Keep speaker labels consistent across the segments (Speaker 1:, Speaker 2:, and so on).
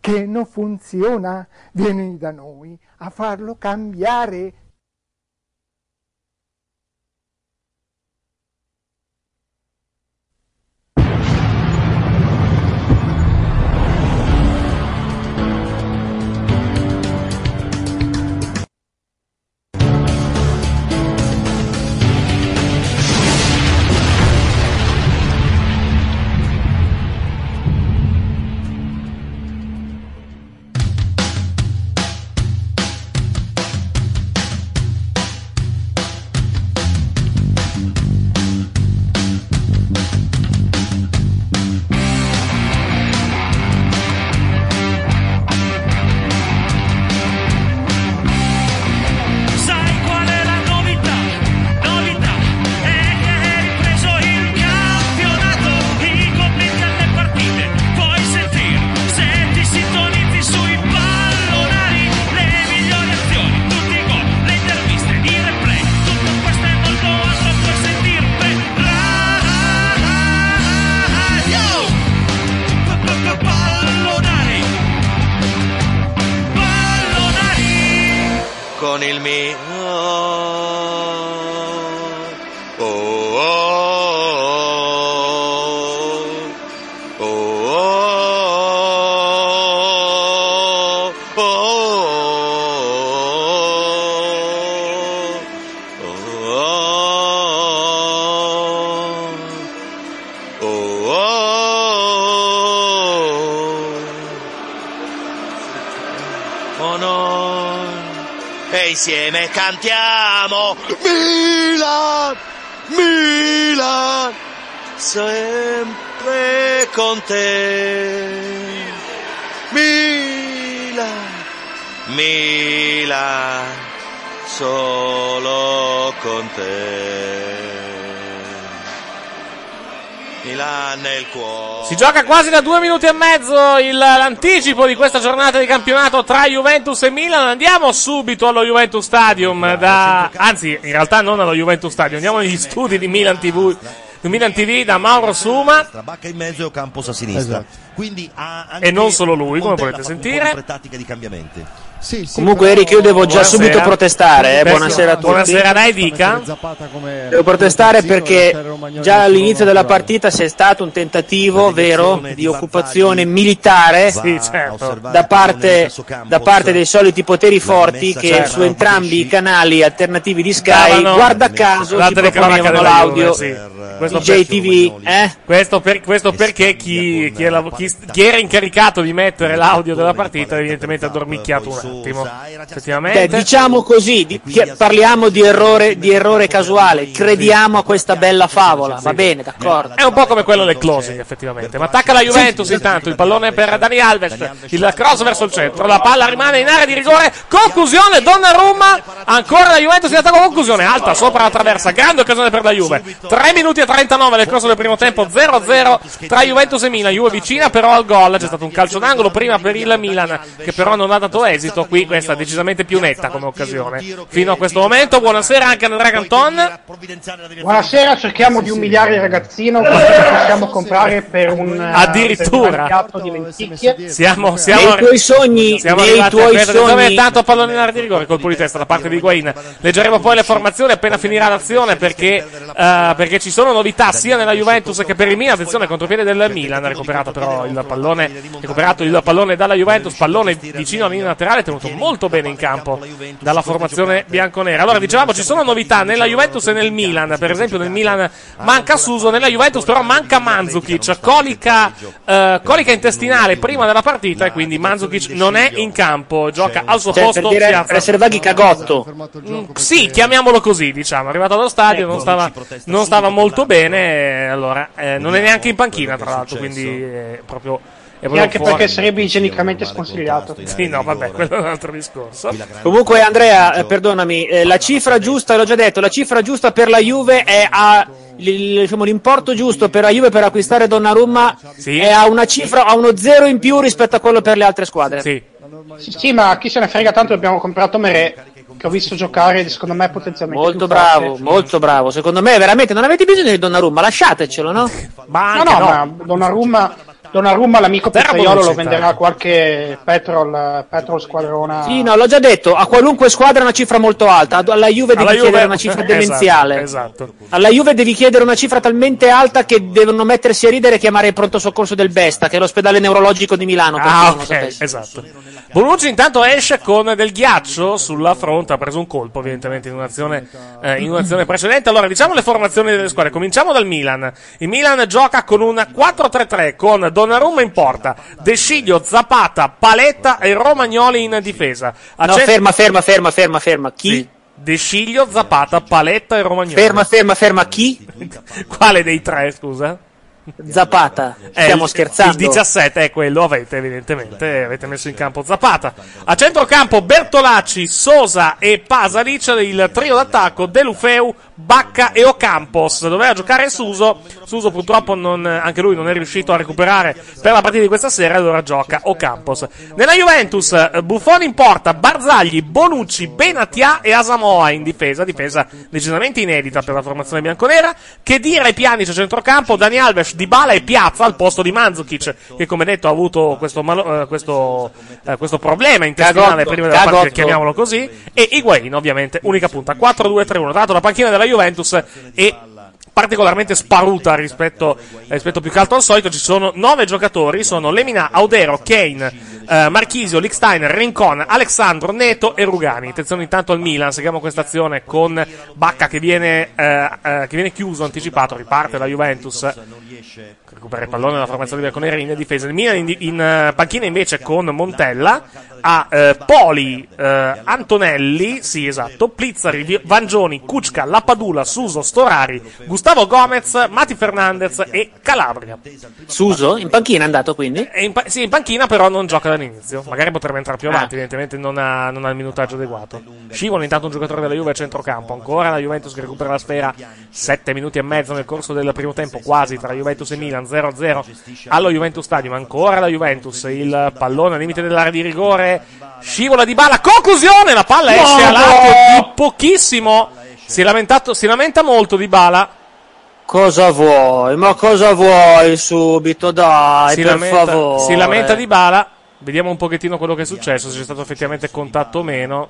Speaker 1: che non funziona, vieni da noi a farlo cambiare.
Speaker 2: Sai qual è la novità? Novità è che hai ripreso il campionato, i commenti alle partite, puoi sentire, se ti sintonizzi sui pallonari, le migliori azioni, tutti i gol, le interviste, i replay, tutto questo e molto altro puoi sentire per radio. Pallonari, pallonari.
Speaker 3: con il mio. Oh, oh, oh, oh, oh, oh, oh, oh, oh, oh, oh, no e insieme cantiamo Milan, Milan, sempre con te. Milan, Milan, solo con te. Milan nel cuore.
Speaker 4: Si gioca quasi da due minuti e mezzo il- l'anticipo di questa giornata di campionato tra Juventus e Milan. Andiamo subito allo Juventus Stadium, da, anzi in realtà non allo Juventus Stadium, andiamo negli studi di Milan TV, di Milan TV da Mauro Suma.
Speaker 5: Trabacca in mezzo e Ocampos a sinistra. Quindi ha anche
Speaker 4: E non solo lui, come
Speaker 5: Montella
Speaker 4: potete
Speaker 5: ha fatto un
Speaker 4: sentire.
Speaker 5: po' di tattica di cambiamenti.
Speaker 6: Comunque, Eric, io devo già subito protestare. eh. Buonasera a tutti. Devo protestare perché già all'inizio della partita c'è stato un tentativo vero di occupazione militare
Speaker 4: certo.
Speaker 6: da parte, da
Speaker 5: cioè
Speaker 6: parte dei soliti poteri forti
Speaker 5: certo
Speaker 6: che su entrambi i canali alternativi di Sky,
Speaker 4: Davano
Speaker 6: guarda caso,
Speaker 4: la
Speaker 6: ci
Speaker 4: telecronaca
Speaker 6: proponevano
Speaker 4: della
Speaker 6: l'audio
Speaker 4: Juve, sì.
Speaker 5: eh,
Speaker 4: Questo
Speaker 6: di
Speaker 4: per-
Speaker 6: JTV. Eh?
Speaker 4: Questo, per- questo perché chi, chi è la- chi- chi era incaricato di mettere l'audio della partita evidentemente ha dormicchiato un attimo. attimo. Effettivamente.
Speaker 6: Beh, diciamo così, di- che- parliamo di errore, di errore casuale, crediamo a questa bella favola, va bene, d'accordo.
Speaker 4: È un po' come quello del closing, effettivamente. Ma attacca la Juventus intanto. Il pallone per Dani Alves. Il cross verso il centro. La palla rimane in area di rigore. Conclusione, Donnarumma. Ancora la Juventus in attacco. Conclusione alta sopra la traversa. Grande occasione per la Juve. 3 minuti e 39 nel corso del primo tempo. 0-0 tra Juventus e Milan. Juve vicina però al gol. C'è stato un calcio d'angolo prima per il Milan, che però non ha dato esito. Qui questa è decisamente più netta come occasione. Fino a questo momento. Buonasera anche Andrea Canton.
Speaker 7: Buonasera, cerchiamo di
Speaker 6: eh.
Speaker 7: umiliare il ragazzino così lo possiamo comprare per un eh,
Speaker 4: Addirittura.
Speaker 7: per un mercato di lenticchie.
Speaker 4: Siamo, siamo
Speaker 6: Nei tuoi sogni,
Speaker 4: siamo
Speaker 6: nei
Speaker 4: arrivati
Speaker 6: tuoi
Speaker 4: a questo.
Speaker 6: sogni.
Speaker 4: Attenzione, Tanto pallone in area di rigore, colpo di testa da parte di Higuain. Leggeremo poi le formazioni appena finirà l'azione perché, eh, perché ci sono novità sia nella Juventus che per il Milan. Attenzione, contropiede del Milan. Ha recuperato però il pallone, recuperato il pallone dalla Juventus. Pallone vicino alla linea laterale, tenuto molto bene in campo dalla formazione bianconera. Allora, dicevamo, ci sono novità nella Juventus e nel Milan. Per esempio, nel Milan manca Suso, nella Juventus però manca Mandzukic. Colica, eh, colica intestinale prima della partita e quindi Mandzukic non è in campo, gioca al suo
Speaker 6: Cioè,
Speaker 4: posto.
Speaker 6: per, dire,
Speaker 4: Piazza.
Speaker 6: per essere vaghi cagotto.
Speaker 4: Mm, Sì, chiamiamolo così, diciamo. È arrivato allo stadio,
Speaker 7: Ecco,
Speaker 4: non stava, non stava molto bene. eh, Allora, eh, non è neanche in panchina, tra l'altro, quindi è proprio. È
Speaker 7: E
Speaker 4: proprio
Speaker 7: anche
Speaker 4: fuori.
Speaker 7: perché sarebbe igienicamente sconsigliato.
Speaker 4: Sì, no, vabbè, quello è un altro discorso.
Speaker 6: Comunque Andrea, eh, perdonami, eh, la cifra giusta, l'ho già detto, la cifra giusta per la Juve è a l- l- diciamo, l'importo giusto per la Juve per acquistare Donnarumma è a una cifra, a uno zero in più rispetto a quello per le altre squadre.
Speaker 7: Sì, sì, ma chi se ne frega tanto abbiamo comprato Merè che ho visto giocare secondo me è potenzialmente
Speaker 6: Molto
Speaker 7: più forte.
Speaker 6: bravo, molto bravo. Secondo me veramente non avete bisogno di Donnarumma, lasciatecelo, no?
Speaker 4: Ma
Speaker 7: No, no, ma Donnarumma, Donnarumma l'amico
Speaker 6: Teramo
Speaker 7: Pezzaiolo lo
Speaker 6: velocità.
Speaker 7: venderà a qualche Petrol, Petrol
Speaker 4: Ah.
Speaker 7: Squadrona.
Speaker 6: Sì, no, l'ho già detto, a qualunque squadra è una cifra molto alta, ad- alla Juve devi
Speaker 7: Alla
Speaker 6: chiedere
Speaker 7: Juve-
Speaker 6: una cifra
Speaker 7: Esatto,
Speaker 6: demenziale.
Speaker 4: esatto.
Speaker 6: Alla Juve devi chiedere una cifra talmente alta che devono mettersi a ridere e chiamare il pronto soccorso del Besta, che è l'ospedale neurologico di Milano. per chi
Speaker 4: Ah,
Speaker 6: non lo
Speaker 4: ok,
Speaker 6: sapesse.
Speaker 4: esatto. Bonucci intanto esce con del ghiaccio sulla fronte, ha preso un colpo evidentemente in un'azione, eh, in un'azione precedente. Allora, diciamo le formazioni delle squadre. Cominciamo dal Milan. Il Milan gioca con un 4-3-3 con Donnarumma in porta, De Sciglio, Zapata, Paletta e Romagnoli in difesa.
Speaker 6: No, ferma, ferma, ferma, ferma, ferma. Chi?
Speaker 4: De Sciglio, Zapata, Paletta e Romagnoli.
Speaker 6: Ferma, ferma, ferma. Chi?
Speaker 4: Quale dei tre, scusa?
Speaker 6: Zapata. Stiamo
Speaker 4: Eh, il-
Speaker 6: scherzando.
Speaker 4: Il 17 è quello, avete evidentemente eh, avete messo in campo Zapata. A centrocampo Bertolacci, Sosa e Pasalic, il trio d'attacco Delufeu, Bacca e Ocampos. Doveva giocare Suso, Suso purtroppo non- anche lui non è riuscito a recuperare per la partita di questa sera, allora gioca Ocampos. Nella Juventus eh, Buffon in porta, Barzagli, Bonucci, Benatia e Asamoa in difesa, difesa decisamente inedita per la formazione bianconera. Che dire ai pianici a centrocampo, Dani Alves, Dybala e Piazza al posto di Mandzukic, che come detto ha avuto questo, malo- eh, questo, eh, questo problema intestinale
Speaker 6: Cagotto,
Speaker 4: prima della partita,
Speaker 6: cagotto.
Speaker 4: chiamiamolo così, e Higuain ovviamente, unica punta, 4-2-3-1, dato la panchina della Juventus e particolarmente sparuta rispetto, rispetto più che altro al solito. Ci sono nove giocatori, sono Lemina, Audero, Kane, eh, Marchisio, Licksteiner, Rincon, Alexandro, Neto e Rugani. Attenzione intanto al Milan, seguiamo questa azione con Bacca che viene, eh, eh, che viene chiuso, anticipato, riparte la Juventus. Recupera il pallone della formazione bianconera in difesa. Il Milan in, in, eh, panchina invece con Montella ha eh, Poli, eh, Antonelli, sì esatto, Plizzari, Vi- Vangioni, Cucca, Lappadula, Suso, Storari, Gustavo Gomez, Mati Fernandez e Calabria.
Speaker 6: Suso? In panchina è andato quindi?
Speaker 4: È in pa- sì, in panchina però non gioca dall'inizio. Magari potrebbe entrare più avanti,
Speaker 6: Ah.
Speaker 4: evidentemente non ha, non ha il minutaggio adeguato. Scivola intanto un giocatore della Juve a centrocampo. Ancora la Juventus che recupera la sfera. 7 minuti e mezzo nel corso del primo tempo, quasi tra Juventus e Milan 0-0 allo Juventus Stadium. Ancora la Juventus, il pallone al limite dell'area di rigore. Scivola di bala, conclusione! La palla esce
Speaker 6: No!
Speaker 4: all'arco di pochissimo. Si è lamentato, si lamenta molto di bala.
Speaker 6: Cosa vuoi? Ma cosa vuoi subito? Dai,
Speaker 4: si
Speaker 6: per
Speaker 4: lamenta,
Speaker 6: favore.
Speaker 4: si lamenta di Bala. Vediamo un pochettino quello che è successo, se c'è stato effettivamente contatto o meno.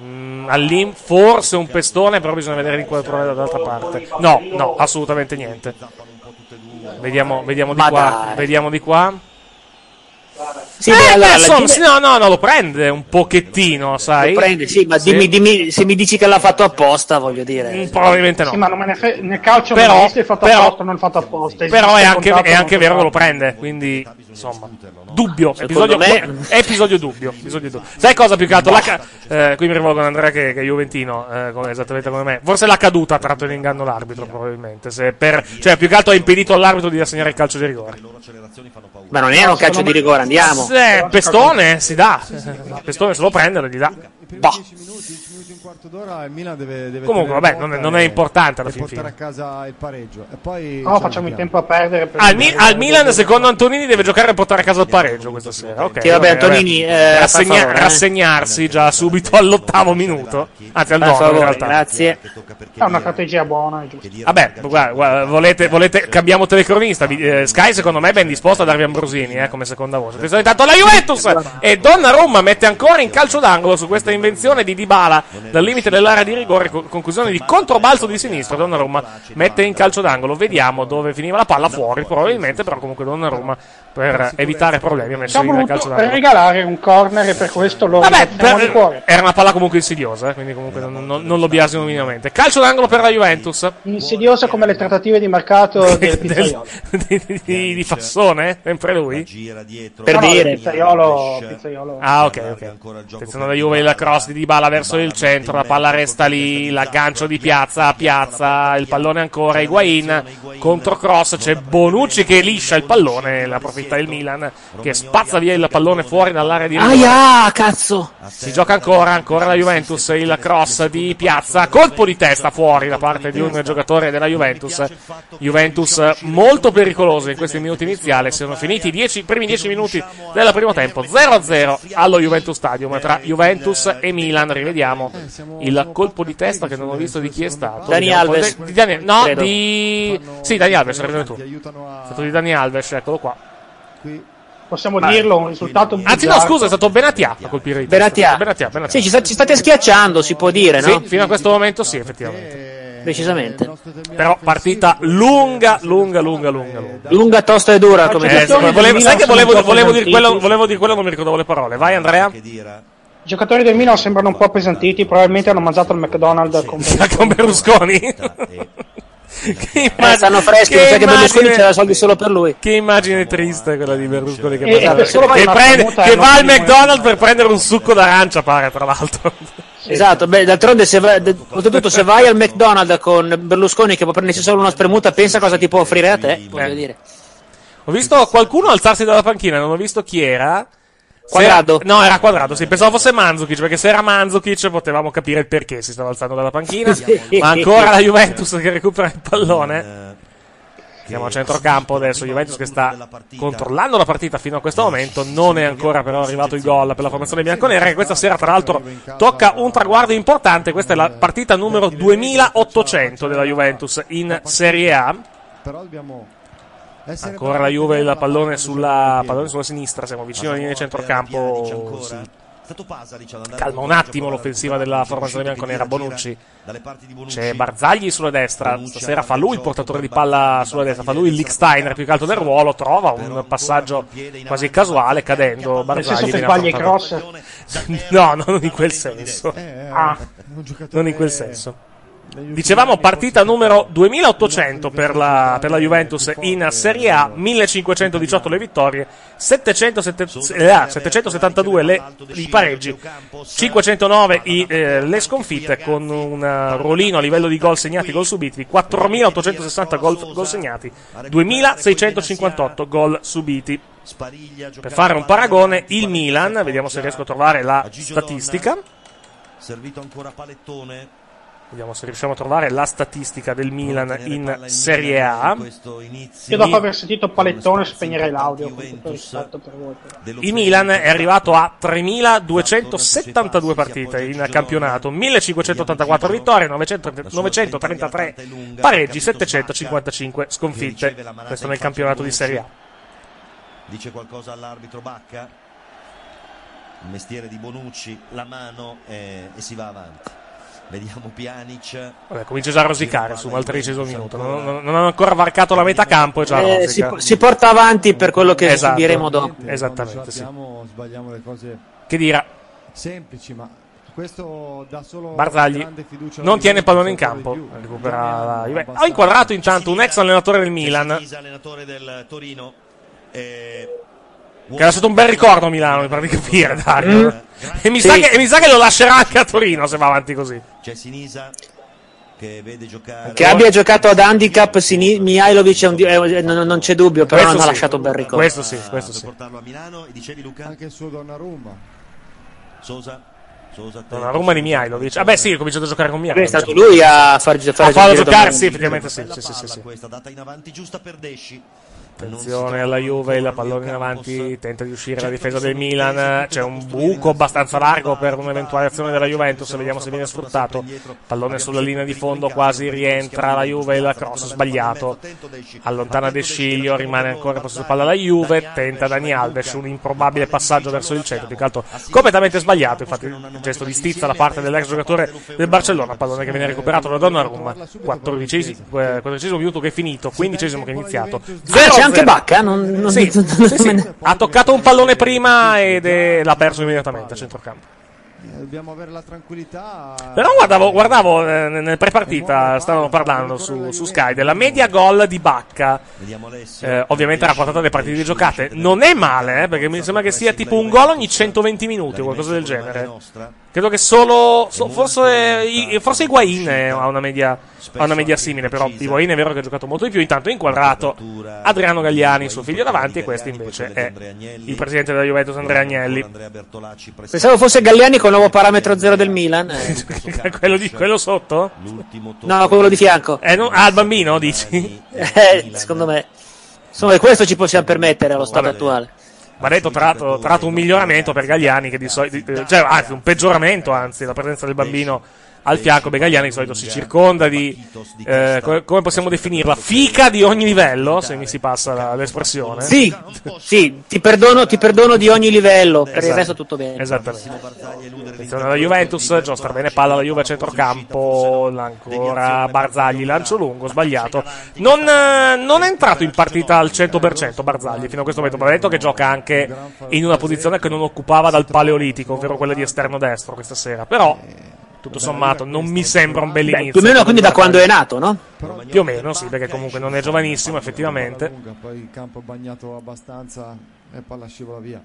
Speaker 4: Mm, all'in- forse un pestone, però bisogna vedere l'inquadratura dall'altra parte. No, no, assolutamente niente. Vediamo, vediamo di
Speaker 6: Ma
Speaker 4: qua.
Speaker 6: dai.
Speaker 4: Vediamo di qua.
Speaker 6: Sì,
Speaker 4: eh,
Speaker 6: ma la- la-
Speaker 4: insomma,
Speaker 6: la-
Speaker 4: sì, no, no, no, lo prende un pochettino, sai.
Speaker 6: Lo prende, sì, ma dimmi- dimmi- se mi dici che l'ha fatto apposta, voglio dire.
Speaker 4: Mm, Probabilmente no.
Speaker 7: Sì, ma non me ne fre- nel calcio
Speaker 4: Però-
Speaker 7: non esiste il fatto
Speaker 4: però-
Speaker 7: apposta, non il fatto apposta. esiste
Speaker 4: Però è
Speaker 7: il
Speaker 4: anche,
Speaker 7: contratto,
Speaker 4: è anche
Speaker 7: non
Speaker 4: vero che
Speaker 7: il
Speaker 4: lo prende, quindi insomma, dubbio.
Speaker 6: Secondo
Speaker 4: Episodio,
Speaker 6: me-
Speaker 4: episodio dubbio, episodio dubbio. Sai cosa più che altro? La ca- eh, qui mi rivolgo ad Andrea che, che è Juventino, eh, come- esattamente come me. Forse la caduta ha tratto in inganno l'arbitro, probabilmente. se per- cioè, più che altro ha impedito all'arbitro di assegnare il calcio di rigore.
Speaker 6: Ma non era un calcio di rigore, andiamo.
Speaker 4: Eh, pestone si dà. Eh, Pestone se lo prende, lo gli dà. Bah.
Speaker 8: D'ora il Milan deve, deve
Speaker 4: Comunque,
Speaker 8: tenere
Speaker 4: vabbè, non è,
Speaker 8: botta
Speaker 4: non è
Speaker 8: e-
Speaker 4: importante alla
Speaker 8: e
Speaker 4: fin
Speaker 8: portare
Speaker 4: fine.
Speaker 8: a casa il pareggio. E poi
Speaker 7: No, facciamo in tempo a perdere. per-
Speaker 4: Al, Mi- al Milan, secondo Antonini, deve giocare e portare a casa il pareggio questa sera. Ok,
Speaker 6: Sì, vabbè, Antonini, eh,
Speaker 4: Rassegna-
Speaker 6: per favore, eh.
Speaker 4: rassegnarsi già subito all'ottavo minuto. Anzi, al
Speaker 6: Per
Speaker 4: nono, in
Speaker 6: favore,
Speaker 4: realtà.
Speaker 6: grazie.
Speaker 7: È una strategia buona, è giusto.
Speaker 4: Vabbè, guarda, guarda, volete, volete- cambiamo telecronista. vi- eh, Sky, secondo me, è ben disposto a darvi Ambrosini eh, come seconda voce. Attenzione, intanto la Juventus e Donnarumma mette ancora in calcio d'angolo su questa invenzione di Dybala dal limite dell'area di rigore. co- conclusione di controbalzo di sinistra. Donnarumma mette in calcio d'angolo. Vediamo dove finiva la palla fuori, probabilmente. Però, comunque, Donnarumma per evitare problemi ha messo
Speaker 7: Ci ha
Speaker 4: in
Speaker 7: voluto
Speaker 4: calcio d'angolo.
Speaker 7: regalare un corner e per questo lo ringraziamo di cuore.
Speaker 4: Era una palla comunque insidiosa, eh, quindi comunque non, non- non lo biasimo minimamente. Calcio d'angolo per la Juventus.
Speaker 7: Insidiosa come le trattative di mercato del Pizzaiolo.
Speaker 4: di, di- di- di Fassone? Sempre lui?
Speaker 7: Per No, no, dire. Pizzaiolo- Pizzaiolo.
Speaker 4: Ah, ok, ok. Attenzione alla Juve, la cross di Dybala verso il centro, la palla resta lì, l'aggancio di Piazza a Piazza, il pallone ancora, Cioè, Higuain, contro cross, c'è Bonucci che liscia il pallone, la approfitta il Milan, che spazza via il pallone fuori dall'area di rigore.
Speaker 6: Aia, cazzo!
Speaker 4: Si gioca ancora, ancora la Juventus, il cross di Piazza, colpo di testa fuori da parte di un giocatore della Juventus. Juventus molto pericoloso in questi minuti iniziali, sono finiti i dieci- i primi 10 minuti del primo tempo, 0-0 allo Juventus Stadium tra Juventus e Milan, rivediamo il colpo di testa che non ho visto di chi è stato.
Speaker 6: Dani
Speaker 4: Vediamo
Speaker 6: Alves.
Speaker 4: con te- di Dani- no,
Speaker 6: Credo.
Speaker 4: di... Sì, Dani Alves, ragione tu. È stato di Dani Alves, eccolo qua.
Speaker 7: Possiamo
Speaker 4: Ma-
Speaker 7: dirlo, un risultato
Speaker 4: Anzi no,
Speaker 7: bizzarro.
Speaker 4: scusa, è stato Benatia a colpire il
Speaker 6: Esatto. Benatia.
Speaker 4: Benatia, Benatia.
Speaker 6: Sì, ci, sta- ci state schiacciando, si può dire, no?
Speaker 4: Sì, fino a questo momento sì, effettivamente.
Speaker 6: Decisamente.
Speaker 4: Però partita lunga, lunga, lunga, lunga. lunga.
Speaker 6: Lunga, tosta e dura, come
Speaker 4: Eh,
Speaker 6: detto.
Speaker 4: sì, volevo- sai che volevo, volevo dire quello, volevo dire quello, non mi ricordavo le parole. Vai, Andrea.
Speaker 7: I giocatori del Milan sembrano un po' appesantiti, probabilmente hanno mangiato il McDonald's con
Speaker 4: Con Berlusconi.
Speaker 6: Eh, stanno freschi,
Speaker 4: Che
Speaker 6: non sai che Berlusconi
Speaker 4: immagine-
Speaker 6: c'era soldi solo per lui.
Speaker 4: Che immagine triste quella di Berlusconi che,
Speaker 6: Eh,
Speaker 4: mangia-
Speaker 6: per solo
Speaker 4: che
Speaker 6: una
Speaker 4: prende-
Speaker 6: tenuta
Speaker 4: che
Speaker 6: e
Speaker 4: va
Speaker 6: non
Speaker 4: al
Speaker 6: di-
Speaker 4: McDonald's per prendere un succo d'arancia, pare, tra l'altro.
Speaker 6: Esatto, beh, d'altronde se vai, d- oltretutto se vai al McDonald's con Berlusconi che può prendersi solo una spremuta, pensa cosa ti può offrire a te,
Speaker 4: Eh.
Speaker 6: voglio dire.
Speaker 4: Ho visto qualcuno alzarsi dalla panchina, non ho visto chi era. Se
Speaker 6: Quadrado.
Speaker 4: era- no, era quadrato, sì. Pensavo fosse Manzukic, perché se era Manzukic potevamo capire il perché si stava alzando dalla panchina.
Speaker 6: Sì.
Speaker 4: Ma ancora la Juventus che recupera il pallone. Siamo a centrocampo adesso, Juventus che sta controllando la partita fino a questo momento, non è ancora però arrivato il gol per la formazione bianconera che questa sera tra l'altro tocca un traguardo importante, questa è la partita numero 2800 della Juventus in Serie A.
Speaker 8: Però dobbiamo essere
Speaker 4: Ancora la Juve, il pallone sulla, pallone sulla sinistra, siamo vicino alla linea di centrocampo. si Calma un attimo l'offensiva della formazione bianconera, Bonucci. C'è Barzagli sulla destra, stasera fa lui il portatore di palla sulla destra, fa lui il Licksteiner più che altro del ruolo, trova un passaggio quasi casuale cadendo
Speaker 7: Nel senso
Speaker 4: Barzagli.
Speaker 7: che
Speaker 4: viene
Speaker 7: sbaglia i
Speaker 4: affrontato.
Speaker 7: cross.
Speaker 4: No, non in quel senso. Ah, Non in quel senso. Dicevamo partita numero 2800 per la, per la Juventus
Speaker 6: Eh,
Speaker 4: in Serie A, 1518 le vittorie, 770 eh, ah, 772 le, i pareggi, 509 i, eh, le sconfitte con un eh, ruolino a livello di gol segnati, gol subiti, 4860 gol, gol segnati, 2658 gol subiti. Per fare un paragone, il Milan, vediamo se riesco a trovare la statistica.
Speaker 5: Servito ancora Palettone.
Speaker 4: Vediamo se riusciamo a trovare la statistica del Milan in Serie A.
Speaker 7: Io dopo aver sentito Palettone spegnerei l'audio, con tutto il rispetto per voi.
Speaker 4: Il Milan è arrivato a 3.272 partite in campionato, 1.584 vittorie, 900 933 pareggi, 755 sconfitte. Questo nel campionato di Serie A.
Speaker 5: Dice qualcosa all'arbitro Bacca. Il mestiere di Bonucci, la mano eh, e si va avanti. Vediamo Pjanic.
Speaker 4: Vabbè, comincia già a rosicare su al tredicesimo minuto. Non, non- non hanno ancora varcato la metà campo e già
Speaker 6: Eh, si,
Speaker 4: rosica.
Speaker 6: si porta avanti per quello che
Speaker 4: Esatto.
Speaker 6: diremo dopo.
Speaker 4: Esattamente, sì.
Speaker 8: Abbiamo- sbagliamo le cose
Speaker 4: Che dirà?
Speaker 8: semplici, ma questo dà solo
Speaker 4: Barzagli
Speaker 8: grande fiducia.
Speaker 4: non tiene il pallone in campo. Recupera la Juve. Ho inquadrato intanto un ex allenatore del Milan. Che
Speaker 5: allenatore del Torino.
Speaker 4: ha lasciato un bel ricordo a Milano, mi pare di capire,
Speaker 8: Mm.
Speaker 4: Dario.
Speaker 8: Eh,
Speaker 4: E, mi sa che, e mi sa che lo lascerà anche a Torino se va avanti così.
Speaker 5: C'è Sinisa che vede giocare.
Speaker 6: Che abbia giocato ad handicap, Sini- Mihailovic è un di- è un- non, non c'è dubbio, però
Speaker 4: Questo
Speaker 6: non ha
Speaker 4: sì.
Speaker 6: lasciato un bel ricordo.
Speaker 4: Questo sì, questo sì.
Speaker 5: Eh, portarlo a Milano e dicevi Luca
Speaker 8: anche il suo Donnarumma.
Speaker 5: Sosa Sosa
Speaker 8: Eh,
Speaker 5: attento.
Speaker 4: Una Roma di Mihailovic. Ah, beh, sì, ho cominciato a giocare con Mihailovic.
Speaker 6: Beh, è stato lui a far gi- fare
Speaker 4: A
Speaker 6: giocare
Speaker 4: farlo giocare,
Speaker 6: Donnarumma.
Speaker 4: sì, effettivamente sì. sì, sì, sì,
Speaker 5: palla
Speaker 4: sì.
Speaker 5: questa data in avanti giusta per Desci
Speaker 4: Attenzione alla Juve, la pallone in avanti, tenta di uscire la difesa del Milan, c'è un buco abbastanza largo per un'eventuale azione della Juventus, vediamo se viene sfruttato. Pallone sulla linea di fondo, quasi rientra la Juve, la cross sbagliato. Allontana De Sciglio, rimane ancora possesso palla la Juve, tenta Dani Alves, un improbabile passaggio verso il centro, più che altro completamente sbagliato, infatti un gesto di stizza da parte dell'ex giocatore del Barcellona, pallone che viene recuperato da Donnarumma, 14 minuto che è finito, 15 che è iniziato.
Speaker 6: Ah, c'è
Speaker 4: 0-0.
Speaker 6: anche Bacca, non, non-
Speaker 4: Sì,
Speaker 6: non-
Speaker 4: sì, sì. ha toccato un pallone prima ed è- l'ha perso immediatamente a centrocampo.
Speaker 8: Eh, Dobbiamo avere la tranquillità.
Speaker 4: Però guardavo, guardavo eh, nel prepartita, stavano parlando su, su Sky della media gol di Bacca. Eh, ovviamente rapportata alle partite giocate. Non è male, eh, perché mi sembra che sia tipo un gol ogni 120 minuti o qualcosa del genere. Credo che solo. so- forse, i- forse Higuain è- ha una media, ha una media simile. Però Higuain è vero che ha giocato molto di più. Intanto è inquadrato Adriano Gagliani, suo figlio davanti, e questo invece è il presidente della Juventus, Andrea Agnelli.
Speaker 6: Pensavo fosse Galliani col nuovo parametro zero del Milan.
Speaker 4: quello, di- quello sotto?
Speaker 6: No, quello di fianco.
Speaker 4: Eh, no, ah, il bambino, dici?
Speaker 6: Eh, secondo me. Insomma, e questo ci possiamo permettere allo stato attuale.
Speaker 4: Ma detto tra l'altro, tra l'altro un miglioramento per Gagliani, che di solito, eh, cioè anzi un peggioramento, anzi la presenza del bambino al fianco, beh Gagliani di solito si circonda di, eh, come, come possiamo definirla, fica di ogni livello, se mi si passa la- l'espressione.
Speaker 6: Sì, sì, ti perdono, ti perdono di ogni livello, per il
Speaker 4: Esatto.
Speaker 6: resto tutto bene.
Speaker 4: Esattamente. Attenzione alla Juventus, giostra bene palla alla Juve a centrocampo, ancora Barzagli, lancio lungo, sbagliato. Non, eh, non è entrato in partita al 100% Barzagli fino a questo momento, ma ha detto che gioca anche in una posizione che non occupava dal Paleolitico, ovvero quella di esterno destro questa sera, però tutto sommato non mi sembra un bel
Speaker 6: Beh,
Speaker 4: inizio.
Speaker 6: più o meno quindi da quando è nato, no?
Speaker 4: Più o meno, sì, perché comunque non è giovanissimo effettivamente.
Speaker 8: Lunga, poi il campo è bagnato abbastanza e palla scivola via.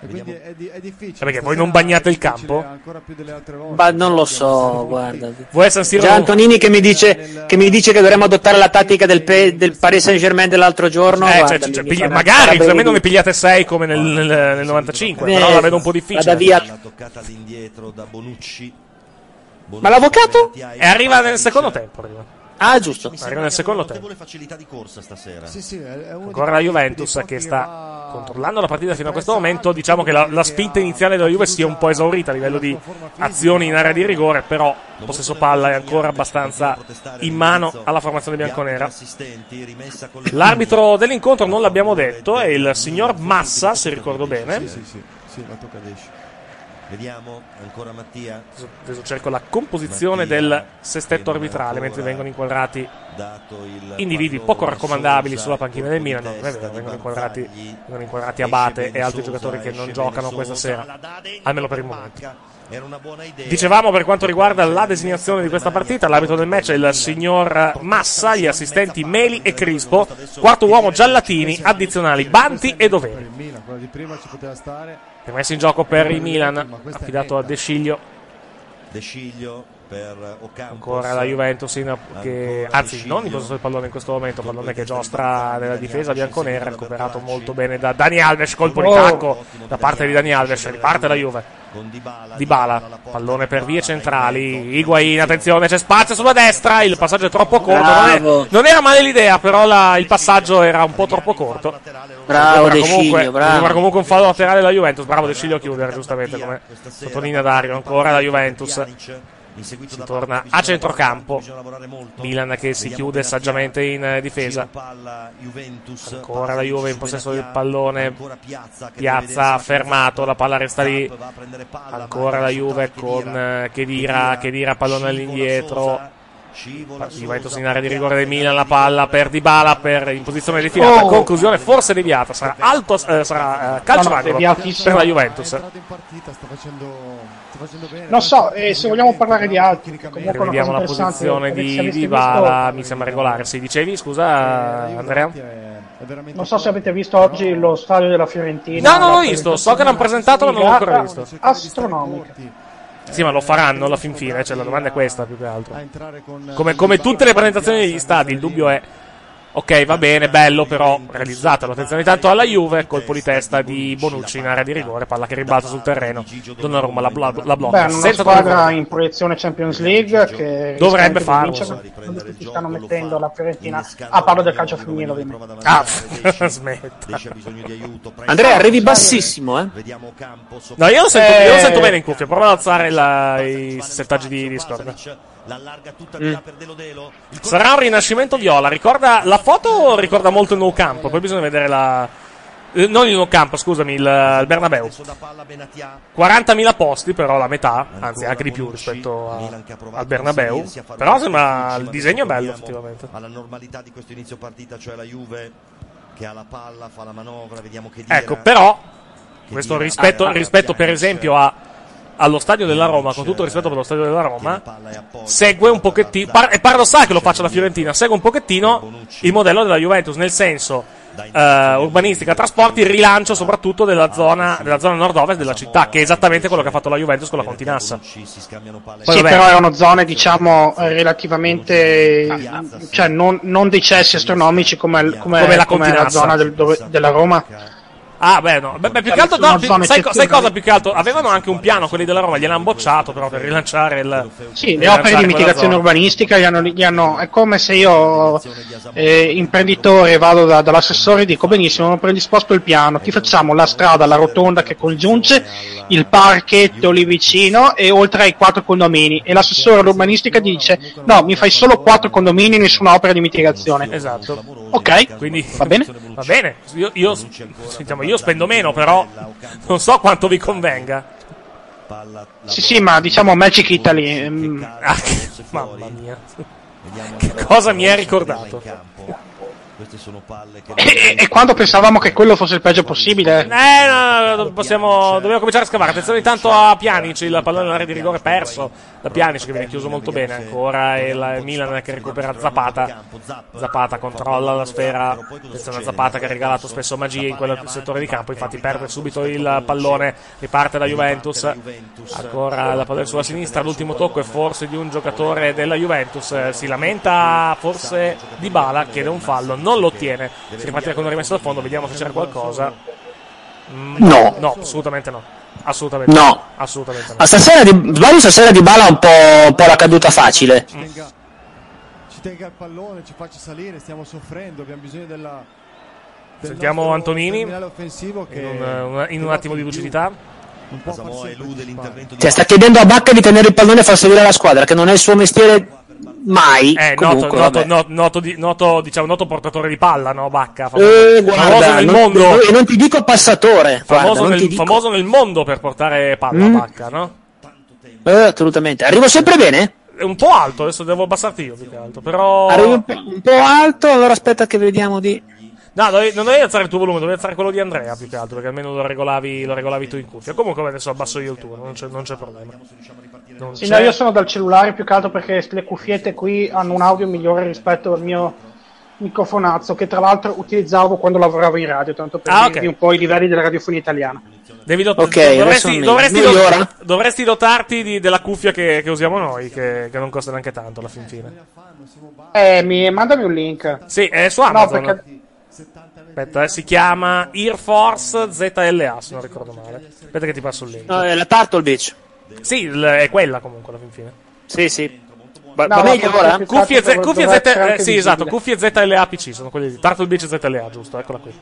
Speaker 8: E quindi è, di- è difficile.
Speaker 4: Perché voi
Speaker 8: Stasera
Speaker 4: non bagnate
Speaker 8: è
Speaker 4: il campo?
Speaker 8: difficile ancora più delle altre volte.
Speaker 6: Ma non lo so, guarda.
Speaker 4: Vuoi San Siro?
Speaker 6: Già Antonini che mi dice che, mi dice che dovremmo adottare la tattica del, Pe- del Paris Saint Germain dell'altro giorno.
Speaker 4: Eh,
Speaker 6: guarda,
Speaker 4: cioè, cioè,
Speaker 6: mi
Speaker 4: pigli-
Speaker 6: fa una
Speaker 4: magari,
Speaker 6: parabeni.
Speaker 4: se almeno ne pigliate 6
Speaker 6: Ah,
Speaker 4: come nel, nel- nel 95, però la vedo un po' difficile.
Speaker 6: Eh, Vada via.
Speaker 5: la toccata all'indietro da Bonucci
Speaker 6: Ma l'avvocato?
Speaker 4: E arriva nel secondo tempo. Arriva.
Speaker 6: Ah, giusto.
Speaker 4: Arriva nel secondo tempo.
Speaker 5: vuole facilità di corsa stasera
Speaker 8: Sì, sì, è, è uno
Speaker 4: Ancora la Juventus che sta controllando la partita fino a questo momento. Diciamo che la, la spinta iniziale della Juve sia un po' esaurita a livello di azioni in area di rigore, però il possesso palla è ancora abbastanza in mano alla formazione bianconera.
Speaker 5: assistenti rimessa con
Speaker 4: L'arbitro dell'incontro non l'abbiamo detto, è il signor Massa, se ricordo bene.
Speaker 8: Sì, sì, sì, la tocca ad Esci.
Speaker 5: vediamo ancora Mattia
Speaker 4: Adesso cerco la composizione del sestetto arbitrale mentre vengono inquadrati individui poco raccomandabili sulla panchina del Milan. Non è vero, vengono inquadrati, vengono inquadrati Abate e altri giocatori che non giocano questa sera, almeno per il momento. Dicevamo per quanto riguarda la designazione di questa partita, l'arbitro del match è il signor Massa, gli assistenti Meli e Crispo, quarto uomo Giallatini, addizionali Banti e Doveri.
Speaker 8: Per il Milan, quella di prima ci poteva stare.
Speaker 4: Rimesso in gioco per il Milan, affidato a De Sciglio.
Speaker 5: De Sciglio per Ocampo
Speaker 4: Ancora la Juventus in- che, anzi non in possesso del pallone in questo momento, pallone che giostra nella difesa bianconera, recuperato molto bene da Dani Alves, colpo di
Speaker 6: Oh!
Speaker 4: tacco da parte di Dani Alves, riparte la Juve. Di Bala, pallone per vie centrali, Higuain, attenzione, c'è spazio sulla destra, il passaggio è troppo corto, non, è-
Speaker 6: Bravo.
Speaker 4: non era male l'idea, però la- il passaggio era un po' troppo corto.
Speaker 6: Bravo
Speaker 4: Sembra
Speaker 6: De Sciglio,
Speaker 4: sembra
Speaker 6: bravo.
Speaker 4: comunque un fallo laterale della Juventus, bravo De Sciglio a chiudere, giustamente come sottolinea Dario, ancora la Juventus Si torna a centrocampo. Milan che si chiude saggiamente in eh, difesa. Ancora la Juve in possesso del pallone. Piazza ha fermato, la palla resta lì. Ancora la Juve con eh, Chedira, Chedira pallone all'indietro. Pa- Juventus in area di rigore del Milan, la palla per Dybala per in posizione defilata,
Speaker 9: Oh!
Speaker 4: conclusione forse deviata, sarà alto eh, sarà eh, calcio
Speaker 10: No, no,
Speaker 4: d'angolo
Speaker 10: deviatissimo.
Speaker 4: per la Juventus.
Speaker 10: Non so, eh, se vogliamo parlare di altri, comunque una
Speaker 4: Rivediamo
Speaker 10: cosa
Speaker 4: la
Speaker 10: interessante
Speaker 4: posizione
Speaker 10: perché se
Speaker 4: di
Speaker 10: aveste
Speaker 4: Dybala, mi sembra regolare, si dicevi, scusa
Speaker 10: Eh,
Speaker 4: Andrea?
Speaker 10: visto- non so se avete visto oggi lo stadio della Fiorentina.
Speaker 4: No, non
Speaker 10: la
Speaker 4: l'ho visto, so che l'hanno presentato, ma non l'ho ancora
Speaker 10: presentazione
Speaker 4: visto.
Speaker 10: Astronomica.
Speaker 4: Sì, ma lo faranno alla fin fine, cioè la domanda è questa più che altro.
Speaker 10: eh,
Speaker 4: Come, come tutte le presentazioni degli stati, il dubbio è ok, va bene, bello, però realizzatelo. Attenzione tanto alla Juve, colpo di testa di Bonucci in area di rigore, palla che ribalta sul terreno. Donnarumma la, bla- la
Speaker 10: Beh,
Speaker 4: blocca
Speaker 10: hanno una
Speaker 4: senza
Speaker 10: squadra
Speaker 4: Donnarumma.
Speaker 10: in proiezione Champions League che
Speaker 4: Dovrebbe farlo.
Speaker 10: Tutti stanno mettendo la Fiorentina a parlo del calcio femminile, ovviamente.
Speaker 4: Ah, smetta.
Speaker 9: Andrea, arrivi bassissimo, eh?
Speaker 4: No, io lo sento,
Speaker 9: Eh.
Speaker 4: io lo sento bene in cuffia, prova ad alzare la- i settaggi di Discord. Mm. Sarà un rinascimento viola, ricorda la foto ricorda molto il nuovo campo, poi bisogna vedere la... eh, Non il nuovo campo, scusami, il, eh, il Bernabeu. 40.000 posti, però la metà, anzi anche di più rispetto a- al Bernabeu. Però sembra il disegno è bello, effettivamente.
Speaker 5: Alla normalità di questo inizio partita, cioè la Juve che ha la palla, fa la manovra, vediamo che dire. Ah,
Speaker 4: Ecco, però, questo rispetto, rispetto
Speaker 5: cioè,
Speaker 4: per esempio a- allo stadio della Roma, con tutto il rispetto per lo stadio della Roma, segue un pochettino, par- è paradossale che lo faccia la Fiorentina, segue un pochettino il modello della Juventus, nel senso eh, urbanistica, trasporti, rilancio soprattutto della
Speaker 5: Ah,
Speaker 4: zona, della zona nord-ovest della città, che è esattamente quello che ha fatto la Juventus con la Continassa. Poi
Speaker 10: sì,
Speaker 4: vabbè,
Speaker 10: però erano zone, diciamo, eh, relativamente. cioè, non, non dei cessi astronomici come, come-
Speaker 4: Come la
Speaker 10: come
Speaker 4: Continassa.
Speaker 10: zona del- dove- della Roma.
Speaker 4: Ah, beh, no. Beh, beh, più che altro, no, più- sai, co- sai cosa? Più che altro, avevano anche un piano, quelli della Roma, gliel'hanno bocciato però per rilanciare il.
Speaker 10: Sì, le
Speaker 4: rilanciare
Speaker 10: opere di
Speaker 4: quella
Speaker 10: mitigazione
Speaker 4: zona.
Speaker 10: urbanistica gli hanno, gli hanno- è come se io, eh, imprenditore, vado da- dall'assessore e dico benissimo, ho predisposto il piano, ti facciamo la strada, la rotonda che congiunge il parchetto lì vicino e oltre ai quattro condomini. E l'assessore all'urbanistica dice no, mi fai solo quattro condomini, nessuna opera di mitigazione.
Speaker 4: Esatto.
Speaker 10: Ok,
Speaker 4: Quindi
Speaker 10: va bene?
Speaker 4: Va bene. Io, io- diciamo, io spendo meno, però non so quanto vi convenga.
Speaker 10: Sì, sì, ma diciamo Magic Italy. ehm,
Speaker 4: Ah, che- mamma mia. Che cosa mi è ricordato?
Speaker 5: Queste sono palle che
Speaker 10: E, e Eh, quando pensavamo che quello fosse il peggio possibile,
Speaker 4: Eh, no, no, no, possiamo, dobbiamo cominciare a scavare. Attenzione intanto a Pjanic, il pallone nell'area di rigore perso da Pjanic che viene chiuso molto bene ancora e il Milan che recupera Zapata. Zapata controlla la sfera. Attenzione a Zapata che ha regalato spesso magie in quel settore di campo, infatti perde subito il pallone, riparte la Juventus. Ancora la palla sulla sinistra, l'ultimo tocco è forse di un giocatore della Juventus, eh, si lamenta forse di Bala, chiede un fallo, non lo ottiene. Si ripartirà con un rimesso dal fondo, vediamo se c'era qualcosa. Mm,
Speaker 6: No.
Speaker 4: No, assolutamente no. Assolutamente
Speaker 6: No.
Speaker 4: Assolutamente no.
Speaker 6: Ma stasera di, sbaglio stasera di Bala un po', un po' la caduta facile.
Speaker 4: Mm.
Speaker 11: Ci tenga il pallone, ci faccia salire, stiamo soffrendo, abbiamo bisogno della... del
Speaker 4: Sentiamo
Speaker 11: nostro
Speaker 4: Antonini in
Speaker 11: terminale offensivo che...
Speaker 4: un, in un attimo di lucidità.
Speaker 5: Samoa elude l'intervento di
Speaker 6: Cioè, sta chiedendo a Bacca di tenere il pallone e far salire la squadra, che non è il suo mestiere mai.
Speaker 4: Eh, noto,
Speaker 6: Comunque,
Speaker 4: noto,
Speaker 6: vabbè.
Speaker 4: no- noto di- noto, diciamo, noto portatore di palla, no? Bacca. Famo-
Speaker 6: Eh,
Speaker 4: famoso
Speaker 6: guarda,
Speaker 4: nel
Speaker 6: non,
Speaker 4: mondo.
Speaker 6: non- e non ti dico passatore.
Speaker 4: famoso,
Speaker 6: guarda, non
Speaker 4: nel,
Speaker 6: ti dico.
Speaker 4: famoso nel mondo per portare palla
Speaker 6: Mm.
Speaker 4: Bacca, no?
Speaker 6: Eh, assolutamente. Arrivo sempre bene?
Speaker 4: È un po' alto, adesso devo abbassarti io più che altro, però...
Speaker 6: Arrivo un po', un po' alto, allora aspetta che vediamo di...
Speaker 4: No, dovevi- non devi alzare il tuo volume, dovevi alzare quello di Andrea più che altro, perché almeno lo regolavi, lo regolavi tu in cuffia. Comunque vabbè, adesso abbasso io il tuo, non c'è, non c'è problema. Non
Speaker 10: Sì, no,
Speaker 4: c'è-
Speaker 10: io sono dal cellulare più che altro perché le cuffiette qui hanno un audio migliore rispetto al mio microfonazzo che tra l'altro utilizzavo quando lavoravo in radio, tanto per
Speaker 4: Ah, ok.
Speaker 10: dirvi un po' i livelli della radiofonia italiana.
Speaker 4: Devi dot-
Speaker 10: Ok, adesso
Speaker 4: dovresti,
Speaker 10: meglio.
Speaker 4: dovresti dot-
Speaker 10: Migliora?
Speaker 4: dovresti dotarti di- della cuffia che, che usiamo noi, che, che non costa neanche tanto alla fin fine.
Speaker 10: Eh, mi, mandami un link.
Speaker 4: Sì, è su
Speaker 10: No,
Speaker 4: Amazon. Eh?
Speaker 10: perché-
Speaker 4: Aspetta, eh, si chiama Air Force ZLA, se non ricordo male. Aspetta che ti passo il link.
Speaker 6: No, è la Turtle Beach.
Speaker 4: Sì, il- è quella comunque alla fin fine.
Speaker 6: Sì, sì. Va,
Speaker 4: No,
Speaker 6: va
Speaker 4: ma
Speaker 6: meglio
Speaker 4: cuffie-
Speaker 6: ora?
Speaker 4: Cuffie, Z- cuffie
Speaker 6: Dov'è?
Speaker 4: ZLA,
Speaker 6: Anche
Speaker 4: sì,
Speaker 6: visibile.
Speaker 4: esatto, cuffie ZLA PC sono quelle di Turtle Beach ZLA, giusto, eccola qui.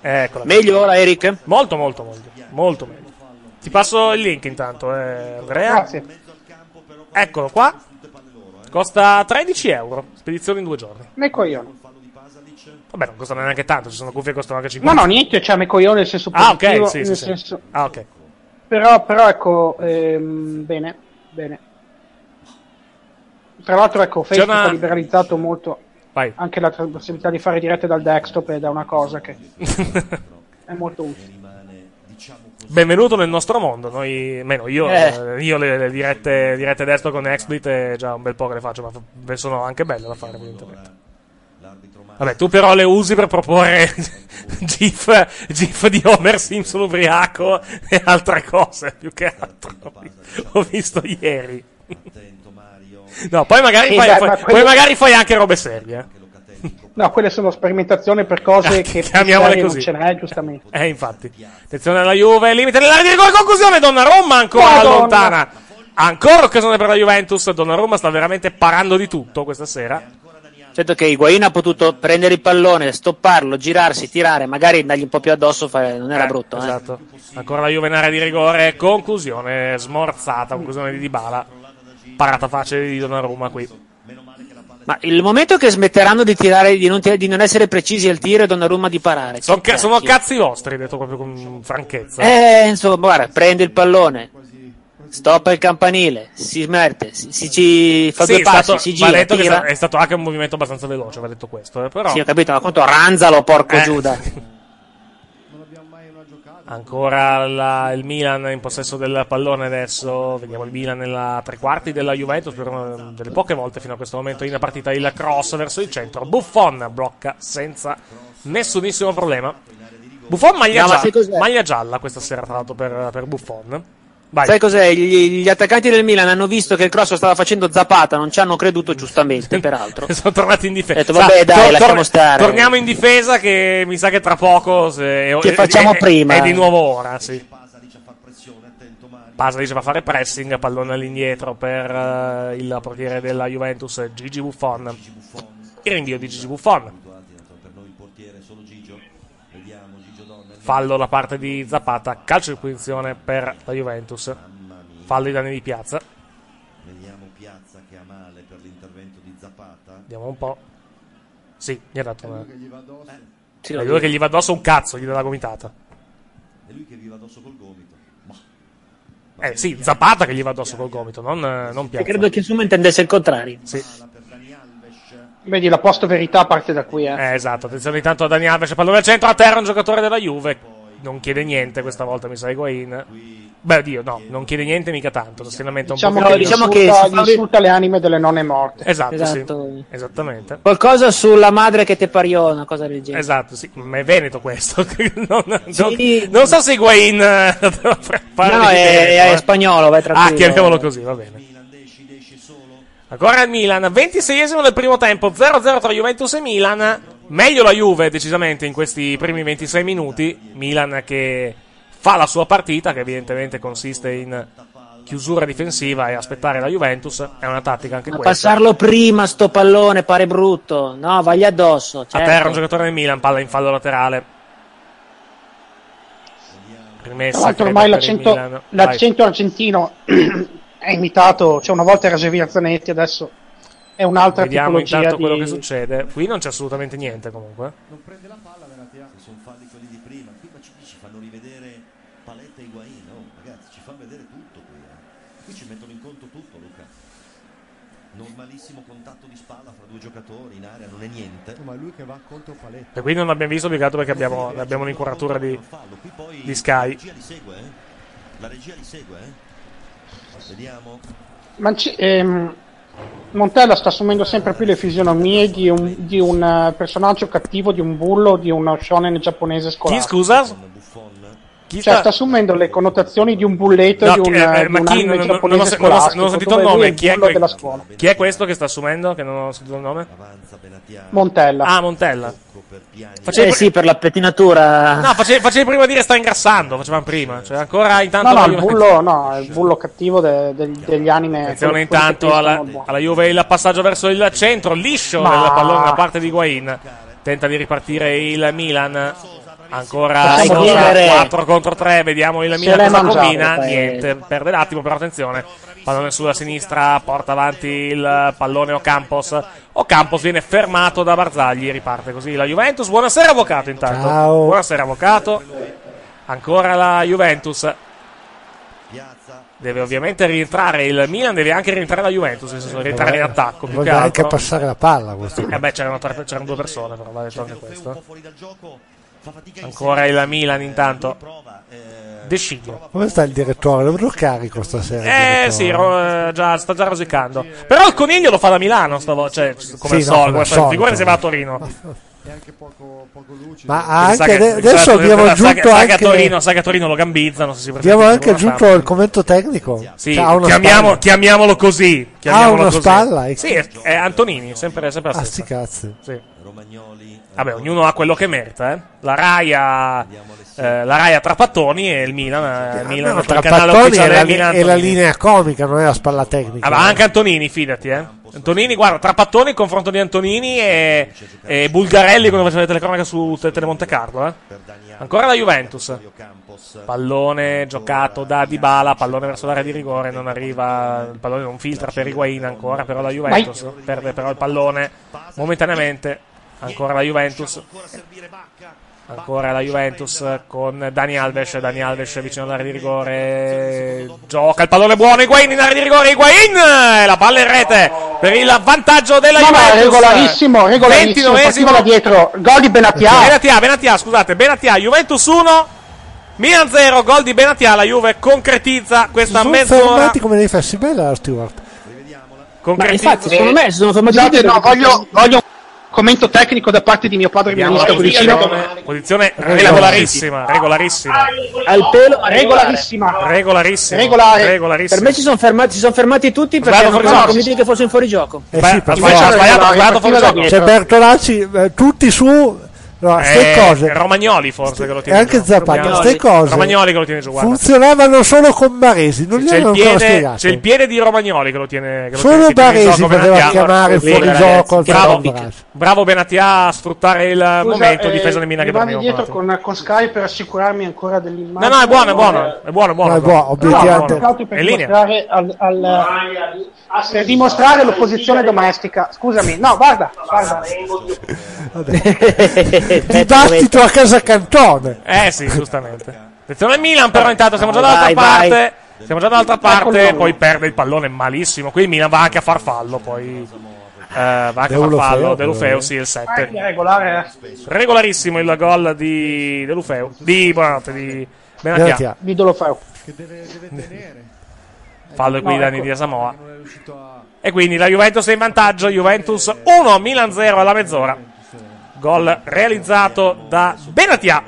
Speaker 4: Eccola qui.
Speaker 6: Meglio ora, Eric?
Speaker 4: Molto, molto, molto. Molto meglio. Ti passo il link intanto, eh, Andrea.
Speaker 10: Grazie.
Speaker 4: Eccolo qua. Costa 13 euro. Spedizione in due giorni.
Speaker 7: Me coglione.
Speaker 4: Vabbè, non costano neanche tanto. Ci sono cuffie che costano anche
Speaker 7: No,
Speaker 4: 50.
Speaker 7: no, niente, cioè me coglione nel senso
Speaker 4: Ah,
Speaker 7: positivo.
Speaker 4: ok. Sì, sì,
Speaker 7: nel
Speaker 4: sì.
Speaker 7: senso-
Speaker 4: Ah, ok.
Speaker 7: Però, però ecco, ehm, bene, bene. Tra l'altro, ecco,
Speaker 4: C'è
Speaker 7: Facebook
Speaker 4: una-
Speaker 7: ha liberalizzato molto
Speaker 4: Vai.
Speaker 7: anche la tra- possibilità di fare dirette dal desktop ed è una cosa che Ah. è molto utile.
Speaker 4: Benvenuto nel nostro mondo. Noi, meno io,
Speaker 7: Eh.
Speaker 4: eh, io le, le dirette, dirette destro con Explit eh, già un bel po' che le faccio, ma f- sono anche belle da fare, evidentemente. Vabbè, tu però le usi per proporre GIF, GIF di Homer Simpson ubriaco e altre cose, più che altro. Ho visto ieri. No, poi magari,
Speaker 7: Sì,
Speaker 4: fai,
Speaker 7: beh,
Speaker 4: fai-
Speaker 7: ma
Speaker 4: poi
Speaker 7: quello-
Speaker 4: magari fai anche robe serie. eh.
Speaker 7: No, quelle sono sperimentazioni per cose che
Speaker 4: chiamiamole
Speaker 7: serie
Speaker 4: così.
Speaker 7: non ce n'è, giustamente.
Speaker 4: Eh, infatti. Attenzione alla Juve, limite nell'area di rigore, conclusione, Donnarumma ancora
Speaker 7: Madonna.
Speaker 4: lontana. Ancora occasione per la Juventus, Donnarumma sta veramente parando di tutto questa sera.
Speaker 6: Certo che Higuain ha potuto prendere il pallone, stopparlo, girarsi, tirare, magari dargli un po' più addosso, fa- non era
Speaker 4: Eh,
Speaker 6: brutto. eh.
Speaker 4: Esatto. Ancora la Juve in area di rigore, conclusione smorzata, conclusione di Dybala. Parata facile di Donnarumma qui.
Speaker 6: Ma il momento che smetteranno di tirare, di non, tir- di non essere precisi al tiro e Donnarumma di parare.
Speaker 4: Sono,
Speaker 6: che
Speaker 4: ca- sono
Speaker 6: cacchio.
Speaker 4: cazzi vostri, detto proprio con franchezza.
Speaker 6: Eh, insomma, guarda, prende il pallone, stoppa il campanile, si smette, si, si- ci fa
Speaker 4: Sì,
Speaker 6: due
Speaker 4: è
Speaker 6: passi,
Speaker 4: stato-
Speaker 6: si
Speaker 4: va
Speaker 6: gira,
Speaker 4: detto che è
Speaker 6: tira.
Speaker 4: sta- è stato anche un movimento abbastanza veloce, va detto questo. eh, Però
Speaker 6: Sì, ho capito, ma quanto ranzalo, porco
Speaker 4: Eh.
Speaker 6: Giuda.
Speaker 4: Ancora la- il Milan in possesso del pallone adesso. Vediamo il Milan nella tre quarti della Juventus. Per una delle poche volte fino a questo momento in partita il cross verso il centro. Buffon blocca senza nessunissimo problema. Buffon maglia,
Speaker 6: No, ma
Speaker 4: gia-
Speaker 6: sai cos'è?
Speaker 4: maglia gialla questa sera, tra l'altro, per, per Buffon. Vai.
Speaker 6: Sai cos'è? Gli, gli attaccanti del Milan hanno visto che il cross lo stava facendo Zapata, non ci hanno creduto giustamente, peraltro.
Speaker 4: Sono tornati in difesa.
Speaker 6: Ho detto, vabbè, dai, lasciamo stare.
Speaker 4: Torniamo in difesa. Che mi sa che tra poco. Se,
Speaker 6: Che
Speaker 4: è-
Speaker 6: facciamo
Speaker 4: è- è-
Speaker 6: prima.
Speaker 4: È di nuovo ora. Sì. Pasa dice va a fare pressing. Pallone all'indietro per eh, il portiere della Juventus, Gigi Buffon. Il rinvio di Gigi Buffon. Fallo da parte di Zapata. Calcio di punizione per la Juventus. Fallo di danni di piazza.
Speaker 5: Vediamo Piazza che ha male per l'intervento di Zapata.
Speaker 4: Vediamo un po'. Sì, gli ha dato una.
Speaker 6: Sì,
Speaker 4: È
Speaker 6: lo
Speaker 4: lui
Speaker 6: dico.
Speaker 4: che gli va addosso un cazzo, gli dà la gomitata.
Speaker 5: È lui che viva addosso col gomito. Ma
Speaker 4: Eh sì, Zapata che gli va addosso col gomito, non, eh, non
Speaker 6: E
Speaker 4: Piazza. eh,
Speaker 6: credo che insomma intendesse il contrario.
Speaker 7: Vedi, la post verità parte da qui, eh.
Speaker 4: Eh, esatto, attenzione intanto a Dani Alves, pallone al centro, a terra un giocatore della Juve. Non chiede niente questa volta, mi sa Higuain. Beh, oddio, no, non chiede niente mica tanto, sostenimento un
Speaker 7: Diciamo
Speaker 4: po'
Speaker 7: che,
Speaker 6: diciamo
Speaker 7: insulta,
Speaker 6: che si fa-
Speaker 7: gli insulta le anime delle nonne morte.
Speaker 4: Esatto, sì.
Speaker 6: Esatto.
Speaker 4: Esattamente.
Speaker 6: Qualcosa sulla madre che te pariò, una cosa del genere.
Speaker 4: Esatto, sì, ma è Veneto questo. non, non-
Speaker 6: Sì.
Speaker 4: non so se Higuain eh, doveva fare
Speaker 6: No, è, è
Speaker 4: eh.
Speaker 6: spagnolo, vai
Speaker 4: Ah,
Speaker 6: tranquillo.
Speaker 4: chiamiamolo così, va bene. Ancora il Milan, 26esimo del primo tempo, 0-0 tra Juventus e Milan. Meglio la Juve, decisamente, in questi primi 26 minuti. Milan che fa la sua partita, che evidentemente consiste in chiusura difensiva e aspettare la Juventus. È una tattica anche
Speaker 6: Ma
Speaker 4: questa.
Speaker 6: passarlo prima sto pallone pare brutto. No, vagli addosso.
Speaker 4: A
Speaker 6: certo.
Speaker 4: terra un giocatore del Milan, palla in fallo laterale. Rimessa.
Speaker 7: Tra l'altro
Speaker 4: credo,
Speaker 7: ormai
Speaker 4: per il Milan.
Speaker 7: l'accento,
Speaker 4: Vai.
Speaker 7: l'accento argentino è imitato, cioè una volta era Javier Zanetti, adesso è un'altra
Speaker 4: Vediamo
Speaker 7: tipologia
Speaker 4: intanto quello
Speaker 7: di...
Speaker 4: che succede. Qui non c'è assolutamente niente comunque.
Speaker 5: non prende la palla, eh. ve la tira. Se sono falli quelli di prima, qui ma ci, ci fanno rivedere Paletta e Higuain, oh, ragazzi, ci fanno vedere tutto qui. eh. Qui ci mettono in conto tutto, Luca. Normalissimo contatto di spalla fra due giocatori in area, non è niente.
Speaker 8: Ma è lui che va contro Paletti.
Speaker 4: E qui non l'abbiamo visto più che altro perché abbiamo, abbiamo l'inquadratura di, di
Speaker 5: La
Speaker 4: Sky.
Speaker 5: regia li segue, eh? La regia li segue, eh? Vediamo.
Speaker 7: Manci- ehm, Montella sta assumendo sempre più le fisionomie di un, di un eh, personaggio cattivo, di un bullo, di uno shonen giapponese
Speaker 4: Chi
Speaker 7: scolastico.
Speaker 4: scusa? Chi
Speaker 7: Cioè, sta assumendo le connotazioni di un bulletto
Speaker 4: No,
Speaker 7: di un,
Speaker 4: chi- eh,
Speaker 7: eh, di
Speaker 4: ma
Speaker 7: un
Speaker 4: chi-
Speaker 7: anime
Speaker 4: non- non- non ho
Speaker 7: giapponese
Speaker 4: se- non ho se-
Speaker 7: scolastico,
Speaker 4: non ho sentito
Speaker 7: dove
Speaker 4: il nome,
Speaker 7: lui è
Speaker 4: chi è
Speaker 7: bullo
Speaker 4: quel-
Speaker 7: della scuola.
Speaker 4: Chi è questo che sta assumendo? Che non ho sentito il nome?
Speaker 5: Avanza Benatia.
Speaker 7: Montella.
Speaker 4: Ah, Montella. Facevi,
Speaker 6: Eh sì, per la pettinatura.
Speaker 4: no, facevi, facevi prima dire sta ingrassando, facevamo prima. Cioè, ancora intanto...
Speaker 7: No, no,
Speaker 4: la
Speaker 7: il
Speaker 4: Juve-
Speaker 7: bullo, no, il bullo cattivo de- de- degli anime. quelli- quelli
Speaker 4: Attenzione
Speaker 7: che
Speaker 4: intanto
Speaker 7: pescano
Speaker 4: alla,
Speaker 7: un po'.
Speaker 4: alla Juve il passaggio verso il centro, liscio
Speaker 7: Ma-
Speaker 4: del pallone da parte di Guain. Tenta di ripartire il Milan. Ancora
Speaker 6: Dai,
Speaker 4: sono
Speaker 6: Chiellere.
Speaker 4: 4 contro 3, vediamo il
Speaker 7: Se
Speaker 4: Milan
Speaker 7: l'è
Speaker 4: cosa
Speaker 7: mangiato,
Speaker 4: combina.
Speaker 6: dai.
Speaker 4: Niente, perde l'attimo, però attenzione. pallone sulla sinistra, porta avanti il pallone Ocampos. Ocampos viene fermato da Barzagli, riparte così la Juventus. Buonasera avvocato intanto.
Speaker 6: Ciao.
Speaker 4: Buonasera avvocato. Ancora la Juventus. Deve ovviamente rientrare il Milan, deve anche rientrare la Juventus, nel senso rientrare in attacco più che
Speaker 12: Voglio anche
Speaker 4: altro.
Speaker 12: passare la palla questo.
Speaker 4: Eh beh, c'erano, tre- c'erano due persone, però va detto anche questo. Ancora il Milan intanto. De Sciglio.
Speaker 12: Come sta il direttore? Lo vedo carico stasera.
Speaker 4: Eh sì, ro- eh, già, sta già rosicando. Però il coniglio lo fa da Milano, stavo, cioè, come al
Speaker 12: Sì, no, come
Speaker 4: solito.
Speaker 12: al
Speaker 4: guarda,
Speaker 12: solito.
Speaker 4: Figurati se va a Torino.
Speaker 12: Ma ha Ah, anche
Speaker 4: Sa che-
Speaker 12: ade- adesso
Speaker 4: sa-
Speaker 12: abbiamo
Speaker 4: sa-
Speaker 12: aggiunto
Speaker 4: sa che a
Speaker 12: anche,
Speaker 4: Torino, sa che a Torino lo gambizzano. Se si
Speaker 12: abbiamo
Speaker 4: preferisce,
Speaker 12: anche
Speaker 4: come
Speaker 12: aggiunto
Speaker 4: fa.
Speaker 12: il commento tecnico.
Speaker 4: Sì,
Speaker 12: Cioè, ha una
Speaker 4: chiamiamo- chiamiamolo così. Chiamiamolo
Speaker 12: una
Speaker 4: così.
Speaker 12: spalla, ecco.
Speaker 4: Sì, è, è Antonini, sempre, sempre la
Speaker 12: Ah,
Speaker 4: stessa.
Speaker 12: sti cazzi.
Speaker 4: Sì. Vabbè, ognuno ha quello che merita. eh. La Raia, eh, la Raia Trapattoni e il Milan. eh, il Milan
Speaker 12: No,
Speaker 4: il
Speaker 12: tra
Speaker 4: canale
Speaker 12: Pattoni
Speaker 4: ufficiale
Speaker 12: è la,
Speaker 4: del Milan
Speaker 12: è la
Speaker 4: Antonini.
Speaker 12: linea comica, non è la spalla tecnica.
Speaker 4: Ah, ma anche Antonini, fidati, eh. Antonini, guarda, tra Pattoni, il confronto di Antonini e, e Bulgarelli quando faceva le telecronache su Te- Telemonte Carlo, eh. Ancora la Juventus. Pallone giocato da Dybala, pallone verso l'area di rigore, non arriva, il pallone non filtra per Higuain ancora, però la Juventus perde però il pallone momentaneamente. Ancora la Juventus. Ancora la Juventus con Dani Alves, Dani Alves vicino all'area di rigore, gioca il pallone buono, Higuain in area di rigore, Higuain! E la palla in rete per il vantaggio della
Speaker 7: No, ma
Speaker 4: Juventus. eh.
Speaker 7: regolarissimo, regolarissimo, partiva da
Speaker 4: 29esimo,
Speaker 7: dietro, gol di Benatia.
Speaker 4: Benatia, Benatia, scusate, Benatia, Juventus 1, Milan 0, gol di Benatia, la Juve concretizza questa
Speaker 12: Sono
Speaker 4: mezz'ora.
Speaker 12: fermati come dei fessi bella la Stewart.
Speaker 7: Ma
Speaker 4: Concretizza.
Speaker 7: infatti, secondo me,
Speaker 13: sono
Speaker 7: Scusate, no, voglio, voglio un commento tecnico da parte di mio padre
Speaker 4: Vediamo la
Speaker 7: milanista Pulisino.
Speaker 4: posizione, posizione regolarissima, regolarissima.
Speaker 13: Al pelo, ma
Speaker 7: regolarissima.
Speaker 4: Regolarissima.
Speaker 13: Regolare.
Speaker 4: Regolarissima.
Speaker 13: Per me si sono fermati, si son fermati tutti perché
Speaker 4: Sbagliato
Speaker 13: hanno
Speaker 4: fuorigioco.
Speaker 13: fatto convinti che fosse in fuorigioco.
Speaker 12: Eh
Speaker 4: Beh,
Speaker 12: sì, per
Speaker 4: ha
Speaker 12: forza.
Speaker 4: sbagliato, ha sbagliato, ha sbagliato fuori gioco.
Speaker 12: C'è Bertolacci, eh, tutti su. No, Ah, ste
Speaker 4: Eh,
Speaker 12: cose.
Speaker 4: Romagnoli forse che lo
Speaker 12: E
Speaker 4: tiene
Speaker 12: anche
Speaker 4: giù.
Speaker 12: Zapata,
Speaker 4: Romagnoli.
Speaker 12: ste cose.
Speaker 4: Romagnoli che lo tiene giù, guarda.
Speaker 12: Funzionavano solo con Baresi, non gli
Speaker 4: C'è il,
Speaker 12: hanno ancora
Speaker 4: piede, c'è il
Speaker 12: spiegato.
Speaker 4: piede di Romagnoli che lo tiene. Che lo
Speaker 12: Solo
Speaker 4: tiene in
Speaker 12: Baresi
Speaker 4: gioco,
Speaker 12: poteva
Speaker 4: Benatia.
Speaker 12: chiamare il
Speaker 4: Sì,
Speaker 12: fuorigioco,
Speaker 4: ragazzi, Bravo,
Speaker 12: Zapata.
Speaker 4: bravo Benatia a sfruttare il eh, momento. difesa del Milan che
Speaker 7: vado
Speaker 4: dormiva.
Speaker 7: eh, dietro con,
Speaker 4: guardate.
Speaker 7: con Sky per assicurarmi ancora
Speaker 4: No,
Speaker 7: dell'immagine.
Speaker 4: no, è buono, è buono. È buono, è buono.
Speaker 12: No, è buono, obbediente.
Speaker 7: No, no, per
Speaker 4: È in linea.
Speaker 7: dimostrare, al- al- per dimostrare l'opposizione domestica. Scusami, no, guarda, guarda.
Speaker 13: Eh,
Speaker 12: Dibattito a casa Cantone.
Speaker 4: Eh sì, giustamente. Attenzione al Milan, però intanto siamo già
Speaker 12: Vai,
Speaker 4: dall'altra
Speaker 12: vai.
Speaker 4: parte. Siamo già dall'altra parte,
Speaker 12: Eccolo.
Speaker 4: poi perde il pallone malissimo. Qui il Milan va anche a far fallo, poi eh, va anche a far
Speaker 12: Deulofeu,
Speaker 4: fallo.
Speaker 12: però,
Speaker 4: Delufeu,
Speaker 12: eh.
Speaker 4: sì, il 7.
Speaker 7: È regolare. eh.
Speaker 4: Regolarissimo il gol di Delufeu. Di buonanotte di Benatia.
Speaker 12: Benatia.
Speaker 7: Di Dolofeo.
Speaker 4: Fallo qui
Speaker 7: No,
Speaker 4: Dani
Speaker 7: ecco.
Speaker 4: di Samoa. E quindi la Juventus è in vantaggio. Juventus 1, Milan 0 alla mezz'ora. Gol realizzato da Benatia,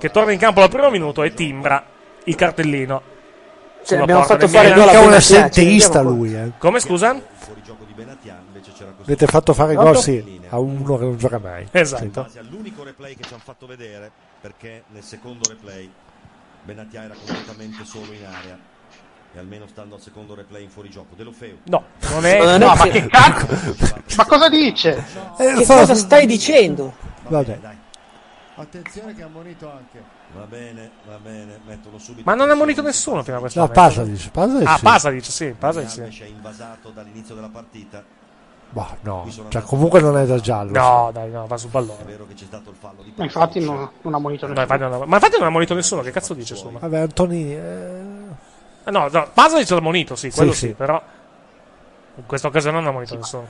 Speaker 4: che torna in campo al primo minuto e timbra il cartellino.
Speaker 13: Cioè,
Speaker 4: sulla
Speaker 13: abbiamo
Speaker 4: porta
Speaker 13: fatto
Speaker 4: del
Speaker 13: fare
Speaker 4: Milan.
Speaker 13: gol a
Speaker 12: Mica un
Speaker 13: Benatia,
Speaker 12: assenteista lui, eh.
Speaker 4: Come scusa?
Speaker 12: Avete fatto fare
Speaker 4: Pronto?
Speaker 12: gol sì, a uno che non gioca mai.
Speaker 5: In
Speaker 4: Esatto.
Speaker 5: base all'unico replay che ci hanno fatto vedere, perché nel secondo replay Benatia era completamente solo in area. E almeno stando al secondo replay in fuorigioco, Delofeu.
Speaker 4: No, non è-
Speaker 7: No, ma che cacchio? Ma cosa dice?
Speaker 13: Che cosa stai dicendo?
Speaker 12: Vabbè.
Speaker 8: Attenzione che ha ammonito anche.
Speaker 5: Va bene, va bene, mettono subito.
Speaker 4: Ma non ha morito nessuno prima questo.
Speaker 12: No,
Speaker 4: momento.
Speaker 12: Pasalic, Pasalic
Speaker 4: Ah,
Speaker 12: sì.
Speaker 4: Pasalic, sì, Pasalic
Speaker 5: Alves
Speaker 4: sì.
Speaker 5: è invasato dall'inizio della partita.
Speaker 6: Boh,
Speaker 12: Bah, no, cioè, comunque non è da giallo.
Speaker 4: No, dai, no, va sul pallone.
Speaker 7: Ma infatti non, non ha monito
Speaker 4: No, infatti
Speaker 7: nessuno.
Speaker 4: non ha- ma infatti non ha monito nessuno, che cazzo dice insomma? Ah,
Speaker 12: Vabbè, Antonini. eh,
Speaker 4: No, no, Pasalic l'ha monito, sì, quello sì,
Speaker 12: sì.
Speaker 4: però in questa occasione non ha monito nessuno.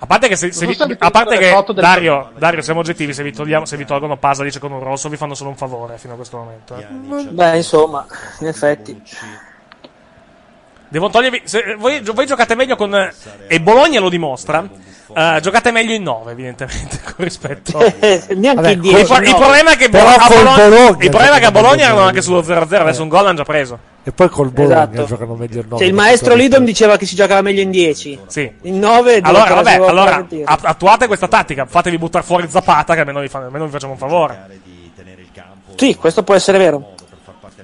Speaker 4: A parte che, se, se
Speaker 7: Non
Speaker 4: vi-
Speaker 7: so se avete
Speaker 4: a parte
Speaker 7: visto le
Speaker 4: che
Speaker 7: foto del- eh.
Speaker 4: Dario, Dario, siamo oggettivi, se vi, togliamo, se vi tolgono Pasalic con un rosso vi fanno solo un favore fino a questo momento. eh.
Speaker 13: Beh, insomma, in effetti.
Speaker 4: Devono togliervi. se- eh, voi, voi giocate meglio con. eh, E Bologna lo dimostra. eh, giocate meglio in 9, evidentemente. Con rispetto.
Speaker 13: Eh, Neanche
Speaker 4: il,
Speaker 13: in 10.
Speaker 4: pro- il problema è che
Speaker 12: Però
Speaker 4: a
Speaker 12: col Bologna
Speaker 4: il problema è che
Speaker 12: giocano
Speaker 4: a Bologna
Speaker 12: meglio
Speaker 4: erano
Speaker 12: di-
Speaker 4: anche sullo 0-0. Adesso un gol l'hanno già preso.
Speaker 12: E poi col Bologna
Speaker 13: Esatto.
Speaker 12: giocano meglio il 9.
Speaker 13: Cioè, il maestro Lidom diceva che si giocava meglio in 10.
Speaker 4: Sì.
Speaker 13: In 9
Speaker 4: Allora, vabbè, allora a- attuate questa tattica. Fatevi buttare fuori Zapata, che almeno vi, fa- almeno vi facciamo un favore.
Speaker 13: Sì, questo può essere vero.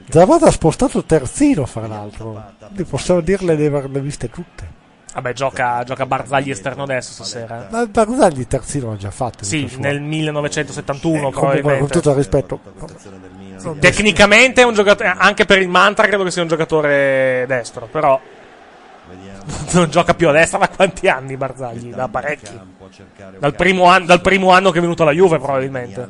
Speaker 12: Zapata ha spostato terzino, fra l'altro. Quindi possiamo dirle di averle viste tutte.
Speaker 4: Vabbè, gioca, gioca Barzagli esterno destro stasera.
Speaker 12: Ma Barzagli terzino l'ha già fatto.
Speaker 4: Sì,
Speaker 12: detto
Speaker 4: nel 1971
Speaker 12: Comunque, con
Speaker 4: probabilmente.
Speaker 12: tutto il rispetto,
Speaker 4: Tecnicamente è un giocatore, anche per il mantra credo che sia un giocatore destro, però non gioca più a destra da quanti anni Barzagli? Da parecchi. Dal primo, an- dal primo anno che è venuto alla Juve probabilmente.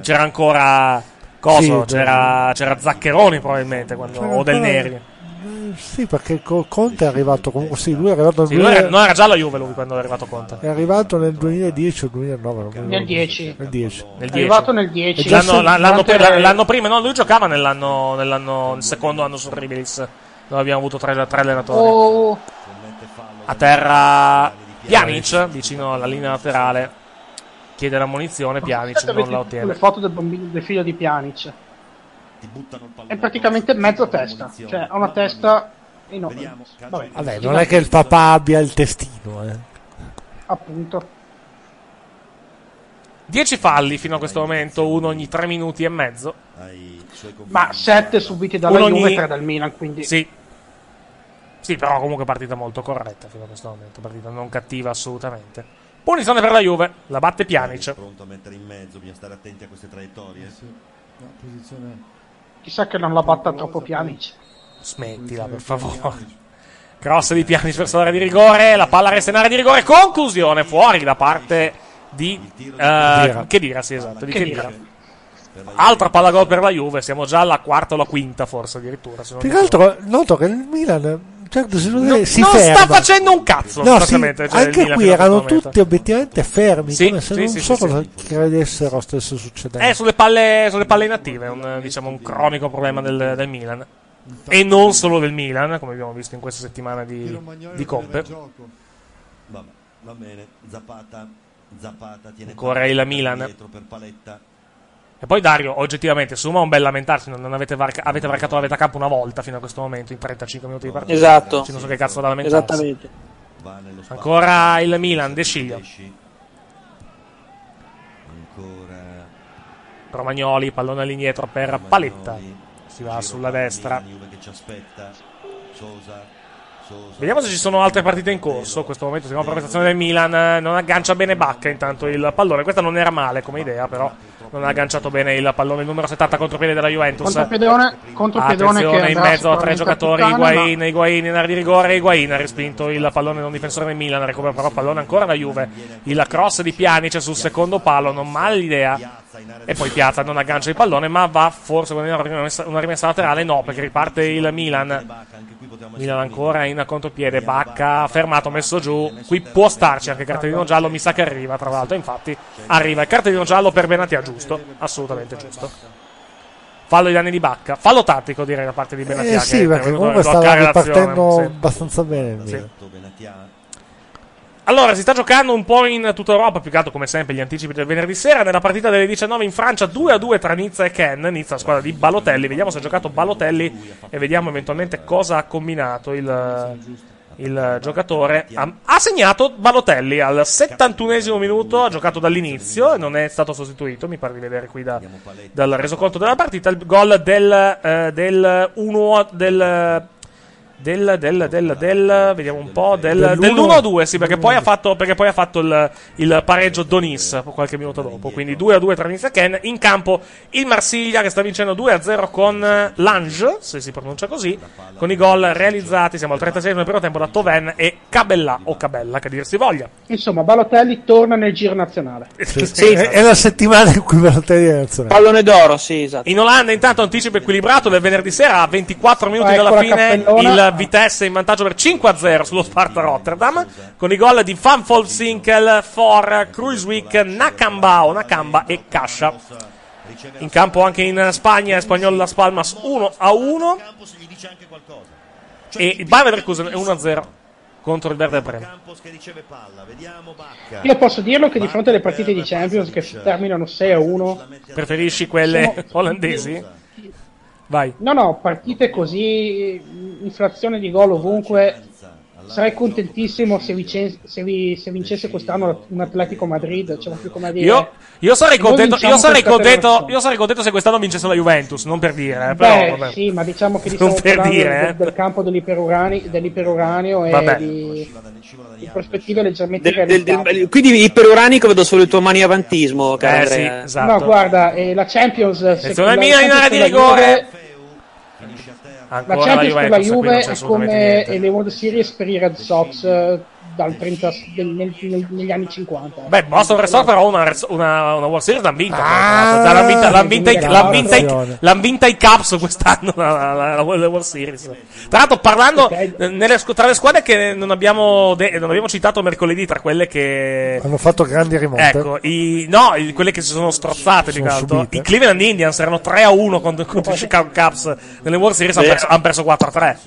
Speaker 4: C'era ancora Coso,
Speaker 12: Sì,
Speaker 4: c'era, c'era Zaccheroni probabilmente, quando,
Speaker 12: C'era
Speaker 4: o Del
Speaker 12: ancora-
Speaker 4: Neri.
Speaker 12: Eh, sì, perché Co- Conte è arrivato comunque. Sì, lui è arrivato, nel
Speaker 4: Sì, lui era,
Speaker 12: 2000
Speaker 4: non era già alla Juve lui quando è arrivato Conte.
Speaker 12: è arrivato nel 2010 o 2009. non mi ricordo.
Speaker 7: Nel 10.
Speaker 12: Nel 10.
Speaker 4: Nel
Speaker 7: È
Speaker 4: 10.
Speaker 7: arrivato nel 10.
Speaker 4: È già L'anno,
Speaker 7: Sì,
Speaker 4: l'anno- l'anno
Speaker 7: durante-
Speaker 4: prima- l'anno prima, no, lui giocava nell'anno, nell'anno- nel secondo anno su Ribelis. Dove abbiamo avuto tre, tre allenatori.
Speaker 7: Oh,
Speaker 4: A terra Pjanic, vicino alla linea laterale. Chiede la munizione, Pjanic non la
Speaker 7: le
Speaker 4: ottiene.
Speaker 7: foto del, bambino, del figlio di Pjanic. È praticamente mezzo testa. Cioè, ha una testa enorme. Vabbè,
Speaker 12: Vabbè, non è che il papà abbia il testino, eh.
Speaker 7: Appunto.
Speaker 4: 10 falli fino a questo momento, uno ogni 3 minuti e mezzo.
Speaker 7: Ma 7 subiti dalla
Speaker 4: Uno
Speaker 7: Juve
Speaker 4: ogni-
Speaker 7: e 3 dal Milan, quindi...
Speaker 4: Sì. Sì, però comunque partita molto corretta fino a questo momento, partita non cattiva assolutamente. Punizione per la Juve, la batte Pjanic. Eh,
Speaker 5: Pronto a mettere in mezzo, bisogna stare attenti a queste traiettorie.
Speaker 8: La posizione
Speaker 7: Chissà che non la batta troppo Pjanic.
Speaker 4: Smettila, per favore. Cross di Pjanic verso l'area di rigore, la palla resta in area di rigore, conclusione fuori da parte di eh, Khedira, sì, esatto, di Khedira. Altra palla gol per la Juve, siamo già alla quarta o la quinta forse addirittura, se non
Speaker 12: Più che altro noto che il Milan eh, certo, se non,
Speaker 4: Non-
Speaker 12: si
Speaker 4: non
Speaker 12: ferma.
Speaker 4: sta facendo un cazzo,
Speaker 12: No, sì,
Speaker 4: sostanzialmente, cioè, il
Speaker 12: anche
Speaker 4: Milan
Speaker 12: qui
Speaker 4: fino a questo
Speaker 12: erano
Speaker 4: momento.
Speaker 12: tutti obiettivamente fermi,
Speaker 4: Sì,
Speaker 12: come se
Speaker 4: sì,
Speaker 12: non
Speaker 4: sì,
Speaker 12: so
Speaker 4: sì,
Speaker 12: cosa credessero stesse succedendo.
Speaker 4: Eh, sulle palle, sulle palle inattive, è un, eh, diciamo, un cronico problema del, del Milan. E non solo del Milan, come abbiamo visto in questa settimana di, di Conte.
Speaker 5: Vabbè, va bene. Zapata, Zapata tiene
Speaker 4: Ancora il Milan.
Speaker 5: dietro per Paletta.
Speaker 4: E poi Dario, oggettivamente, Suma è un bel lamentarsi, non non avete, varca- avete varcato la metà campo una volta fino a questo momento, in 35 minuti di partita.
Speaker 6: Esatto.
Speaker 4: Cioè, non so che cazzo da lamentarsi.
Speaker 6: Esattamente.
Speaker 4: Ancora il Milan, De Sciglio.
Speaker 5: Ancora
Speaker 4: Romagnoli, pallone all'indietro per Paletta. Si va sulla destra.
Speaker 5: Juve che ci aspetta. Sosa, Sosa.
Speaker 4: Vediamo se ci sono altre partite in corso. In questo momento siamo per prestazione del Milan. eh, Non aggancia bene Bacca intanto il pallone. Questa non era male come idea, però non ha agganciato bene il pallone numero 70 contropiede della Juventus.
Speaker 7: Contropiedone, contropiedone che
Speaker 4: Attenzione in
Speaker 7: andrà
Speaker 4: mezzo a tre
Speaker 7: sicuramente
Speaker 4: giocatori.
Speaker 7: a puttane,
Speaker 4: Higuain, Higuain in area di rigore. Higuain ha respinto il pallone non difensore del Milan. Recupera però il pallone ancora la Juve. Il cross di Pjanic sul secondo palo. Non male l'idea. E poi Piazza non aggancia il pallone, ma va forse con una rimessa, una rimessa laterale. No, perché riparte il Milan. Milan ancora in contropiede. Bacca fermato, messo giù. Qui può starci anche il cartellino giallo. Mi sa che arriva, tra l'altro. Infatti, arriva il cartellino giallo per Benatia. Giusto, assolutamente giusto. Fallo di danni di Bacca. Fallo tattico, direi, da parte di Benatia.
Speaker 12: Eh
Speaker 4: che
Speaker 12: sì,
Speaker 4: è
Speaker 12: perché
Speaker 4: venuto
Speaker 12: comunque
Speaker 4: a
Speaker 12: stava
Speaker 4: bloccare l'azione.
Speaker 12: ripartendo
Speaker 4: Sì.
Speaker 12: abbastanza bene. il Milan.
Speaker 4: Allora, si sta giocando un po' in tutta Europa, più che altro come sempre gli anticipi del venerdì sera. Nella partita delle 19 in Francia 2-2 tra Nizza e Ken. Nizza, la squadra di Balotelli. Vediamo se ha giocato Balotelli e vediamo eventualmente cosa ha combinato il, il giocatore. Ha, ha segnato Balotelli al 71 minuto, ha giocato dall'inizio e non è stato sostituito. Mi pare di vedere qui da- dal resoconto della partita il gol del, eh, del 1 del del, del, del, del- vediamo un po', del,
Speaker 6: Dell'uno-
Speaker 4: dell'1-2, sì, perché poi ha fatto, perché poi ha fatto il, il pareggio Donis qualche minuto dopo, quindi 2-2 tra Nizza e Ken, in campo il Marsiglia che sta vincendo 2-0 con eh, Lange, se si pronuncia così, con i gol realizzati, siamo al 36 primo tempo da Toven e Cabella, o Cabella, che dir si voglia.
Speaker 7: Insomma, Balotelli torna nel giro nazionale. Eh,
Speaker 12: Sì, È, è la settimana in cui Balotelli è nazionale.
Speaker 6: Pallone d'oro, sì, esatto.
Speaker 4: In Olanda intanto anticipo equilibrato del venerdì sera a 24 minuti
Speaker 6: Ah, ecco
Speaker 4: dalla
Speaker 6: la
Speaker 4: fine
Speaker 6: cappellona.
Speaker 4: il Vitesse in vantaggio per 5-0 sullo Sparta Rotterdam con i gol di Van Sinkel, For, Kruiswijk, Nakambao, Nakamba e Cascia. In campo anche in Spagna, Espagnol Las Palmas 1-1 e il Bayer Leverkusen è 1-0 contro il Verde Bremen.
Speaker 7: Io posso dirlo che di fronte alle partite di Champions che terminano 6 a 1,
Speaker 4: Preferisci quelle olandesi? Vai.
Speaker 7: no, no, partite così, mh, inflazione di gol ovunque,
Speaker 10: Sarei contentissimo se, vicen- se vi- se vincesse quest'anno un Atletico Madrid, c'è più come dire.
Speaker 4: Io, io sarei
Speaker 10: Se noi
Speaker 4: contento,
Speaker 10: vinciamo
Speaker 4: io sarei
Speaker 10: questa
Speaker 4: contento,
Speaker 10: terza-
Speaker 4: io sarei contento se quest'anno vincesse la Juventus, non per dire, eh, però
Speaker 10: Beh,
Speaker 4: vabbè.
Speaker 10: sì, ma diciamo che lì
Speaker 4: Non
Speaker 10: stiamo
Speaker 4: per
Speaker 10: parlando
Speaker 4: dire,
Speaker 10: del,
Speaker 4: eh.
Speaker 10: del campo dell'iperurani- dell'iperuranio
Speaker 4: Vabbè.
Speaker 10: e di, di prospettive leggermente
Speaker 6: Del- del-
Speaker 10: realizzabili.
Speaker 6: del- quindi iperuranico vedo solo il tuo maniavantismo, caro
Speaker 4: Eh,
Speaker 6: Andrea.
Speaker 4: sì, esatto.
Speaker 10: No, guarda, eh, la Champions...
Speaker 4: Attenzione,
Speaker 10: la
Speaker 4: Milan in
Speaker 10: Champions
Speaker 4: area di
Speaker 10: per la
Speaker 4: rigore.
Speaker 10: Juve- La
Speaker 4: Ancora la
Speaker 10: Champions per la
Speaker 4: Juventus, qui
Speaker 10: Juve
Speaker 4: non c'è
Speaker 10: è
Speaker 4: assolutamente
Speaker 10: come
Speaker 4: niente.
Speaker 10: le World Series per i Red Sox eh, dal 30 del- nel- nel- negli anni 50.
Speaker 4: Beh, boh. Boston Red Sox però una, Red- una, una World Series l'hanno vinta.
Speaker 12: Ah,
Speaker 4: tra l'altro. L'hanno vinta, l'hanno vinta, i- l'hanno vinta i-
Speaker 10: Attenzione.
Speaker 4: l'hanno vinta i Caps quest'anno la, la- la- la World la World Series. Tra l'altro parlando eh, nelle squ- tra le squadre che non abbiamo, de- non abbiamo citato mercoledì, tra quelle che...
Speaker 12: Hanno fatto grandi rimonte.
Speaker 4: Ecco, i, no, i- quelle che si sono strozzate più
Speaker 12: Sono
Speaker 4: che altro.
Speaker 12: subite.
Speaker 4: I Cleveland Indians erano 3 a 1 contro, contro i Chicago Cubs nelle World Series, hanno
Speaker 12: Vero.
Speaker 4: perso, han perso 4 a 3.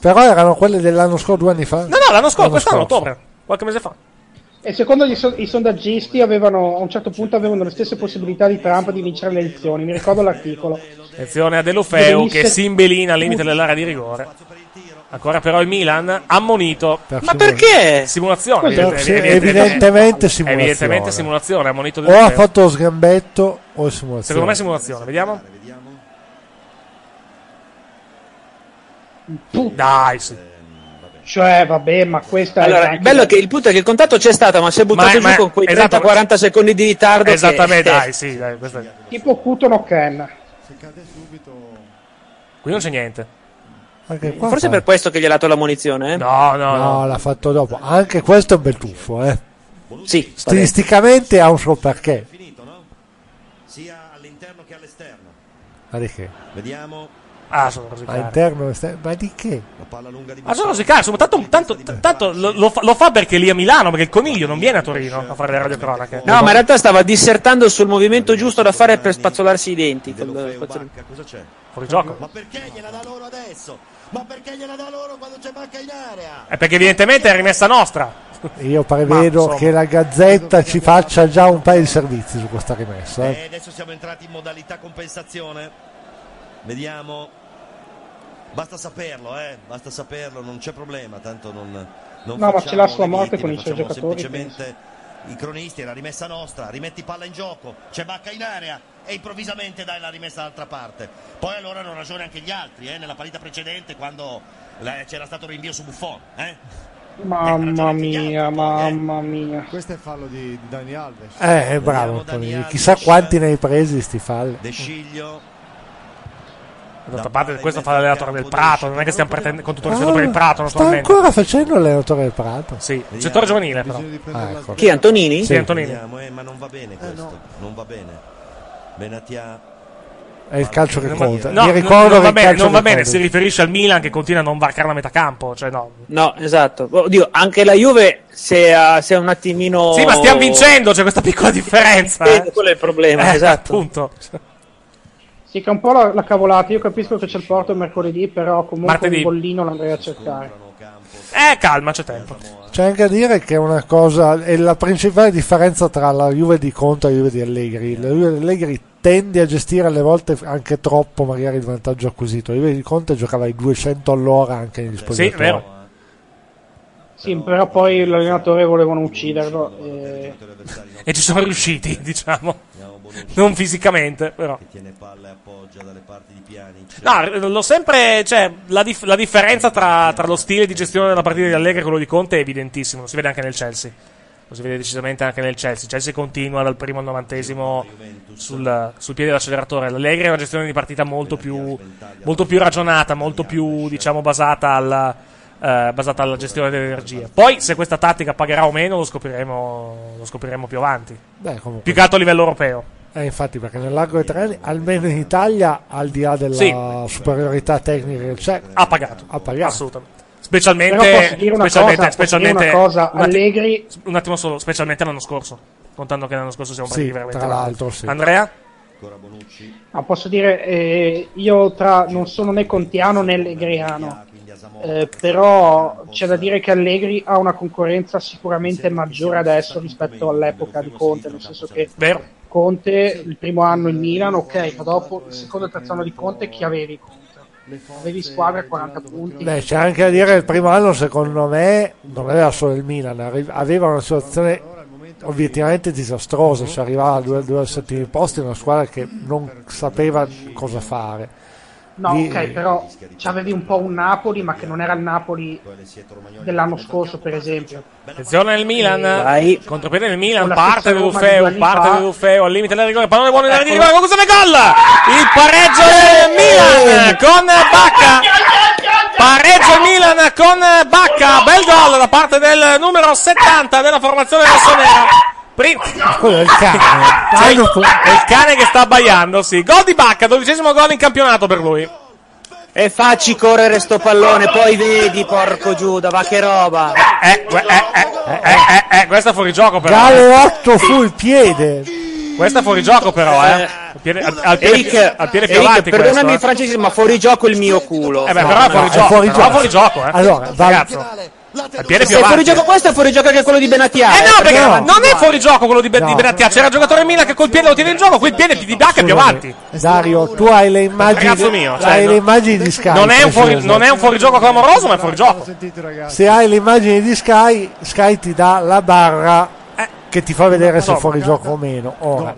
Speaker 12: Però erano quelle dell'anno scorso, due anni fa.
Speaker 4: No, no, l'anno scorso, quest'anno, ottobre, qualche mese fa.
Speaker 10: E secondo gli so- i sondaggisti avevano, a un certo punto avevano le stesse possibilità di Trump di vincere le elezioni, mi ricordo l'articolo.
Speaker 4: Attenzione a De Lofeu
Speaker 10: Venisse-
Speaker 4: che si imbelina al limite dell'area di rigore. Ancora però il Milan ammonito.
Speaker 12: Ma
Speaker 6: perché?
Speaker 4: Simulazione.
Speaker 12: Perché
Speaker 4: evidente-
Speaker 12: sì,
Speaker 4: evidente-
Speaker 12: evidentemente simulazione.
Speaker 4: Evidentemente simulazione, ammonito De
Speaker 12: O ha
Speaker 4: Lofeu.
Speaker 12: fatto lo sgambetto o è simulazione.
Speaker 4: Secondo me simulazione, vediamo. Dai, sì.
Speaker 10: Cioè, vabbè, ma questa
Speaker 6: Allora,
Speaker 10: è...
Speaker 6: il bello è che il punto è che il contatto c'è stato, ma si è buttato
Speaker 4: Ma-
Speaker 6: giù
Speaker 4: ma-
Speaker 6: con quei
Speaker 4: esatto.
Speaker 6: 30-40 secondi di ritardo. che- eh,
Speaker 4: Esattamente, dai, sì, dai, questo è-
Speaker 10: Tipo Cuton o Ken.
Speaker 4: Qui non c'è niente.
Speaker 12: Anche qua
Speaker 6: Forse
Speaker 12: fa-
Speaker 6: per questo che gli ha dato la munizione? eh?
Speaker 4: No, no,
Speaker 12: No, l'ha fatto dopo. Anche questo è un bel tuffo, eh.
Speaker 6: Sì,
Speaker 12: Stilisticamente ha un suo perché.
Speaker 5: Sia all'interno che all'esterno.
Speaker 12: Ma di che?
Speaker 5: Vediamo.
Speaker 4: Ah, sono così
Speaker 12: Ma interno, esterno- ma di che?
Speaker 5: La palla lunga di
Speaker 4: Ma Ah, sono così cazzo, ma tanto, tanto- tanto lo, lo fa, lo fa perché è lì a Milano, perché il coniglio non viene a Torino a fare le radiocronache.
Speaker 6: No, ma in realtà stava dissertando sul movimento giusto da fare per spazzolarsi i denti. col- spazzol-
Speaker 5: Cosa c'è?
Speaker 4: Fuori gioco.
Speaker 5: Ma perché gliela dà loro adesso? Ma perché gliela dà loro quando c'è Bacca in area?
Speaker 4: È perché evidentemente è rimessa nostra.
Speaker 12: Io prevedo
Speaker 4: insomma.
Speaker 12: che la Gazzetta ci faccia già un paio di servizi su questa rimessa.
Speaker 5: E
Speaker 12: eh.
Speaker 5: adesso siamo entrati in modalità compensazione. Vediamo. Basta saperlo, eh. Basta saperlo, non c'è problema. Tanto non. non
Speaker 10: No, ma
Speaker 5: facciamo
Speaker 10: ce l'ha sua morte
Speaker 5: leghitime,
Speaker 10: con i suoi
Speaker 5: facciamo
Speaker 10: giocatori,
Speaker 5: Semplicemente i cronisti, è la rimessa nostra. Rimetti palla in gioco, c'è Bacca in area e improvvisamente dai la rimessa dall'altra parte. Poi allora hanno ragione anche gli altri, eh. Nella partita precedente, quando la- c'era stato rinvio su Buffon, eh.
Speaker 10: Mamma mia, mamma mia.
Speaker 8: Questo è fallo di, di Dani Alves.
Speaker 12: Eh, è bravo Antonini. Chissà quanti ne hai presi sti falli.
Speaker 5: De Sciglio.
Speaker 4: D'altra parte, questo fa l'allenatore del Prato. Non è che stiamo pretendendo con tutto il rispetto per il Prato,
Speaker 12: Ah, sta
Speaker 4: naturalmente.
Speaker 12: ancora facendo l'allenatore del Prato.
Speaker 4: Sì, settore giovanile, però.
Speaker 12: Ah, ecco.
Speaker 6: Chi, Antonini?
Speaker 4: Sì, Antonini.
Speaker 5: Vediamo, eh, ma non va bene questo. Non va bene. Benatia.
Speaker 12: È il calcio che conta.
Speaker 4: No,
Speaker 12: Mi
Speaker 4: no,
Speaker 12: ricordo
Speaker 4: non
Speaker 12: che
Speaker 4: va
Speaker 12: il
Speaker 4: bene,
Speaker 12: calcio
Speaker 4: non va
Speaker 12: che
Speaker 4: bene,
Speaker 12: conta.
Speaker 4: si riferisce al Milan che continua a non varcare la metà campo. Cioè, no.
Speaker 6: No, esatto. Oddio, anche la Juve se ha, se ha un attimino...
Speaker 4: Sì, ma stiamo vincendo, c'è questa piccola differenza.
Speaker 6: Eh, quello è il problema,
Speaker 4: Eh,
Speaker 6: esatto.
Speaker 4: Appunto.
Speaker 10: Sì, che è un po' la, la cavolata. Io capisco che c'è il porto mercoledì, però comunque
Speaker 4: Martedì.
Speaker 10: un bollino l'andrei a cercare.
Speaker 4: Eh, calma, c'è tempo.
Speaker 12: C'è anche a dire che è una cosa, è la principale differenza tra la Juve di Conte e la Juve di Allegri. La Juve di Allegri tende a gestire alle volte anche troppo magari il vantaggio acquisito. La Juve di Conte giocava ai 200 all'ora anche negli
Speaker 4: Sì,
Speaker 12: spogliatoi.
Speaker 4: vero.
Speaker 10: Sì, però poi l'allenatore volevano ucciderlo. eh, E...
Speaker 4: E ci sono riusciti, diciamo. Non fisicamente, però.
Speaker 5: Tiene palla e appoggia dalle parti di piani.
Speaker 4: No, l'ho sempre. Cioè, la, dif- la differenza tra, tra lo stile di gestione della partita di Allegri e quello di Conte è evidentissimo. Lo si vede anche nel Chelsea. Lo si vede decisamente anche nel Chelsea. Chelsea continua dal primo al novantesimo sul, sul piede dell'acceleratore. L'Allegri è una gestione di partita molto più, molto più ragionata, molto più, diciamo, basata alla, eh, basata alla gestione dell'energia. Poi, se questa tattica pagherà o meno, lo scopriremo, lo scopriremo più avanti.
Speaker 12: Beh, comunque.
Speaker 4: Più che altro a livello europeo.
Speaker 12: Eh, infatti, perché nell'arco dei tre anni, almeno in Italia, al di là della
Speaker 4: Sì.
Speaker 12: superiorità tecnica che c'è,
Speaker 4: Ha pagato.
Speaker 12: ha pagato.
Speaker 4: Assolutamente.
Speaker 10: Però
Speaker 4: Specialmente,
Speaker 10: posso dire una
Speaker 4: specialmente,
Speaker 10: cosa, posso dire
Speaker 4: specialmente
Speaker 10: una cosa,
Speaker 4: un atti-
Speaker 10: Allegri-
Speaker 4: Un attimo solo, specialmente l'anno scorso. Contando che l'anno scorso siamo
Speaker 12: Sì,
Speaker 4: partiti veramente.
Speaker 12: tra
Speaker 4: male.
Speaker 12: l'altro, sì.
Speaker 4: Andrea?
Speaker 10: Ah, posso dire, eh, io tra, non sono né contiano né allegriano, eh, però c'è da dire che Allegri ha una concorrenza sicuramente maggiore adesso rispetto all'epoca di Conte, nel senso che Conte il primo anno il Milan, ok, ma dopo il secondo e terzo anno di Conte chi avevi? contro? avevi squadra a 40 punti.
Speaker 12: Beh, c'è anche da dire che il primo anno, secondo me, non aveva solo il Milan, arri- aveva una situazione obiettivamente disastrosa. Cioè, arrivava a due, due settimi posti una squadra che non sapeva cosa fare.
Speaker 10: No,
Speaker 12: Lì-
Speaker 10: ok, però c'avevi un po' un Napoli, ma che non era il Napoli dell'anno scorso, per esempio.
Speaker 4: Attenzione il Milan.
Speaker 10: Vai.
Speaker 4: Contropiede del Milan.
Speaker 10: Con la
Speaker 4: Parte
Speaker 10: stessa Roma di due
Speaker 4: Rufeo.
Speaker 10: anni
Speaker 4: Parte
Speaker 10: fa.
Speaker 4: Rufeo. Al limite del rigore. Pallone buono in area di
Speaker 10: Eccolo.
Speaker 4: rigore. Conclusione gol. Il pareggio del Milan con Bacca. Pareggio Milan con Bacca. Bel gol da parte del numero 70 della formazione rossonera. Prim-
Speaker 12: Quello è il cane.
Speaker 4: C'è il, è il cane che sta abbaiando. Sì. Gol di Bacca. Dodicesimo gol in campionato per lui.
Speaker 6: E facci correre sto pallone, poi vedi, porco Giuda, va che roba.
Speaker 4: Eh, eh, eh, eh, eh, questa è fuori gioco però. eh.
Speaker 12: Galeotto sul piede.
Speaker 4: Questa è fuori gioco però, eh. Al piede, al- al piede-
Speaker 6: Eric,
Speaker 4: al piede più
Speaker 6: Eric,
Speaker 4: avanti questo,
Speaker 6: perdonami
Speaker 4: eh.
Speaker 6: Francesco, ma fuori gioco il mio culo.
Speaker 4: Eh beh, però è fuori gioco, però è fuori gioco, eh.
Speaker 12: Allora, va-
Speaker 4: ragazzo. Al piede
Speaker 6: Se
Speaker 4: più
Speaker 6: è fuori
Speaker 4: avanti.
Speaker 6: gioco questo è fuori gioco anche quello di Benatia.
Speaker 4: Eh no, perché
Speaker 6: Andiamo avanti.
Speaker 4: non è fuori gioco quello di, Be- di Benatia. C'era il giocatore Milan che col piede lo tiene in gioco, qui il piede di Bacca è più avanti.
Speaker 12: Dario, tu hai le immagini,
Speaker 4: Ragazzo mio, cioè,
Speaker 12: hai
Speaker 4: no-
Speaker 12: le immagini di Sky.
Speaker 4: Non è un fuori,
Speaker 12: precise.
Speaker 4: non è un fuorigioco clamoroso, ma è fuori gioco.
Speaker 12: Se hai le immagini di Sky, Sky ti dà la barra che ti fa vedere se è fuori gioco o meno. Ora,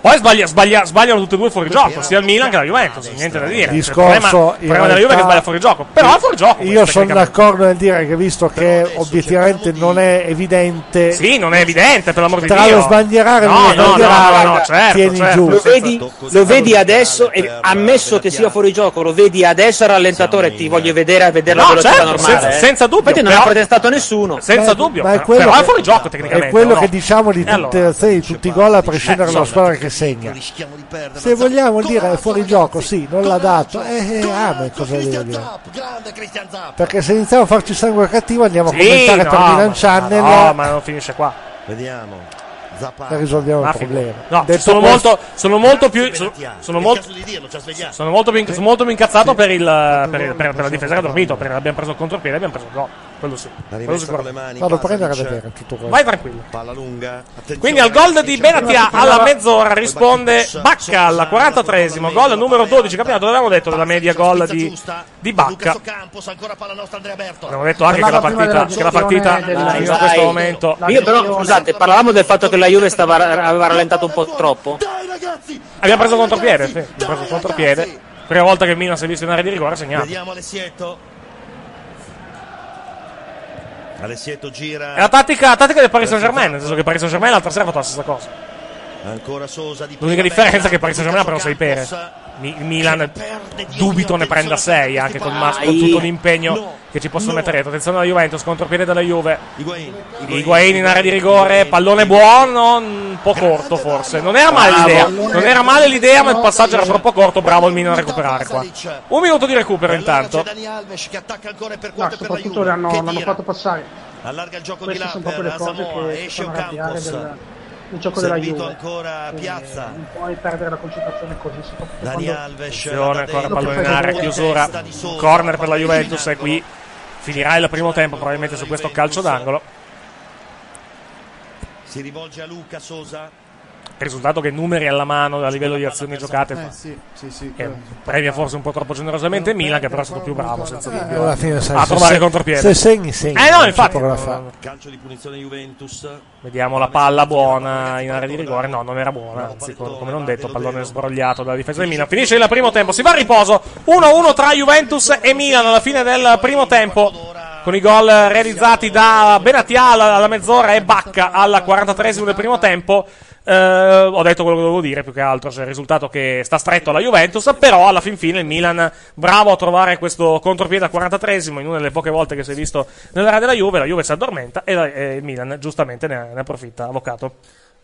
Speaker 4: Poi sbaglia- sbaglia- sbagliano tutti e due fuori gioco, sia il Milan che la Juventus, niente da dire. Il
Speaker 12: Discorso,
Speaker 4: problema, il
Speaker 12: in
Speaker 4: problema della Juve è che
Speaker 12: realtà-
Speaker 4: sbaglia fuori gioco, però è fuori gioco.
Speaker 12: io sono d'accordo nel dire che visto che obiettivamente non è evidente,
Speaker 4: Sì, non è evidente, per l'amor di Dio.
Speaker 12: Tra lo sbandierare e
Speaker 4: no,
Speaker 12: non
Speaker 4: no, no, no,
Speaker 12: sbandierare,
Speaker 4: no, certo,
Speaker 12: tieni
Speaker 4: certo.
Speaker 12: giù.
Speaker 6: Lo vedi, lo vedi adesso, e ammesso che sia fuori gioco, lo vedi adesso al rallentatore, ti voglio vedere a vedere la
Speaker 4: No,
Speaker 6: velocità
Speaker 4: certo,
Speaker 6: normale.
Speaker 4: senza-
Speaker 6: eh.
Speaker 4: senza dubbio,
Speaker 6: Infatti non
Speaker 4: però-
Speaker 6: ha protestato nessuno.
Speaker 4: Senza dubbio,
Speaker 12: ma è
Speaker 4: però-
Speaker 12: quello
Speaker 4: però è
Speaker 12: che-
Speaker 4: fuori gioco
Speaker 12: È
Speaker 4: tecnicamente.
Speaker 12: quello
Speaker 4: no?
Speaker 12: che diciamo di
Speaker 4: E allora? eh,
Speaker 12: tutti, sì, tutti i gol a prescindere dalla squadra che segna. Se vogliamo dire è fuori gioco, sì, non l'ha dato. Eh, eh, amen, cosa devo dire? Perché se iniziamo a farci sangue cattivo andiamo a commentare per
Speaker 4: no,
Speaker 12: Milan
Speaker 4: ma-
Speaker 12: Channel
Speaker 4: No, ma non finisce qua.
Speaker 5: Vediamo.
Speaker 12: e risolviamo il
Speaker 4: Ma
Speaker 12: problema.
Speaker 4: No,
Speaker 12: Detto
Speaker 4: sono
Speaker 12: questo-
Speaker 4: molto, sono molto più. Sono, sono molto. Sono molto, più, sono molto più incazzato per, il, per, il- per- per la difesa che ha dormito. Perché abbiamo preso il contropiede e abbiamo preso il gol. Quello sì. Quello
Speaker 5: rimessa con le
Speaker 4: sicuramente.
Speaker 5: mani.
Speaker 12: Vado a prendere da
Speaker 6: Cioè,
Speaker 5: Pasalic.
Speaker 12: bere tutto questo.
Speaker 4: Vai tranquillo.
Speaker 5: Palla lunga.
Speaker 4: Quindi al gol di Benatia alla mezz'ora risponde Bacca al 43esimo gol numero 12 campionato. Avevamo detto della media gol di, di Bacca. Abbiamo detto anche che la
Speaker 6: Parlava prima
Speaker 4: partita, che
Speaker 6: della
Speaker 4: la partita
Speaker 6: gestione
Speaker 4: in
Speaker 6: della-
Speaker 4: questo
Speaker 6: Dai.
Speaker 4: momento.
Speaker 6: Io però, scusate, parlavamo del fatto che la Juve stava, aveva rallentato un po' troppo.
Speaker 4: Abbiamo preso il contropiede. Sì, abbiamo preso il contropiede. Prima volta che il Milan si è visto in area di rigore ha segnato.
Speaker 5: Vediamo Alessietto. Alessietto gira.
Speaker 4: È la tattica, la tattica del Paris Saint Germain, nel senso che Paris Saint Germain l'altra sera ha fatto la stessa cosa.
Speaker 5: Ancora Sosa di
Speaker 4: L'unica differenza è che Paris Saint Germain ha preso 6 pere. Mi- il Milan dubito ne prenda 6 anche con, Mas- con tutto l'impegno che ci possono mettere. dietro. Attenzione alla Juventus, contropiede della Juve. Higuain in area di rigore, pallone buono, un po' corto forse. Non era male
Speaker 6: Bravo.
Speaker 4: l'idea, non era male l'idea, ma il passaggio era troppo corto. Bravo il Milan a recuperare qua. Un minuto di recupero intanto.
Speaker 10: No, soprattutto l'hanno, l'hanno fatto passare.
Speaker 5: Allarga il gioco
Speaker 10: Queste
Speaker 5: di là
Speaker 10: sono proprio
Speaker 5: per
Speaker 10: le cose
Speaker 5: Samoa,
Speaker 10: che
Speaker 5: esce
Speaker 10: fanno arrabbiare
Speaker 5: Ocampos.
Speaker 10: del, del gioco della
Speaker 5: Servito
Speaker 10: Juve.
Speaker 5: ancora Piazza.
Speaker 10: Non puoi perdere la concentrazione così, soprattutto
Speaker 5: Dani
Speaker 10: quando-
Speaker 5: Alves.
Speaker 4: Attenzione, ancora
Speaker 10: Lo
Speaker 4: pallone in
Speaker 10: prende
Speaker 4: area,
Speaker 10: con
Speaker 4: chiusura, corner per la Juventus e qui finirà il primo tempo probabilmente su questo calcio d'angolo.
Speaker 5: Si rivolge a Luca Sosa.
Speaker 4: Risultato che numeri alla mano a livello di azioni giocate
Speaker 8: Eh, sì, sì, sì.
Speaker 4: eh, premia forse un po' troppo generosamente Milan che però è stato più bravo senza dubbio
Speaker 12: alla fine, sai,
Speaker 4: a
Speaker 12: se
Speaker 4: trovare
Speaker 12: se-
Speaker 4: il contropiede.
Speaker 12: se segni, segni,
Speaker 4: Eh no,
Speaker 12: non
Speaker 4: infatti.
Speaker 12: c'è poco da fare.
Speaker 5: Calcio di punizione Juventus.
Speaker 4: Vediamo la palla buona in area di rigore. No, non era buona. Anzi, co- come non detto, pallone sbrogliato dalla difesa del Milan. Finisce il primo tempo. Si va a riposo 1-1 tra Juventus e Milan alla fine del primo tempo. Con i gol realizzati da Benatia alla alla mezz'ora e Bacca alla 43esimo del primo tempo. Eh, ho detto quello che dovevo dire più che altro. Cioè, il risultato che sta stretto alla Juventus. Però alla fin fine il Milan bravo a trovare questo contropiede al 43esimo. In una delle poche volte che si è visto nell'area della Juve. La Juve si addormenta e, la- e il Milan giustamente ne, ne approfitta. Avvocato,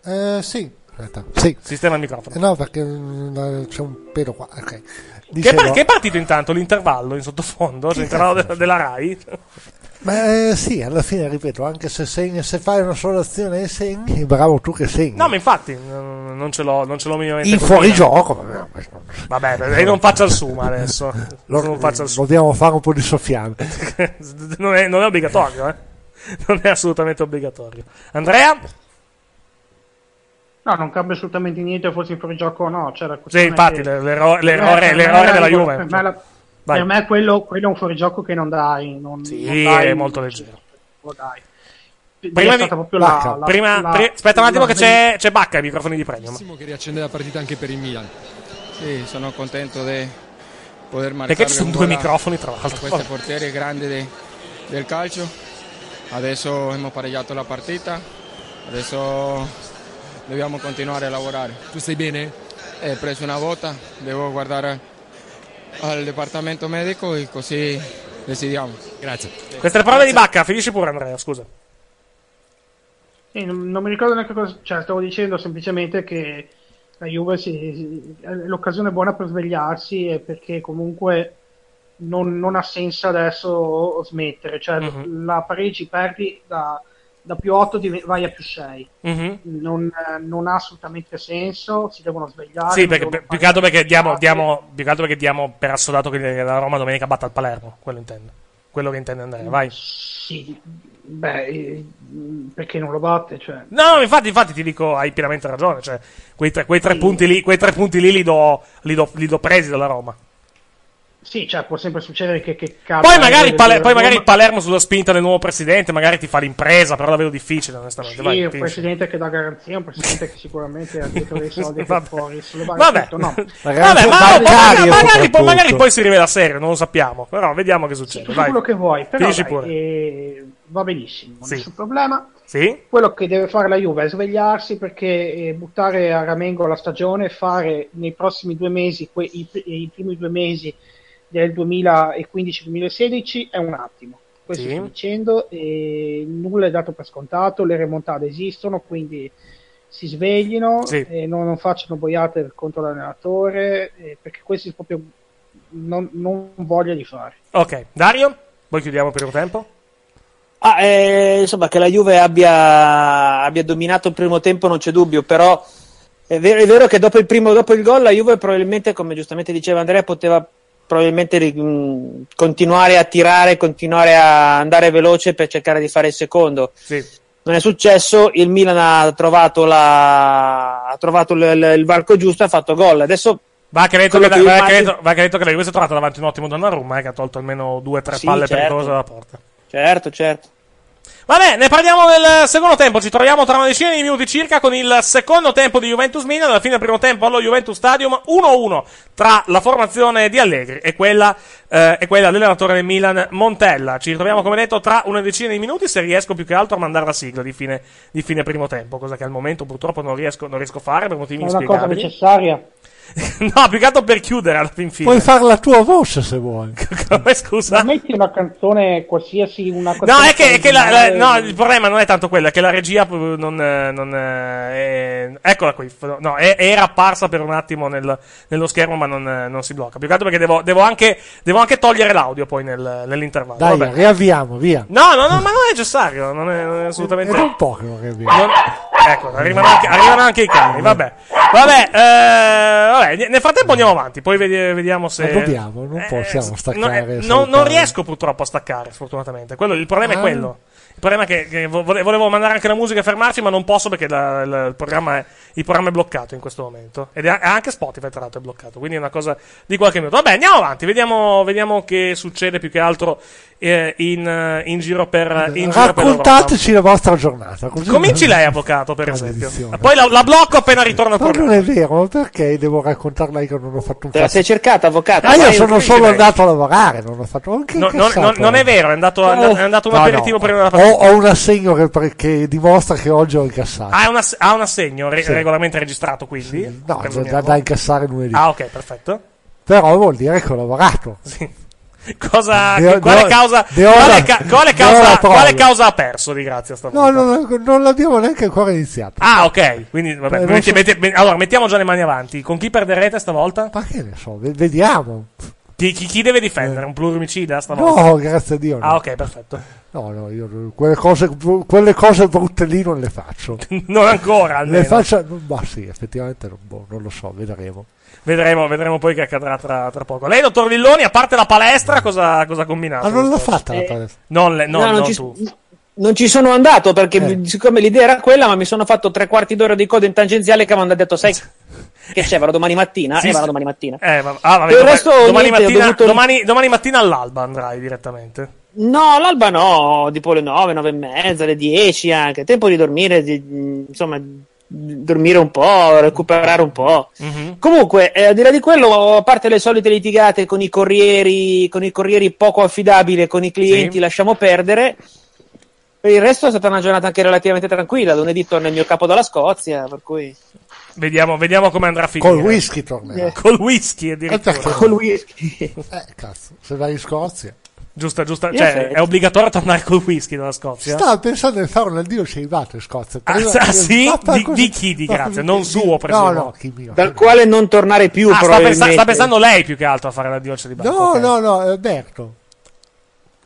Speaker 12: Eh, sì, aspetta. Sì.
Speaker 4: sistema il microfono.
Speaker 12: Eh, No, perché mm, c'è un pedo qua. ok.
Speaker 4: Che,
Speaker 12: Dicevo-
Speaker 4: par- che è partito intanto l'intervallo in sottofondo? Cioè, l'intervallo de- della Rai?
Speaker 12: Ma eh, sì, alla fine ripeto, anche se segni, se fai una sola azione e segni, bravo tu che segni.
Speaker 4: No, ma infatti n- non ce l'ho, non ce l'ho minimamente.
Speaker 12: In
Speaker 4: col
Speaker 12: fuorigioco,
Speaker 4: Milan. Vabbè, e non faccia il suma adesso. non, faccia il
Speaker 12: Dobbiamo fare un po' di soffiame.
Speaker 4: suma. Non è, non è obbligatorio, eh. Non è assolutamente obbligatorio. Andrea?
Speaker 10: No, non cambia assolutamente niente, forse il fuorigioco o no. Cioè, la
Speaker 4: Sì,
Speaker 10: questione è
Speaker 4: infatti,
Speaker 10: che-
Speaker 4: l'erro- l'errore,
Speaker 10: Per me
Speaker 4: l'errore
Speaker 10: la
Speaker 4: della
Speaker 10: regola- Per
Speaker 4: Juve.
Speaker 10: me la,
Speaker 4: Vai.
Speaker 10: Per me quello, quello è un fuorigioco che non dai. Non, non
Speaker 4: Sì,
Speaker 10: dai,
Speaker 4: è molto leggero.
Speaker 10: non dai.
Speaker 4: Prima,
Speaker 10: è
Speaker 4: di-
Speaker 10: stata proprio la-
Speaker 4: Bacca.
Speaker 10: la-
Speaker 4: Prima-
Speaker 10: la-
Speaker 4: pre- aspetta un
Speaker 10: la-
Speaker 4: attimo che c'è, c'è Bacca ai microfoni di premio. ma-
Speaker 14: che riaccende la partita anche per il Milan. Sì, sono contento di poter marcare
Speaker 4: Perché ci sono
Speaker 14: un
Speaker 4: due
Speaker 14: gol a-
Speaker 4: microfoni, tra
Speaker 14: a
Speaker 4: l'altro?
Speaker 14: questo portiere grande de- del calcio. Adesso abbiamo pareggiato la partita, adesso dobbiamo continuare a lavorare. Tu stai bene? Ho preso una botta, devo guardare al dipartimento medico e così decidiamo. Grazie.
Speaker 4: Queste le parole di Bacca, finisci pure Andrea, scusa.
Speaker 10: Sì, non, non mi ricordo neanche cosa. Cioè, stavo dicendo semplicemente che la Juve si, si- è l'occasione buona per svegliarsi e perché comunque non, non ha senso adesso smettere. Cioè,
Speaker 4: Mhm.
Speaker 10: la Parigi perdi da, da più 8 vai a più 6.
Speaker 4: Mhm.
Speaker 10: Non, eh, non ha assolutamente senso. Si devono svegliare.
Speaker 4: Sì,
Speaker 10: non
Speaker 4: perché,
Speaker 10: devono
Speaker 4: per- più, che altro perché diamo, diamo, più che altro perché diamo per assodato che la Roma domenica batta il Palermo, quello intendo. Quello che intende Andrea, vai.
Speaker 10: Sì, beh, eh, mh, perché non lo batte. Cioè.
Speaker 4: No, no, infatti, infatti ti dico, hai pienamente ragione. Cioè, quei tre, quei tre punti lì, quei tre punti lì li do, li do- li do presi dalla Roma.
Speaker 10: Sì, cioè, può sempre succedere che, che cada-
Speaker 4: Poi magari, il Pale-
Speaker 10: della
Speaker 4: poi magari
Speaker 10: Roma-
Speaker 4: il Palermo sulla spinta del nuovo presidente, magari ti fa l'impresa, però la vedo difficile, onestamente.
Speaker 10: Sì,
Speaker 4: vai,
Speaker 10: un
Speaker 4: finisci.
Speaker 10: presidente che dà garanzia, un presidente che sicuramente ha dietro dei soldi che
Speaker 4: Vabbè.
Speaker 10: fuori sulle banche.
Speaker 4: Vabbè,
Speaker 10: certo, no.
Speaker 4: Vabbè, ma- ma- magari, magari poi, magari
Speaker 10: soprattutto.
Speaker 4: poi si rivela serio, non lo sappiamo. Però vediamo che succede.
Speaker 10: tutto
Speaker 4: vai.
Speaker 10: quello che vuoi, però
Speaker 4: Finisci
Speaker 10: dai,
Speaker 4: pure.
Speaker 10: eh, va benissimo,
Speaker 4: Sì.
Speaker 10: nessun problema.
Speaker 4: Sì?
Speaker 10: Quello che deve fare la Juve è svegliarsi perché eh, buttare a Ramengo la stagione e fare nei prossimi due mesi, que- i, pr- i primi due mesi del 2015-2016 è un attimo. Questo
Speaker 4: Sì.
Speaker 10: sto dicendo, e nulla è dato per scontato, le remontate esistono, quindi si sveglino
Speaker 4: Sì.
Speaker 10: e non, non facciano boiate contro l'allenatore eh, perché questo è proprio non, non voglia di fare.
Speaker 4: Ok, Dario, poi chiudiamo per il primo tempo.
Speaker 6: Ah, eh, insomma, che la Juve abbia, abbia dominato il primo tempo non c'è dubbio, però è vero, è vero che dopo il primo, dopo il gol, la Juve probabilmente, come giustamente diceva Andrea, poteva probabilmente ri- mh, continuare a tirare, continuare a andare veloce per cercare di fare il secondo. Non è successo, il Milan ha trovato, la, ha trovato il, il- il varco giusto, ha fatto gol. Adesso
Speaker 4: Va che, ha detto
Speaker 6: quello
Speaker 4: che,
Speaker 6: che io
Speaker 4: va che ha
Speaker 6: immagino-
Speaker 4: detto- va che ha detto che la Juve si è trovata davanti a un ottimo Donnarumma eh, che ha tolto almeno due o tre
Speaker 6: Sì,
Speaker 4: palle
Speaker 6: certo.
Speaker 4: pericolose dalla porta.
Speaker 6: Certo, certo.
Speaker 4: Vabbè, ne parliamo nel secondo tempo. Ci troviamo tra una decina di minuti circa con il secondo tempo di Juventus Milan. Alla fine del primo tempo allo Juventus Stadium 1-1 tra la formazione di Allegri e quella, eh, e quella dell'allenatore del Milan Montella. Ci ritroviamo, come detto, tra una decina di minuti. Se riesco più che altro a mandare la sigla di fine, di fine primo tempo, cosa che al momento purtroppo non riesco, non riesco a fare per motivi
Speaker 10: È una cosa
Speaker 4: inspiegabili.
Speaker 10: necessaria.
Speaker 4: no, più che altro per chiudere alla fin fine.
Speaker 12: Puoi fare la tua voce se vuoi.
Speaker 4: Come scusa?
Speaker 10: Metti una canzone qualsiasi, una
Speaker 4: No, è che, è che la- la- no, il problema non è tanto quello, è che la regia eh, non. eh, non, eh, è- eccola qui. f- No, è- era apparsa per un attimo nel- nello schermo, ma non, eh, non si blocca. Più che altro perché devo, devo anche, devo anche togliere l'audio poi nel- nell'intervallo.
Speaker 12: Dai,
Speaker 4: Vabbè.
Speaker 12: riavviamo, via.
Speaker 4: No, no, no, ma non è necessario, non è, non è assolutamente.
Speaker 12: È da un po' che non riavviamo.
Speaker 4: Non- Ecco, arrivano anche, arrivano anche i cani, vabbè. Vabbè, eh, vabbè, ne- nel frattempo andiamo avanti, poi vedi- vediamo se.
Speaker 12: Ma dobbiamo, non possiamo
Speaker 4: No, eh,
Speaker 12: staccare.
Speaker 4: non- non,
Speaker 12: salutare.
Speaker 4: riesco purtroppo a staccare, sfortunatamente. Quello- il problema
Speaker 12: Ah.
Speaker 4: è quello. Il problema è che, che vo- vole- volevo mandare anche la musica e fermarci, ma non posso perché la- la- il, programma è, il programma è bloccato in questo momento. Ed è a- anche Spotify, tra l'altro, è bloccato. Quindi è una cosa di qualche minuto. Vabbè, andiamo avanti, vediamo, vediamo che succede più che altro eh, in, eh, in giro per. In giro per l'Europa.
Speaker 12: Raccontateci la vostra giornata. Così
Speaker 4: Cominci lei, avvocato, per esempio.
Speaker 12: Maledizione.
Speaker 4: Poi la, la blocco appena ritorno al
Speaker 12: Ma
Speaker 4: programma.
Speaker 12: non è vero, ma perché devo raccontarla io che non ho fatto un
Speaker 6: Te la
Speaker 12: cazzo?
Speaker 6: sei cercata, avvocato?
Speaker 4: Ah,
Speaker 12: Ma io
Speaker 6: Vai,
Speaker 12: sono
Speaker 6: ok,
Speaker 12: solo
Speaker 6: dai.
Speaker 12: andato a lavorare, non ho fatto anche
Speaker 4: eh. No, non, non- non è vero, è andato, è
Speaker 12: Oh.
Speaker 4: andato- è andato un aperitivo prima della
Speaker 12: ho,
Speaker 4: partita.
Speaker 12: ho un assegno che, pre- che dimostra che oggi ho incassato.
Speaker 4: Ha, un ass- ha un assegno re-
Speaker 12: Sì.
Speaker 4: regolarmente registrato, quindi.
Speaker 12: No,
Speaker 4: Per
Speaker 12: da- da,
Speaker 4: l'unico.
Speaker 12: da incassare lunedì.
Speaker 4: Ah, ok, perfetto.
Speaker 12: Però vuol dire che ho lavorato.
Speaker 4: Cosa,
Speaker 12: De-
Speaker 4: quale,
Speaker 12: de-
Speaker 4: causa,
Speaker 12: de ora-
Speaker 4: quale, ca- quale
Speaker 12: de
Speaker 4: causa,
Speaker 12: ora
Speaker 4: quale
Speaker 12: provo.
Speaker 4: causa ha perso di grazia stavolta?
Speaker 12: No, non, non l'abbiamo neanche ancora iniziato.
Speaker 4: Ah, ok. Quindi, vabbè,
Speaker 12: Eh, non
Speaker 4: metti-
Speaker 12: so-
Speaker 4: metti- me- allora, mettiamo già le mani avanti. Con chi perderete stavolta?
Speaker 12: Ma che ne so, ve- vediamo.
Speaker 4: Chi, chi- chi deve difendere? Un pluromicida stavolta?
Speaker 12: No, grazie a Dio. Eh. no.
Speaker 4: Ah, ok, perfetto.
Speaker 12: No, no, io quelle cose, quelle cose brutte lì non le faccio.
Speaker 4: Non ancora, almeno.
Speaker 12: le faccio, ma sì, effettivamente non, boh, non lo so, vedremo.
Speaker 4: Vedremo, vedremo poi che accadrà tra, tra poco. Lei, dottor Villoni, a parte la palestra, cosa, cosa ha combinato?
Speaker 12: Ah, non l'ho
Speaker 4: Questo-
Speaker 12: fatta la
Speaker 6: Eh,
Speaker 12: palestra.
Speaker 4: Non, le, no,
Speaker 6: No, non
Speaker 4: non
Speaker 6: ci-
Speaker 4: tu.
Speaker 6: Non ci sono andato
Speaker 4: Eh.
Speaker 6: perché, siccome l'idea era quella, ma mi sono fatto tre quarti d'ora di coda in tangenziale che mi hanno detto, sai, Che c'è, vado domani mattina?
Speaker 4: Sì,
Speaker 6: eh, vado
Speaker 4: sì.
Speaker 6: domani mattina.
Speaker 4: Eh, ma- ah,
Speaker 6: Per
Speaker 4: vabbè,
Speaker 6: il
Speaker 4: domani-
Speaker 6: resto
Speaker 4: domani,
Speaker 6: niente, ho
Speaker 4: mattina,
Speaker 6: dovuto-
Speaker 4: domani- domani mattina all'alba andrai direttamente.
Speaker 6: No, l'alba no, tipo le 9, 9 e mezza, le 10 anche. Tempo di dormire, di- insomma, di- dormire un po', recuperare un po'.
Speaker 4: Mhm. Mm-hmm.
Speaker 6: Comunque, eh, al di là di quello, a parte le solite litigate con i corrieri, con i corrieri poco affidabili, con i clienti,
Speaker 4: Sì.
Speaker 6: lasciamo perdere. Per il resto è stata una giornata anche relativamente tranquilla. Lunedì torna il mio capo dalla Scozia, per cui...
Speaker 4: Vediamo, vediamo come andrà a finire.
Speaker 12: Col whisky tornerà.
Speaker 6: Eh.
Speaker 4: Col whisky addirittura.
Speaker 12: Eh, col
Speaker 6: whisky.
Speaker 12: Eh, cazzo, se vai in Scozia.
Speaker 4: Eh. Giusta, giusta.
Speaker 12: In
Speaker 4: Cioè,
Speaker 12: effetti.
Speaker 4: è obbligatorio tornare col whisky dalla Scozia?
Speaker 12: Stavo pensando di fare un addio celibato in Scozia.
Speaker 4: Ah,
Speaker 12: Prima-
Speaker 4: sa- sì?
Speaker 12: Ma- ma
Speaker 4: Di-
Speaker 12: così-
Speaker 4: di chi, di
Speaker 12: ma-
Speaker 4: grazia? Non suo, presumo.
Speaker 12: No, no, chi mio.
Speaker 6: Dal quale non tornare più,
Speaker 4: Ah, sta,
Speaker 6: probabilmente.
Speaker 4: pensa- sta pensando lei più che altro a fare la diocesi di Bacco.
Speaker 12: No,
Speaker 4: ok.
Speaker 12: no, no, eh, Berto.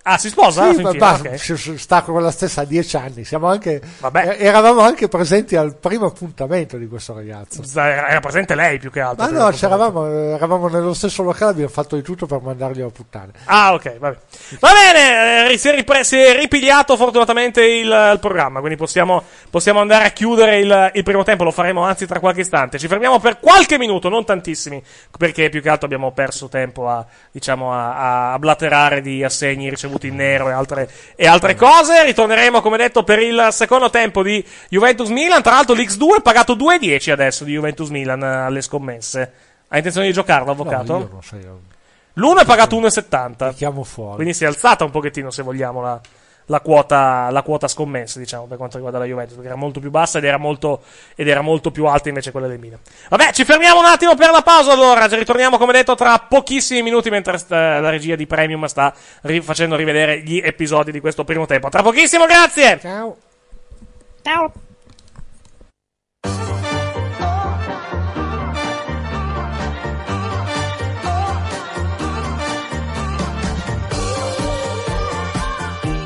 Speaker 4: Ah, si sposa?
Speaker 12: Sì,
Speaker 4: Fin
Speaker 12: ma
Speaker 4: fine,
Speaker 12: basta,
Speaker 4: ok.
Speaker 12: si- si- sta con la stessa a dieci anni. Siamo anche, eh, eravamo anche presenti al primo appuntamento di questo ragazzo.
Speaker 4: Sta- Era presente lei più che altro.
Speaker 12: Ma
Speaker 4: per
Speaker 12: no,
Speaker 4: la-
Speaker 12: c'eravamo, eh, eravamo nello stesso locale, abbiamo fatto di tutto per mandarli a puttane.
Speaker 4: Ah, ok, va bene. Va bene, eh, si, è ripre- si è ripigliato fortunatamente il, il programma, quindi possiamo, possiamo andare a chiudere il, il primo tempo, lo faremo anzi tra qualche istante. Ci fermiamo per qualche minuto, non tantissimi, perché più che altro abbiamo perso tempo a, diciamo, a, a blaterare di assegni ricevuti in nero e altre, e altre cose. Ritorneremo, come detto, per il secondo tempo di Juventus-Milan. Tra l'altro l'X2 è pagato 2,10 adesso di Juventus-Milan eh, alle scommesse. Ha intenzione di giocarlo, avvocato?
Speaker 12: No, io non so, io
Speaker 4: L'uno è pagato 1,70.
Speaker 12: chiamo fuori.
Speaker 4: Quindi si è alzata un pochettino, se vogliamo, la, la quota, la quota scommessa, diciamo, per quanto riguarda la Juventus, perché era molto più bassa ed era molto, ed era molto più alta invece quella del Milan. Vabbè, ci fermiamo un attimo per la pausa allora, ci ritorniamo come detto tra pochissimi minuti mentre sta- la regia di Premium sta ri- facendo rivedere gli episodi di questo primo tempo. A Tra pochissimo, grazie!
Speaker 12: Ciao!
Speaker 6: Ciao!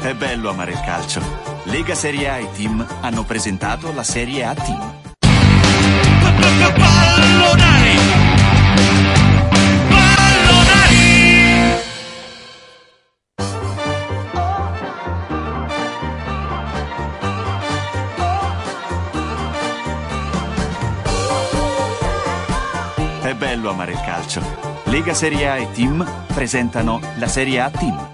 Speaker 15: È bello amare il calcio. Lega Serie A e Team hanno presentato la Serie A Team.
Speaker 16: Pallonari! Pallonari!
Speaker 15: È bello amare il calcio. Lega Serie A e Team presentano la Serie A Team.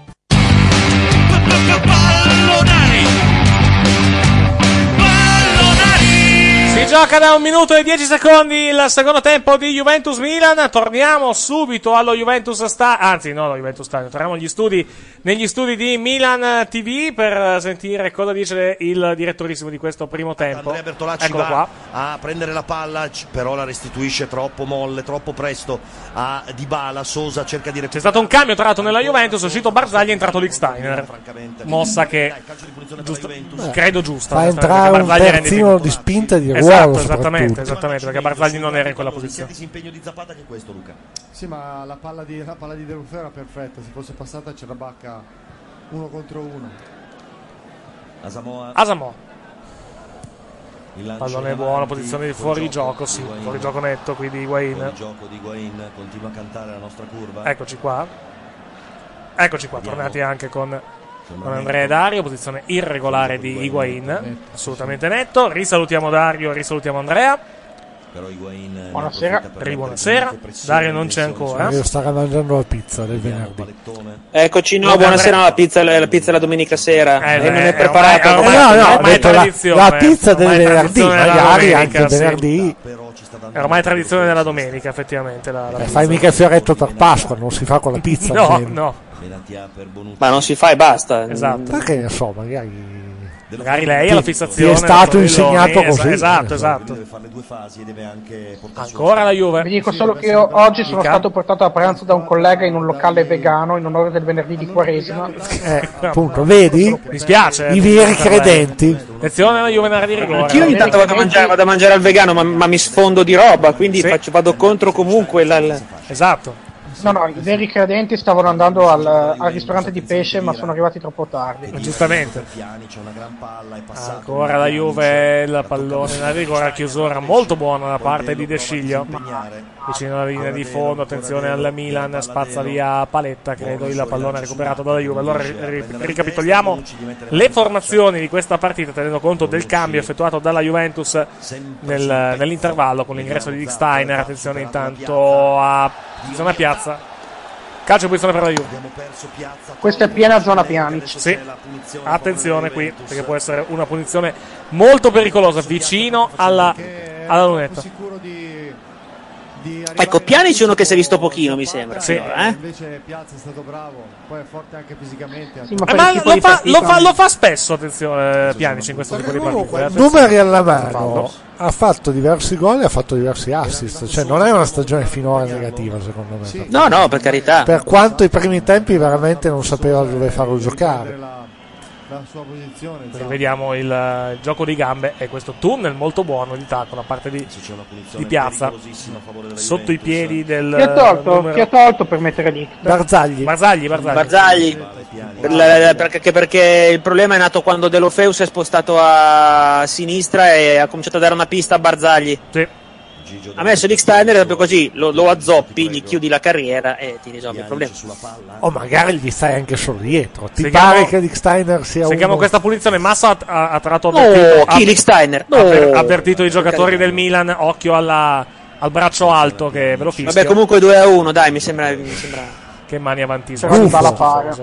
Speaker 4: Si gioca da un minuto e dieci secondi il secondo tempo di Juventus Milan. Torniamo subito allo Juventus Stadium. Anzi, no, allo Juventus Stadium. Torniamo agli studi, negli studi di Milan TV per eh, sentire cosa dice il direttorissimo di questo primo tempo.
Speaker 5: Andrea Bertolacci
Speaker 4: Eccolo
Speaker 5: va
Speaker 4: qua.
Speaker 5: a prendere la palla, c- però la restituisce troppo molle, troppo presto a Dybala, Sosa cerca di
Speaker 4: C'è
Speaker 5: recuperare.
Speaker 4: stato un cambio tra l'altro nella Juventus, è uscito Barzagli, è entrato Licksteiner. Mossa che giusta- credo giusta.
Speaker 12: Fa
Speaker 4: onestamente,
Speaker 12: entrare
Speaker 4: perché
Speaker 12: un
Speaker 4: Barzagli rende
Speaker 12: terzino di spinta e di ruolo,
Speaker 4: Esatto,
Speaker 12: soprattutto.
Speaker 4: esattamente, esattamente, perché Barzagli non era in quella posizione.
Speaker 5: disimpegno di Zapata che è questo Luca.
Speaker 17: Sì, ma la palla di, la palla di De Ruffo era perfetta. Se fosse passata c'era Bacca uno contro uno.
Speaker 5: Asamoa.
Speaker 4: Asamoa.
Speaker 5: Il lancio
Speaker 4: Ah, Pallone
Speaker 5: in
Speaker 4: buono,
Speaker 5: avanti,
Speaker 4: posizione di
Speaker 5: fuori
Speaker 4: fuori gioco, sì,
Speaker 5: Higuain.
Speaker 4: fuori gioco netto qui di Higuain. Ecco,
Speaker 5: Fuori gioco di Guain continua a cantare la nostra curva.
Speaker 4: Eccoci qua. Eccoci qua, tornati anche con, con Andrea e
Speaker 5: netto.
Speaker 4: Dario, posizione irregolare di Higuain, assolutamente netto. Risalutiamo Dario, risalutiamo Andrea.
Speaker 5: Però Higuain eh, ne
Speaker 4: Buonasera.
Speaker 5: approfitta per mettere
Speaker 4: buonasera.
Speaker 5: comunque pressione
Speaker 4: Dario non c'è
Speaker 5: all'intenzione.
Speaker 4: ancora.
Speaker 12: Io stavo mangiando la pizza del venerdì.
Speaker 6: Eccoci, no,
Speaker 12: No,
Speaker 6: buonasera,
Speaker 12: vabbè.
Speaker 6: no, la pizza, la pizza è la domenica sera.
Speaker 4: Eh,
Speaker 6: e non
Speaker 4: eh,
Speaker 6: è preparata.
Speaker 12: Eh, no, no, ho detto la, la pizza del venerdì,
Speaker 4: tradizione della
Speaker 12: magari
Speaker 4: domenica,
Speaker 12: anche
Speaker 4: sì.
Speaker 12: venerdì.
Speaker 4: È ormai tradizione della domenica, effettivamente. La, la
Speaker 12: Eh,
Speaker 4: pizza.
Speaker 12: fai mica il fioretto per Pasqua, non si fa con la pizza.
Speaker 4: No,
Speaker 12: almeno.
Speaker 4: no.
Speaker 6: Ma non si fa e basta.
Speaker 4: Esatto.
Speaker 12: Perché ne so, magari.
Speaker 4: Magari lei ha la fissazione.
Speaker 12: Ti è stato
Speaker 4: del
Speaker 12: insegnato
Speaker 4: tornellone, esa-
Speaker 12: così.
Speaker 4: Esatto, esatto.
Speaker 5: Deve fare le due fasi e deve anche portare su-
Speaker 4: Ancora la Juve.
Speaker 10: Vi dico solo che io oggi sono stato portato a pranzo da un collega in un locale vegano in onore del venerdì di Quaresima.
Speaker 12: Eh, appunto, vedi?
Speaker 4: Mi spiace. eh,
Speaker 12: I veri
Speaker 4: per lei.
Speaker 12: credenti.
Speaker 4: Lezione alla Juve in area di rigore.
Speaker 6: Anch'io ogni tanto vado a mangiare, vado a mangiare al vegano, ma, ma mi sfondo di roba, quindi faccio- vado contro comunque la- la-
Speaker 4: Esatto.
Speaker 10: No, no, i veri credenti stavano andando al, al ristorante di pesce, ma sono arrivati troppo tardi.
Speaker 4: Giustamente. Ancora la Juve, il pallone in rigore, chiusura molto buona da parte di De Sciglio. Vicino alla linea di fondo, attenzione al Milan, spazza via Paletta, credo il pallone recuperato dalla Juve. Allora ri- ri- ricapitoliamo le formazioni di questa partita, tenendo conto del cambio effettuato dalla Juventus nel- nell'intervallo con l'ingresso di Dick Steiner. Attenzione intanto a zona piazza. Calcio in posizione per la Juve.
Speaker 10: Questa è piena zona piani.
Speaker 4: Sì, attenzione qui, perché può essere una punizione molto pericolosa, vicino alla, alla lunetta.
Speaker 6: Ecco, Pianic è uno che si è visto pochino, mi sembra.
Speaker 4: Sì.
Speaker 6: allora, eh.
Speaker 8: Invece Piazza è stato bravo, poi è forte anche fisicamente.
Speaker 4: Eh, ma lo fa, lo fa- lo fa spesso, attenzione, Pianic in questo tipo di partite. eh,
Speaker 12: Numeri
Speaker 4: attenzione.
Speaker 12: alla mano, ha fatto diversi gol e ha fatto diversi assist, cioè non è una stagione finora negativa secondo me.
Speaker 6: No, no, per carità.
Speaker 12: Per quanto i primi tempi veramente non sapeva dove farlo giocare.
Speaker 8: La sua posizione.
Speaker 4: Quindi vediamo il, eh, gioco di gambe e questo tunnel molto buono di tacco da parte di, di Piazza sotto i
Speaker 5: eh.
Speaker 4: piedi del
Speaker 10: Chi ha tolto?
Speaker 4: numero-
Speaker 10: Chi ha tolto per mettere lì?
Speaker 12: Barzagli.
Speaker 4: Barzagli, Barzagli.
Speaker 6: Barzagli. Per la- la- perché, che- perché il problema è nato quando De Lofeu si è spostato a sinistra e ha cominciato a dare una pista a Barzagli. Ha messo Dick Steiner proprio così, lo, lo azzoppi, gli chiudi la carriera e ti risolvi il problema.
Speaker 4: Oh.
Speaker 12: O magari gli stai anche solo dietro. Ti
Speaker 4: Se
Speaker 12: pare
Speaker 4: chiamo-
Speaker 12: che Dick Steiner sia
Speaker 4: Se chiamo
Speaker 12: uno
Speaker 4: questa punizione, Massa ha, ha, ha tratto
Speaker 12: No,
Speaker 4: avvertito, ha-
Speaker 12: Kilich Steiner, no.
Speaker 4: ha avver- avvertito i giocatori del Milan. Occhio alla- al braccio alto che ve lo fischio.
Speaker 6: Vabbè, comunque 2 a 1, dai, mi sembra. Mi sembra...
Speaker 4: Che mani avanti.
Speaker 6: Però si fa la paga,
Speaker 10: si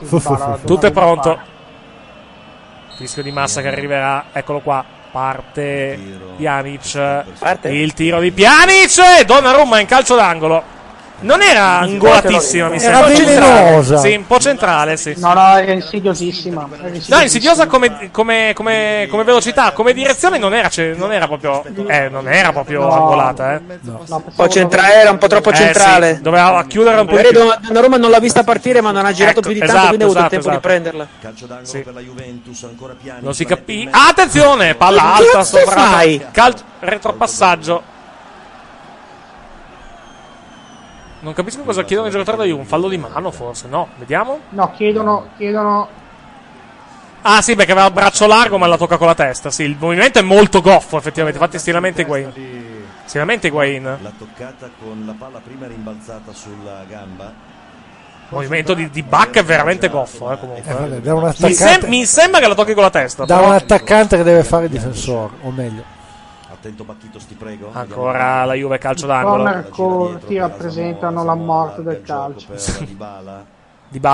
Speaker 6: Fu, fu, fa la- fu.
Speaker 4: Tutto è pronto. Fischio di Massa che arriverà. Eccolo qua. Parte Pjanic. Il tiro di Pjanic. E Donnarumma in calcio d'angolo. Non era angolatissima, mi
Speaker 10: Era
Speaker 4: sembra. Un po' centrale.
Speaker 10: velenosa.
Speaker 4: Sì, un po' centrale, sì.
Speaker 10: No, no, era insidiosissima. Era
Speaker 4: No,
Speaker 10: insidiosissima.
Speaker 4: insidiosa come, come- come- come velocità, come direzione non era, ce- non era proprio, eh, non era proprio
Speaker 6: No.
Speaker 4: angolata. Eh.
Speaker 6: Un po' centrale, era un po' troppo
Speaker 4: Eh,
Speaker 6: centrale.
Speaker 4: sì, doveva chiudere un po' di
Speaker 6: Magari
Speaker 4: più.
Speaker 6: Don- Donnarumma non l'ha vista partire, ma non ha girato
Speaker 4: Ecco,
Speaker 6: più di tanto,
Speaker 4: esatto,
Speaker 6: quindi ha avuto
Speaker 4: esatto,
Speaker 6: il tempo
Speaker 4: esatto.
Speaker 6: di prenderla.
Speaker 5: Calcio d'angolo per la Juventus, ancora piani.
Speaker 4: Non si Ah! capì. Attenzione, palla
Speaker 6: Che
Speaker 4: alta
Speaker 6: cazzo
Speaker 4: sopra.
Speaker 6: fai?
Speaker 4: Cal- retropassaggio. Non capisco cosa chiedono i giocatori da Juve, un fallo di mano forse, no? Vediamo.
Speaker 10: No, chiedono, chiedono
Speaker 4: Ah sì, perché aveva il braccio largo ma la tocca con la testa. Sì, il movimento è molto goffo effettivamente, infatti stilamente Higuain. Stilamente Higuain.
Speaker 5: La toccata con la palla prima rimbalzata sulla gamba.
Speaker 4: Il movimento di, di Bach è veramente goffo, eh, comunque.
Speaker 12: Eh, vabbè, da un
Speaker 4: mi, sem-
Speaker 12: attaccante-
Speaker 4: mi sembra che la tocchi con la testa.
Speaker 12: da
Speaker 4: però-
Speaker 12: un attaccante che deve fare il difensore, o meglio.
Speaker 5: Attento Bacchito, sti prego.
Speaker 4: Ancora la Juve calcio d'angolo.
Speaker 10: Corner corti rappresentano la morte del calcio.
Speaker 4: Di Bala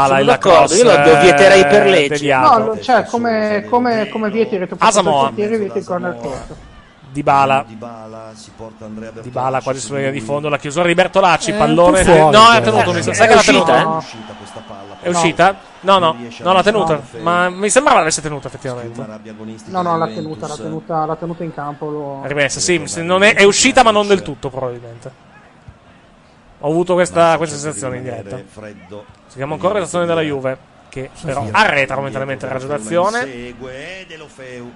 Speaker 6: Sono
Speaker 4: e la
Speaker 6: d'accordo,
Speaker 4: cross.
Speaker 6: io la- lo vieterei
Speaker 4: eh,
Speaker 6: per legge.
Speaker 4: deviato.
Speaker 10: No, lo- cioè, come, come, come vieti il
Speaker 4: Asamoah.
Speaker 10: retropassaggio portiere, vieti il corner corto.
Speaker 4: Di Bala.
Speaker 5: Di Bala si porta Andrea Bertolacci.
Speaker 4: Di Bala quasi sulla linea di fondo. La chiusura di Bertolacci.
Speaker 5: Eh,
Speaker 4: pallone.
Speaker 5: un po' fuori,
Speaker 4: no,
Speaker 5: però.
Speaker 4: è tenuto. Mi sa
Speaker 5: È
Speaker 4: sai che l'ha
Speaker 5: uscita,
Speaker 4: tenuta.
Speaker 5: eh?
Speaker 4: No.
Speaker 5: È uscita questa palla.
Speaker 4: È uscita? No, no, non l'ha tenuta.
Speaker 5: No.
Speaker 4: Ma mi sembrava l'avesse tenuta effettivamente.
Speaker 5: Rabbia agonistica.
Speaker 10: No, no, l'ha
Speaker 5: Juventus.
Speaker 10: tenuta, l'ha tenuta, l'ha tenuta in campo. Lo...
Speaker 4: Rimessa, sì, mi se- non è, è uscita ma non del tutto probabilmente. Ho avuto questa, questa sensazione in diretta. Seguiamo ancora la situazione della Juve, che però arretra momentaneamente la ragionazione.
Speaker 5: Segue De Lofeu.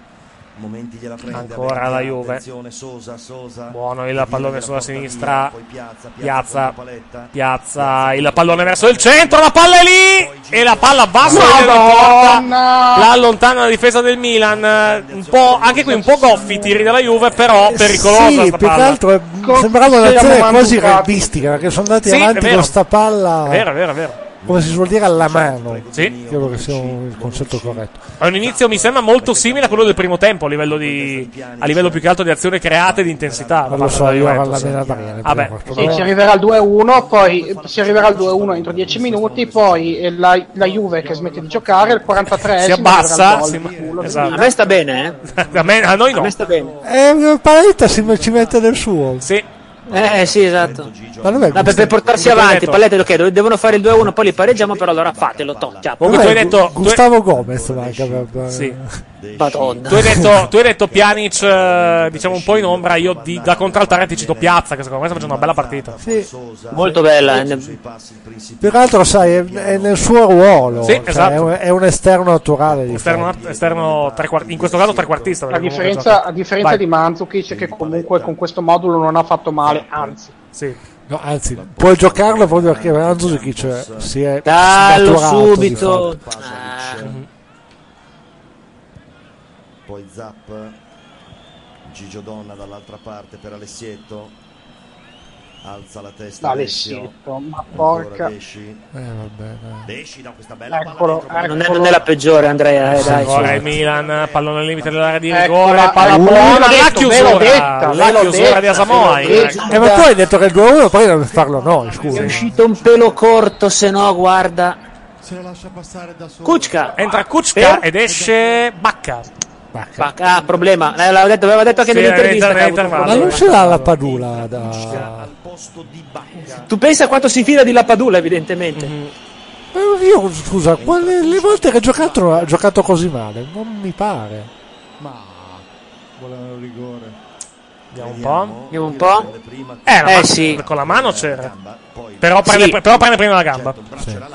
Speaker 5: Momenti gliela prende.
Speaker 4: Ancora la
Speaker 5: Avertini,
Speaker 4: Juve.
Speaker 5: attenzione, Sosa, Sosa.
Speaker 4: Buono
Speaker 5: Divina
Speaker 4: il pallone
Speaker 5: la
Speaker 4: sulla
Speaker 5: porta via,
Speaker 4: sinistra.
Speaker 5: poi Piazza,
Speaker 4: Piazza,
Speaker 5: contro Paletta.
Speaker 4: piazza, il pallone verso il centro, la palla è lì! E la palla va sulla linea di porta.
Speaker 10: Madonna!
Speaker 4: La allontana la difesa del Milan. Un po', anche qui un po' goffi i tiri della Juve, però pericolosa
Speaker 12: Eh, sì,
Speaker 4: sta
Speaker 12: più che
Speaker 4: palla.
Speaker 12: altro è- sembrava un'azione quasi realistica perché sono andati
Speaker 4: Sì, è
Speaker 12: avanti
Speaker 4: vero.
Speaker 12: con sta palla,
Speaker 4: È vero, è vero, è vero.
Speaker 12: come si suol dire, alla
Speaker 5: Certo,
Speaker 12: mano. Credo che sia un- il concetto corretto.
Speaker 4: È un inizio, mi sembra, molto simile a quello del primo tempo, a livello, di, a livello
Speaker 5: cioè.
Speaker 4: più che altro di azione creata e di intensità.
Speaker 12: Non lo so, io alla mela Bariani,
Speaker 4: Vabbè,
Speaker 12: prima quarto
Speaker 4: eh.
Speaker 10: Sì, si arriverà al 2-1, poi si arriverà al 2-1 entro 10 minuti, poi eh, la, la Juve che smette di giocare, il 43
Speaker 4: si abbassa. si- esatto.
Speaker 6: A me sta bene,
Speaker 4: eh? a, me- a noi no.
Speaker 12: Eh, Paletta si- ci mette del suo.
Speaker 4: Sì.
Speaker 6: Eh sì, esatto.
Speaker 12: Ma dov'è
Speaker 6: No, per, per portarsi
Speaker 12: Come
Speaker 6: avanti,
Speaker 12: detto.
Speaker 6: Pallette, ok, dove- devono fare il 2-1, poi li pareggiamo, però allora fatelo, to, ciao.
Speaker 12: Dov'è Gu- Gustavo Gomez manca per- per-
Speaker 4: Sì.
Speaker 6: Madonna.
Speaker 4: Tu hai detto, tu hai detto Pjanic, eh, diciamo un po' in ombra. Io di- da contraltare ti cito Piazza, che secondo me sta facendo una bella partita.
Speaker 6: Oh, Molto bella. eh.
Speaker 12: Peraltro, sai, è, è nel suo ruolo.
Speaker 4: Sì,
Speaker 12: cioè,
Speaker 4: esatto.
Speaker 12: è,
Speaker 6: eh,
Speaker 12: un, è un esterno naturale. di
Speaker 4: Esterno, esterno trequart- in questo caso trequartista.
Speaker 10: A
Speaker 4: perché comunque
Speaker 10: differenza,
Speaker 4: gioca-
Speaker 10: a differenza
Speaker 4: Vai.
Speaker 10: di Mandzukic che comunque con questo modulo non ha fatto male, anzi.
Speaker 4: Sì.
Speaker 12: No, anzi, puoi giocarlo proprio perché Mandzukic cioè, si è
Speaker 6: Dallo
Speaker 12: snaturato di
Speaker 6: subito.
Speaker 12: fatto.
Speaker 6: Ah.
Speaker 5: Poi Zap, Gigio Donna dall'altra parte per Alessietto. Alza la testa
Speaker 10: Alessietto, ma
Speaker 5: Ancora
Speaker 10: porca.
Speaker 5: Desci.
Speaker 12: Eh,
Speaker 5: Desci da questa bella
Speaker 10: Eccolo, ecco.
Speaker 5: palla dentro.
Speaker 6: Non è, non è la peggiore, Andrea. Eh, dai,
Speaker 4: Ora è
Speaker 6: su.
Speaker 4: Milan, pallone al limite dell'area di
Speaker 6: Eccola,
Speaker 4: rigore, palla
Speaker 6: eh,
Speaker 4: buona,
Speaker 6: l'ho
Speaker 4: la
Speaker 6: detto, ve l'ho
Speaker 4: chiusura,
Speaker 6: detta,
Speaker 4: la
Speaker 6: ve l'ho
Speaker 4: chiusura di
Speaker 6: detta,
Speaker 4: Asamoah.
Speaker 6: ve l'ho
Speaker 4: eh.
Speaker 6: detta.
Speaker 12: Eh, ma tu hai detto che il 2-1 poi non farlo noi, scusa.
Speaker 6: È uscito un pelo corto, se no, guarda.
Speaker 5: Se la lascia passare da solo.
Speaker 6: Kuczka.
Speaker 4: Entra
Speaker 6: Per-
Speaker 4: Kuczka ed esce Bacca.
Speaker 6: Bacca, ah, problema. Eh, l'avevo detto, aveva detto anche
Speaker 4: Sì,
Speaker 6: nell'intervista.
Speaker 4: era
Speaker 6: che aveva
Speaker 4: nell'intervallo.
Speaker 6: avuto
Speaker 12: Ma non ce
Speaker 6: problemi.
Speaker 12: l'ha la padula da...
Speaker 6: Tu pensa quanto si fila di Lapadula, evidentemente.
Speaker 12: Eh, Io, scusa, quale, le volte che ha giocato ha giocato così male? Non mi pare.
Speaker 8: Ma volevano il rigore.
Speaker 4: Vediamo un po'.
Speaker 6: Vediamo un po'.
Speaker 4: Eh, la
Speaker 6: Eh,
Speaker 4: mano-
Speaker 6: sì.
Speaker 4: con la mano c'era. Però prende,
Speaker 6: Sì.
Speaker 4: Certo, però prende prima la gamba.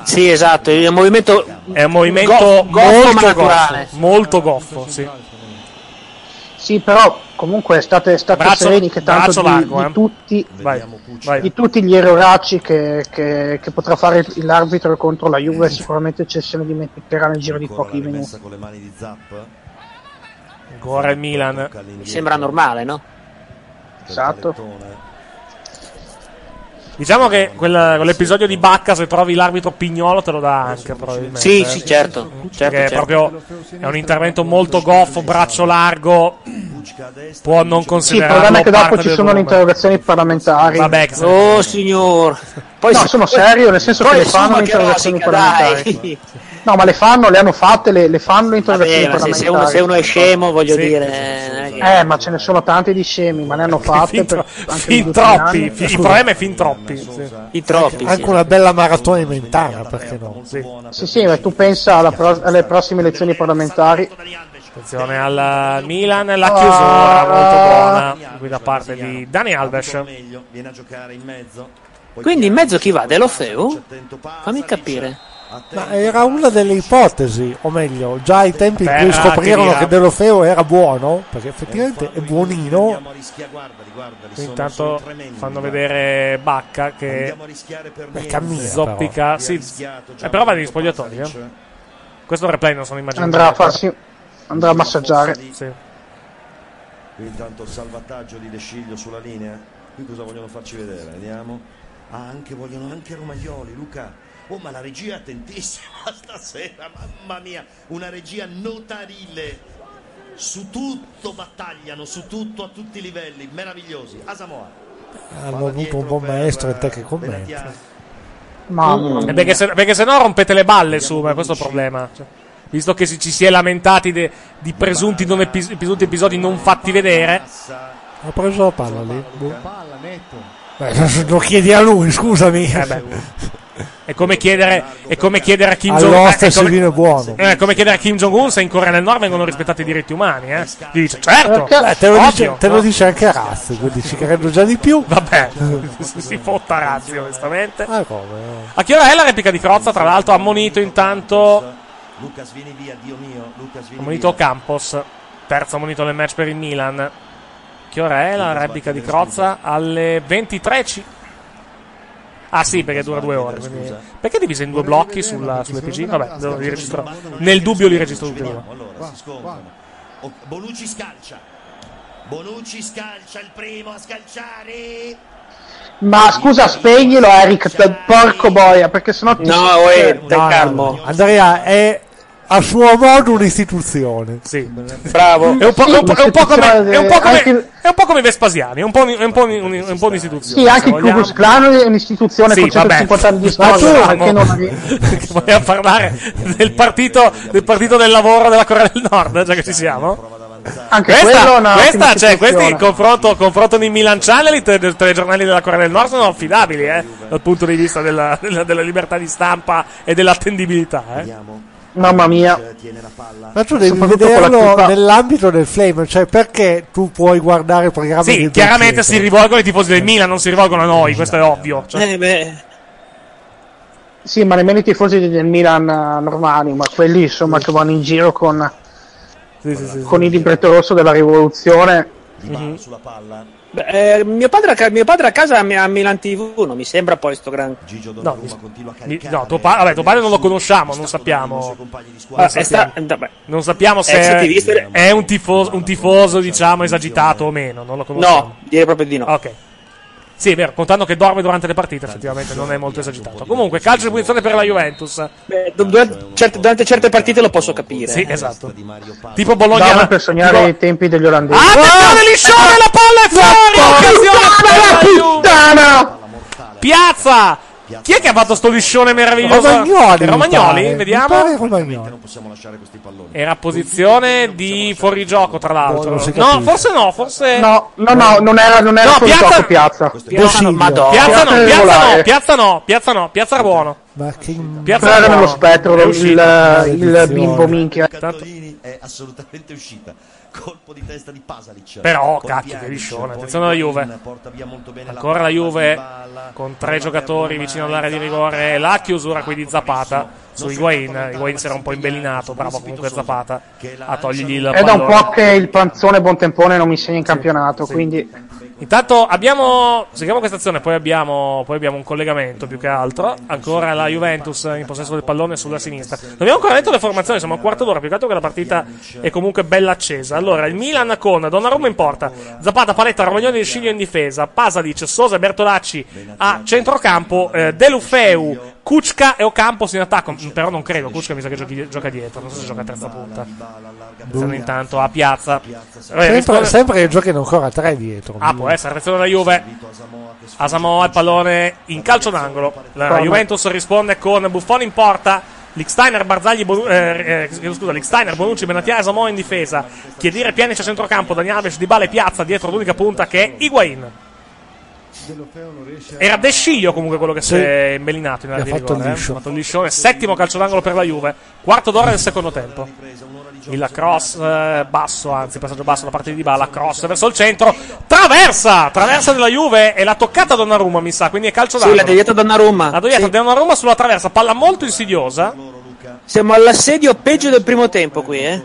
Speaker 6: Sì, esatto, il movimento
Speaker 4: È un movimento
Speaker 6: Goffo, goffo, ma
Speaker 4: molto
Speaker 6: naturale.
Speaker 4: goffo. Molto goffo, sì.
Speaker 10: Sì, però comunque state, state
Speaker 4: Braccio-
Speaker 10: sereni che
Speaker 4: braccio
Speaker 10: tanto di,
Speaker 4: largo,
Speaker 10: di
Speaker 4: eh.
Speaker 10: tutti,
Speaker 4: Vai.
Speaker 10: di
Speaker 4: Vai.
Speaker 10: tutti gli eroracci che, che- che potrà fare il- l'arbitro contro la
Speaker 6: Eh.
Speaker 10: Juve sicuramente ce se ne dimenticherà nel giro di pochi minuti.
Speaker 5: Con le mani di Zap.
Speaker 4: Ancora il Milan.
Speaker 6: mi sembra normale, no?
Speaker 5: Esatto.
Speaker 4: Diciamo che quel- quell'episodio di Bacca, se trovi l'arbitro pignolo, te lo dà anche, probabilmente.
Speaker 6: Sì, sì, certo. certo,
Speaker 4: Perché è
Speaker 6: certo.
Speaker 4: proprio è un intervento molto goffo, braccio largo. Può
Speaker 10: Sì,
Speaker 4: non
Speaker 10: il
Speaker 4: considerarlo
Speaker 10: problema è che dopo
Speaker 4: eh, parte
Speaker 10: ci
Speaker 4: del
Speaker 10: sono le
Speaker 4: volume.
Speaker 10: interrogazioni parlamentari.
Speaker 4: Vabbè, che-
Speaker 6: Oh, signor. Poi
Speaker 10: no,
Speaker 6: si-
Speaker 10: sono serio, nel senso
Speaker 6: poi
Speaker 10: che le
Speaker 6: su,
Speaker 10: fanno
Speaker 6: ma
Speaker 10: le
Speaker 6: che
Speaker 10: interrogazioni
Speaker 6: rosica,
Speaker 10: parlamentari.
Speaker 6: dai.
Speaker 10: No, ma le fanno, le hanno fatte, le, le fanno le interrogazioni
Speaker 6: Vabbè, ma se,
Speaker 10: parlamentari.
Speaker 6: se uno, se uno è scemo, voglio
Speaker 10: Sì,
Speaker 6: dire. non è che-
Speaker 10: Eh, ma ce ne sono tanti di scemi, ma ne hanno fatte per,
Speaker 4: Fin, tro-
Speaker 10: anche
Speaker 4: fin
Speaker 10: negli ultimi
Speaker 4: troppi.
Speaker 10: anni.
Speaker 4: fi- il problema è fin troppi. Sì.
Speaker 6: I troppi.
Speaker 12: Anche una bella maratona in ventana, perché no?
Speaker 10: Sì, sì, ma tu pensa alla pro- alle prossime elezioni parlamentari.
Speaker 4: Attenzione al Milan, la
Speaker 12: Ah.
Speaker 4: chiusura molto buona qui da parte di Dani Alves.
Speaker 5: Viene a giocare in mezzo. Poi
Speaker 6: Quindi in mezzo chi va? Delofeu? Fammi capire.
Speaker 12: Ma era una delle ipotesi, o meglio, già ai tempi in cui
Speaker 4: Beh, ah,
Speaker 12: scoprirono
Speaker 4: che
Speaker 12: che
Speaker 4: dirà.
Speaker 12: Delofeo era buono, perché effettivamente è buonino.
Speaker 4: Qui Intanto fanno vedere Bacca che
Speaker 12: Beh, cammina,
Speaker 4: zoppica. Sì, eh, però va negli spogliatoi. Eh. Questo replay non sono immaginato.
Speaker 10: Andrà a farsi. Andrà a massaggiare.
Speaker 4: Sì.
Speaker 5: Qui intanto il salvataggio di De Sciglio sulla linea. Qui cosa vogliono farci vedere? Vediamo. Ah, anche, vogliono anche Romagnoli, Luca. Oh, ma la regia è attentissima stasera, mamma mia. Una regia notarile. Su tutto battagliano, su tutto, a tutti i livelli. Meravigliosi. Asamoa.
Speaker 12: Hanno avuto un buon maestro in te
Speaker 5: eh,
Speaker 12: che commenta.
Speaker 10: Mamma
Speaker 4: Eh,
Speaker 10: mia.
Speaker 4: perché, se, perché se no rompete le balle su, ma questo è il problema. Cioè, visto che si- ci si è lamentati de- di presunti, non epi- presunti episodi non fatti vedere.
Speaker 12: Ha preso la palla lì. Boh.
Speaker 8: Palla netto.
Speaker 12: Beh, lo chiedi a lui, scusami.
Speaker 4: Eh beh. È come chiedere, è come chiedere a Kim Jong-un.
Speaker 12: All'osta
Speaker 4: eh, è
Speaker 12: si
Speaker 4: come-
Speaker 12: viene buono.
Speaker 4: eh, è come chiedere a Kim Jong-un se in Corea del Nord vengono rispettati i diritti umani, eh? Gli dice, certo,
Speaker 12: Beh, Eh, te lo, dice,
Speaker 4: ovvio,
Speaker 12: te lo
Speaker 4: no?
Speaker 12: dice anche Razio, quindi ci credo già di più.
Speaker 4: Vabbè, si fotta razio, onestamente.
Speaker 12: Ah, come?
Speaker 4: A che ora è la replica di Crozza? Tra l'altro, ammonito intanto.
Speaker 5: Lucas vieni via, Dio mio. Lucas vieni
Speaker 4: Ammonito
Speaker 5: via.
Speaker 4: Campos. Terzo ammonito del match per il Milan. A Che ora è la replica di Crozza? Alle 23. ci- Ah sì, perché dura due ore. quindi- Perché è divisa in due blocchi sulla, sulle PG? Vabbè, lo- li registro. Nel dubbio li registro tutti e due.
Speaker 5: Allora, si scontrano. Oh, Bonucci scalcia. Bonucci scalcia il primo a scalciare.
Speaker 10: Ma scusa, spegnilo, Eric, per- porco boia, perché sennò ti. eh,
Speaker 6: No, uè, dai, calmo.
Speaker 12: Andrea è a suo modo un'istituzione.
Speaker 6: Bravo.
Speaker 4: È un po', è un po'- è un po' come, è un po' come-
Speaker 10: Anche-
Speaker 4: è un po' come Vespasiani, è un po', un- è un po' un- un- è un po' un'istituzione.
Speaker 10: Sì, anche
Speaker 4: se
Speaker 10: il
Speaker 4: vogliamo.
Speaker 10: Kubus Clan è un'istituzione
Speaker 4: Sì,
Speaker 10: con
Speaker 4: vabbè.
Speaker 10: 150 anni di
Speaker 4: Ma tu-
Speaker 10: storia, perché non
Speaker 4: Che vogliamo parlare del partito, del partito del lavoro della Corea del Nord, già che ci siamo.
Speaker 10: anche quello è
Speaker 4: Questa,
Speaker 10: una
Speaker 4: questa
Speaker 10: ottima
Speaker 4: cioè, questi in
Speaker 10: istituzione.
Speaker 4: confronto, confronto di Milan Channel e tele- telegiornali della Corea del Nord sono affidabili, eh, dal punto di vista della, della- della libertà di stampa e dell'attendibilità, eh.
Speaker 10: Mamma mia.
Speaker 12: Ma tu devi
Speaker 10: Soprattutto con la
Speaker 12: vederlo
Speaker 10: curva-
Speaker 12: nell'ambito del flame, cioè perché tu puoi guardare programmi
Speaker 4: Sì,
Speaker 12: di
Speaker 4: chiaramente
Speaker 12: Dolcetto?
Speaker 4: si rivolgono ai tifosi del Milan, non si rivolgono a noi, questo è ovvio. Cioè,
Speaker 6: Eh, beh,
Speaker 10: Sì, ma nemmeno i tifosi del Milan eh, normali, ma quelli insomma che vanno in giro con,
Speaker 4: sì, sì, sì, sì.
Speaker 10: con il libretto rosso della rivoluzione.
Speaker 5: Di Bala
Speaker 4: Mhm.
Speaker 5: sulla palla.
Speaker 6: Beh, eh, mio, padre a ca- mio padre a casa mi- a Milan TV, non mi sembra poi sto gran.
Speaker 4: No, mi- no, tuo, pa- vabbè, tuo padre non lo conosciamo, non sappiamo. Eh,
Speaker 6: Ah, è sta- vabbè.
Speaker 4: Non sappiamo se
Speaker 6: Ex attivista.
Speaker 4: è, è un tifoso, un tifoso, diciamo, esagitato o meno. Non lo conosciamo.
Speaker 6: No, direi proprio di no.
Speaker 4: Ok. Sì, è vero, contando che dorme durante le partite, effettivamente non è molto esagitato. Comunque, calcio di punizione per la Juventus.
Speaker 6: Beh, du- durante, certe, durante certe partite lo posso capire.
Speaker 4: Sì, esatto. Tipo Bologna.
Speaker 10: No, ma per sognare
Speaker 4: tipo- Ah,
Speaker 10: i tempi degli olandesi. Ah!
Speaker 4: Attenzione, liscione, la palla è fuori! Occasione per la Juve! Piazza! Chi è che ha fatto sto liscione meraviglioso?
Speaker 12: Romagnoli, mi
Speaker 4: Romagnoli,
Speaker 12: pare.
Speaker 4: vediamo.
Speaker 12: Mi pare Romagnoli.
Speaker 5: Non possiamo lasciare questi palloni.
Speaker 4: Era posizione di fuorigioco, tra l'altro.
Speaker 12: Boh, Non si
Speaker 4: No,
Speaker 12: capisce.
Speaker 4: forse no, forse.
Speaker 10: No, no, no, non era, non era
Speaker 4: No,
Speaker 10: fuori
Speaker 4: Piazza-
Speaker 10: gioco, piazza.
Speaker 4: Piazza no, Madonna. piazza no, piazza no, piazza no, piazza no, piazza era buono.
Speaker 12: Ma che
Speaker 4: Piazza
Speaker 10: Però era
Speaker 4: no.
Speaker 10: nello spettro
Speaker 4: È
Speaker 10: il,
Speaker 4: uscito.
Speaker 10: il,
Speaker 4: Maledizione.
Speaker 10: bimbo minchia.
Speaker 5: Cattolini è assolutamente uscita. Colpo di testa di Pasalic.
Speaker 4: Però,
Speaker 5: Colpi
Speaker 4: cacchio, che
Speaker 5: Pjanic,
Speaker 4: liscione.
Speaker 5: poi
Speaker 4: Attenzione alla Juve.
Speaker 5: Godin porta via molto bene la
Speaker 4: Ancora la
Speaker 5: palla di
Speaker 4: Juve
Speaker 5: Bala.
Speaker 4: con tre giocatori vicino all'area di rigore. e La chiusura qui di Zapata su Higuain. Higuain si era un po' imbellinato. Bravo comunque Zapata a togliergli il
Speaker 10: È da un po'
Speaker 4: pallone.
Speaker 10: che il panzone Bontempone non mi segna in campionato, quindi...
Speaker 4: Intanto abbiamo. Seguiamo questa azione, poi abbiamo, poi abbiamo un collegamento più che altro. Ancora la Juventus in possesso del pallone sulla sinistra. Non abbiamo ancora detto le formazioni, siamo a quarto d'ora. Più che altro che la partita è comunque bella accesa. Allora, il Milan con Donnarumma in porta, Zapata, Paletta, Romagnoli e Sciglio in difesa, Pasalic, Sosa e Bertolacci a centrocampo, eh, Delufeu, Kuczka e Ocampo in attacco. Mm, Però non credo, Kuczka mi sa che giochi- gioca dietro. Non so se gioca a terza punta. Pensando intanto a piazza. Vabbè,
Speaker 12: Sempre,
Speaker 4: risponde-
Speaker 12: sempre che giochino ancora tre dietro.
Speaker 4: Ah, può essere attenzione della Juve. Asamoah il pallone in calcio d'angolo. La
Speaker 12: Parma.
Speaker 4: Juventus risponde con Buffon in porta. Licksteiner, Barzagli, Bonu- eh, eh, chiedo scusa, Licksteiner, Bonucci, Benatia, Asamoah in difesa. Chiedire Pianic a centrocampo, Daniel Alves, Dybala e Piazza dietro l'unica punta che è Higuain. Era De Sciglio comunque quello che si è imbellinato in area
Speaker 12: Gli
Speaker 4: di
Speaker 12: ha fatto
Speaker 4: rigore.
Speaker 12: il
Speaker 4: eh.
Speaker 12: liscio.
Speaker 4: Ha fatto il liscione. Settimo calcio d'angolo per la Juve. Quarto d'ora del secondo tempo. Il cross eh, basso, anzi passaggio basso da parte di Dybala, cross verso il centro. Traversa! Traversa della Juve e l'ha toccata Donnarumma, mi sa, quindi è
Speaker 6: Sì,
Speaker 4: calcio d'angolo.
Speaker 6: l'ha deviato Donnarumma.
Speaker 4: La deviata
Speaker 6: Sì.
Speaker 4: Donnarumma sulla traversa, palla molto insidiosa.
Speaker 6: Siamo all'assedio peggio del primo tempo qui, eh.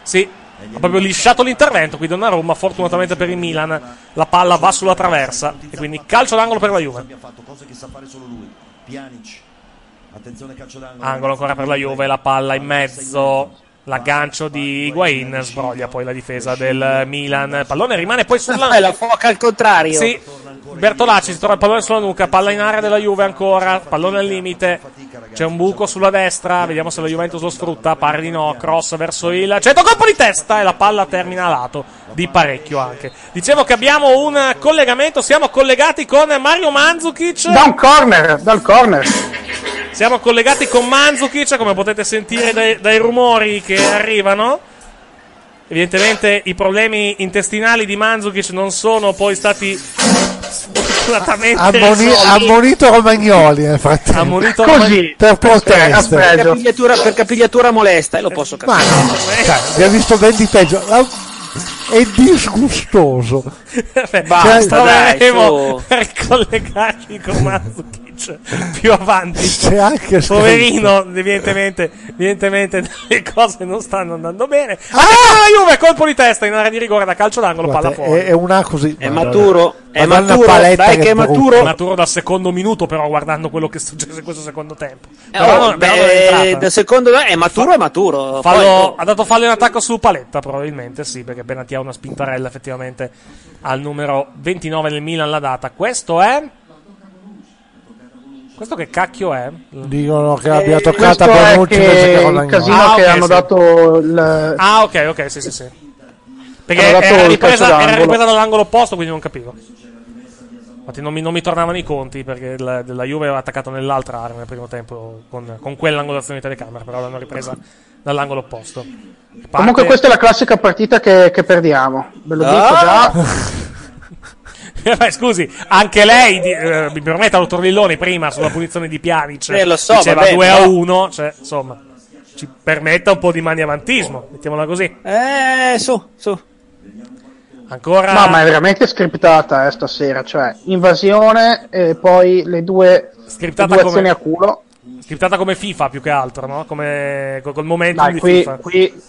Speaker 4: Sì, ha proprio lisciato l'intervento qui Donnarumma, fortunatamente per il Milan la palla va sulla traversa e quindi calcio d'angolo per la Juve.
Speaker 5: Abbia fatto cose che sa fare solo lui. Pjanic. Attenzione calcio d'angolo.
Speaker 4: Angolo ancora per la Juve, la palla in mezzo. L'aggancio di Higuain sbroglia poi la difesa del Milan. Il pallone rimane poi sulla.
Speaker 6: È la foca al contrario.
Speaker 4: Sì, Bertolacci si trova il pallone sulla nuca, palla in area della Juve ancora, pallone al limite, c'è un buco sulla destra, vediamo se la Juventus lo sfrutta, pare di no, cross verso il centro, colpo di testa e la palla termina a lato, di parecchio anche. Dicevo che abbiamo un collegamento, siamo collegati con Mario Mandzukic.
Speaker 10: Da un corner, dal corner.
Speaker 4: Siamo collegati con Manzukic, come potete sentire dai, dai rumori che arrivano. Evidentemente i problemi intestinali di Manzukic non sono poi stati sfortunatamente
Speaker 12: Ammoni-
Speaker 4: risolti.
Speaker 12: ammonito Romagnoli eh, nel frattempo.
Speaker 4: Ammonito
Speaker 12: Così,
Speaker 4: Romagnoli.
Speaker 5: Eh,
Speaker 12: per
Speaker 10: eh,
Speaker 12: protesta.
Speaker 6: Per capigliatura, per capigliatura molesta, e lo posso capire.
Speaker 12: Cioè, vi ha visto ben di peggio. La- È disgustoso.
Speaker 4: Beh,
Speaker 12: Basta, dai,
Speaker 4: troveremo
Speaker 12: su.
Speaker 4: Cioè, per collegarci con Manzukic più avanti.
Speaker 12: C'è anche scritto.
Speaker 4: Poverino, evidentemente, evidentemente le cose non stanno andando bene. Attenzione la Juve, colpo di testa in area di rigore da calcio d'angolo,
Speaker 12: Ah! Guarda,
Speaker 4: palla fuori.
Speaker 12: è, è una così.
Speaker 4: Eh,
Speaker 6: È maturo, è maturo, dai che
Speaker 12: brutta.
Speaker 6: è maturo.
Speaker 4: Maturo dal secondo minuto, però, guardando quello che è successo in questo secondo tempo. Però
Speaker 6: Oh,
Speaker 4: non- però
Speaker 6: beh,
Speaker 4: non è entrata.
Speaker 6: da secondo me è maturo, è maturo.
Speaker 4: Fallo-
Speaker 6: Poi-
Speaker 4: ha dato fallo in attacco su Paletta, probabilmente sì, perché Benatia ha una spintarella effettivamente al numero 29 del Milan l'ha data. Questo è. Questo che cacchio è?
Speaker 12: Dicono che l'abbia toccata
Speaker 10: Questo è
Speaker 12: Bonucci invece che
Speaker 10: che il
Speaker 12: Romagnoli.
Speaker 10: casino
Speaker 4: Ah,
Speaker 10: che
Speaker 4: ok,
Speaker 10: hanno
Speaker 4: sì.
Speaker 10: dato il...
Speaker 4: Ah, ok, ok, sì, sì, sì. Perché
Speaker 10: Hanno dato
Speaker 4: era
Speaker 10: il
Speaker 4: ripresa,
Speaker 10: calcio
Speaker 4: era
Speaker 10: d'angolo.
Speaker 4: ripresa dall'angolo opposto, quindi non capivo. Infatti non mi, non mi tornavano i conti perché la, della Juve aveva attaccato nell'altra area nel primo tempo con, con quell'angolazione di telecamera, però l'hanno ripresa dall'angolo opposto. Parte-
Speaker 10: Comunque questa è la classica partita che, che perdiamo. Ve lo dico
Speaker 4: Ah!
Speaker 10: già.
Speaker 4: Eh, beh, sscusi, anche lei, di- eh, mi permetta lo Torlilloni prima sulla punizione di Pjanic,
Speaker 6: Eh, lo so,
Speaker 4: diceva
Speaker 6: vabbè,
Speaker 4: 2 a
Speaker 6: però-
Speaker 4: 1, cioè, insomma, ci permetta un po' di maniavantismo, mettiamola così.
Speaker 6: Eh, su, su.
Speaker 4: Ancora
Speaker 10: No, ma è veramente scriptata eh, stasera. Cioè, invasione e poi le due, le
Speaker 4: Scriptata
Speaker 10: due
Speaker 4: come-
Speaker 10: azioni a culo.
Speaker 4: scriptata come FIFA più che altro, no? Come co- col momento
Speaker 10: Dai,
Speaker 4: di
Speaker 10: qui,
Speaker 4: FIFA.
Speaker 10: qui,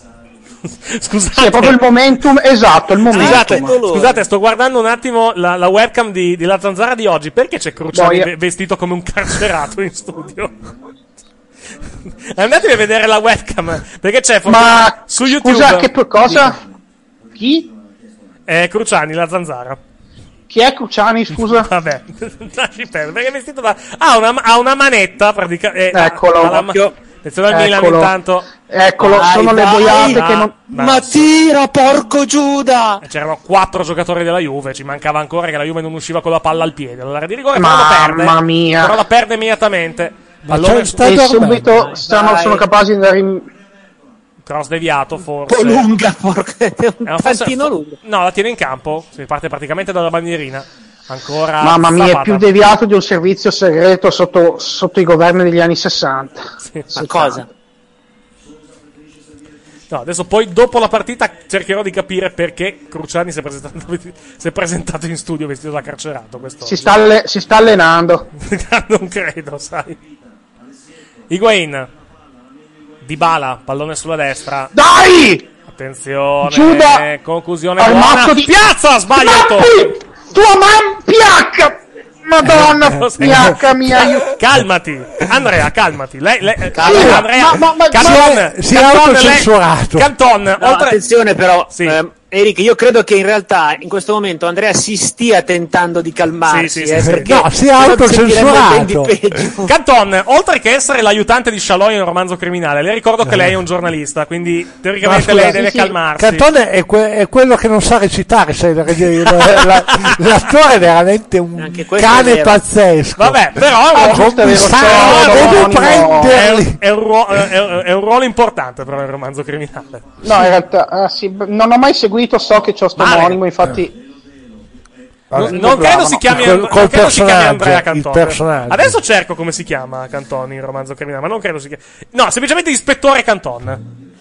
Speaker 4: Scusate.
Speaker 10: Sì, è proprio il momentum, esatto, il momentum.
Speaker 4: Scusate, scusate, sto guardando un attimo la, la webcam di, di La Zanzara di oggi. Perché c'è Cruciani
Speaker 10: Boia.
Speaker 4: ve- vestito come un carcerato in studio? Andatevi a vedere la webcam. Perché c'è
Speaker 10: Ma
Speaker 4: Ah, su YouTube.
Speaker 10: scusa, che po- cosa? Chi?
Speaker 4: Eh, Cruciani, La Zanzara.
Speaker 10: Chi è Cruciani, scusa?
Speaker 4: Vabbè. Lasci perdere, perché è vestito da... Ha una, ha una manetta, eh, praticamente.
Speaker 10: Eccolo.
Speaker 4: Attenzione al Milan
Speaker 10: Eccolo.
Speaker 4: intanto.
Speaker 10: Eccolo, sono le boiate che non-
Speaker 4: Ma Eh,
Speaker 6: tira, porco Giuda!
Speaker 4: C'erano quattro giocatori della Juve, ci mancava ancora che la Juve non usciva con la palla al piede. Allora di rigore però la perde.
Speaker 10: Mamma mia.
Speaker 4: Però la perde immediatamente. Pallone
Speaker 10: e subito sono, sono capaci di andare in...
Speaker 4: cross deviato forse. Eh,
Speaker 10: Un po'
Speaker 6: lunga, porca,
Speaker 4: un tantino lunga. No, la tiene in campo, si parte praticamente dalla bandierina. Ancora
Speaker 10: Mamma mia, è
Speaker 4: Zapata.
Speaker 10: più deviato di un servizio segreto sotto, sotto i governi degli anni 60.
Speaker 4: Ma cosa? No, adesso poi dopo la partita cercherò di capire perché Cruciani si è presentato, si è presentato in studio vestito da carcerato questo.
Speaker 10: Si sta, alle- si sta allenando.
Speaker 4: non credo, sai. Higuain. Dybala, pallone sulla destra.
Speaker 10: Dai!
Speaker 4: Attenzione.
Speaker 10: Giuda!
Speaker 4: Conclusione
Speaker 10: Armato
Speaker 4: buona.
Speaker 10: di-
Speaker 4: Piazza, sbaglio.
Speaker 10: Tua mamma piacca! Madonna,
Speaker 12: Eh,
Speaker 10: piacca mia, aiuto!
Speaker 4: Calmati, Andrea, calmati. Lei, lei,
Speaker 6: Calma.
Speaker 4: eh, Andrea,
Speaker 6: Ma- ma- ma-
Speaker 4: Canton,
Speaker 6: si è
Speaker 4: Canton, lei-
Speaker 6: autocensurato.
Speaker 4: Canton,
Speaker 6: No,
Speaker 4: oltre-
Speaker 6: attenzione però, ehm, Eric, io credo che in realtà in questo momento Andrea si stia tentando di calmarsi.
Speaker 4: Sì, sì, sì,
Speaker 6: eh,
Speaker 4: sì.
Speaker 6: perché
Speaker 4: No, si è
Speaker 6: se no
Speaker 4: autocensurato.
Speaker 6: sentiremo ben di peggio.
Speaker 4: Canton, oltre che essere l'aiutante di Shaloi in un romanzo criminale, le ricordo che lei
Speaker 6: Eh.
Speaker 4: è un giornalista, quindi
Speaker 12: No,
Speaker 4: teoricamente
Speaker 12: scusa.
Speaker 4: lei deve calmarsi.
Speaker 12: Cantone è, que- è quello che non sa recitare. sai, la- la- la- l'attore è veramente un
Speaker 4: questo è
Speaker 12: cane
Speaker 4: vero.
Speaker 12: pazzesco.
Speaker 4: Vabbè, però è un-
Speaker 12: Ah,
Speaker 4: giusto, è vero,
Speaker 12: sa-
Speaker 4: c'è
Speaker 12: deve
Speaker 4: Geronimo.
Speaker 12: prenderli.
Speaker 4: È, è un ruo- è- è- è un ruolo importante però nel romanzo criminale.
Speaker 10: No, in realtà ah, sì, b- non ho mai seguito, so che c'ho sto monimo,
Speaker 12: Eh.
Speaker 10: infatti.
Speaker 4: Non-
Speaker 10: Vabbè.
Speaker 4: non credo si chiami,
Speaker 12: Col-
Speaker 4: non
Speaker 12: col
Speaker 4: credo si chiami
Speaker 12: personaggio,
Speaker 4: Andrea
Speaker 12: il
Speaker 4: Cantoni.
Speaker 12: personaggio.
Speaker 4: Adesso cerco come si chiama Cantoni in romanzo criminale, ma non credo si chiami. No, semplicemente ispettore Canton.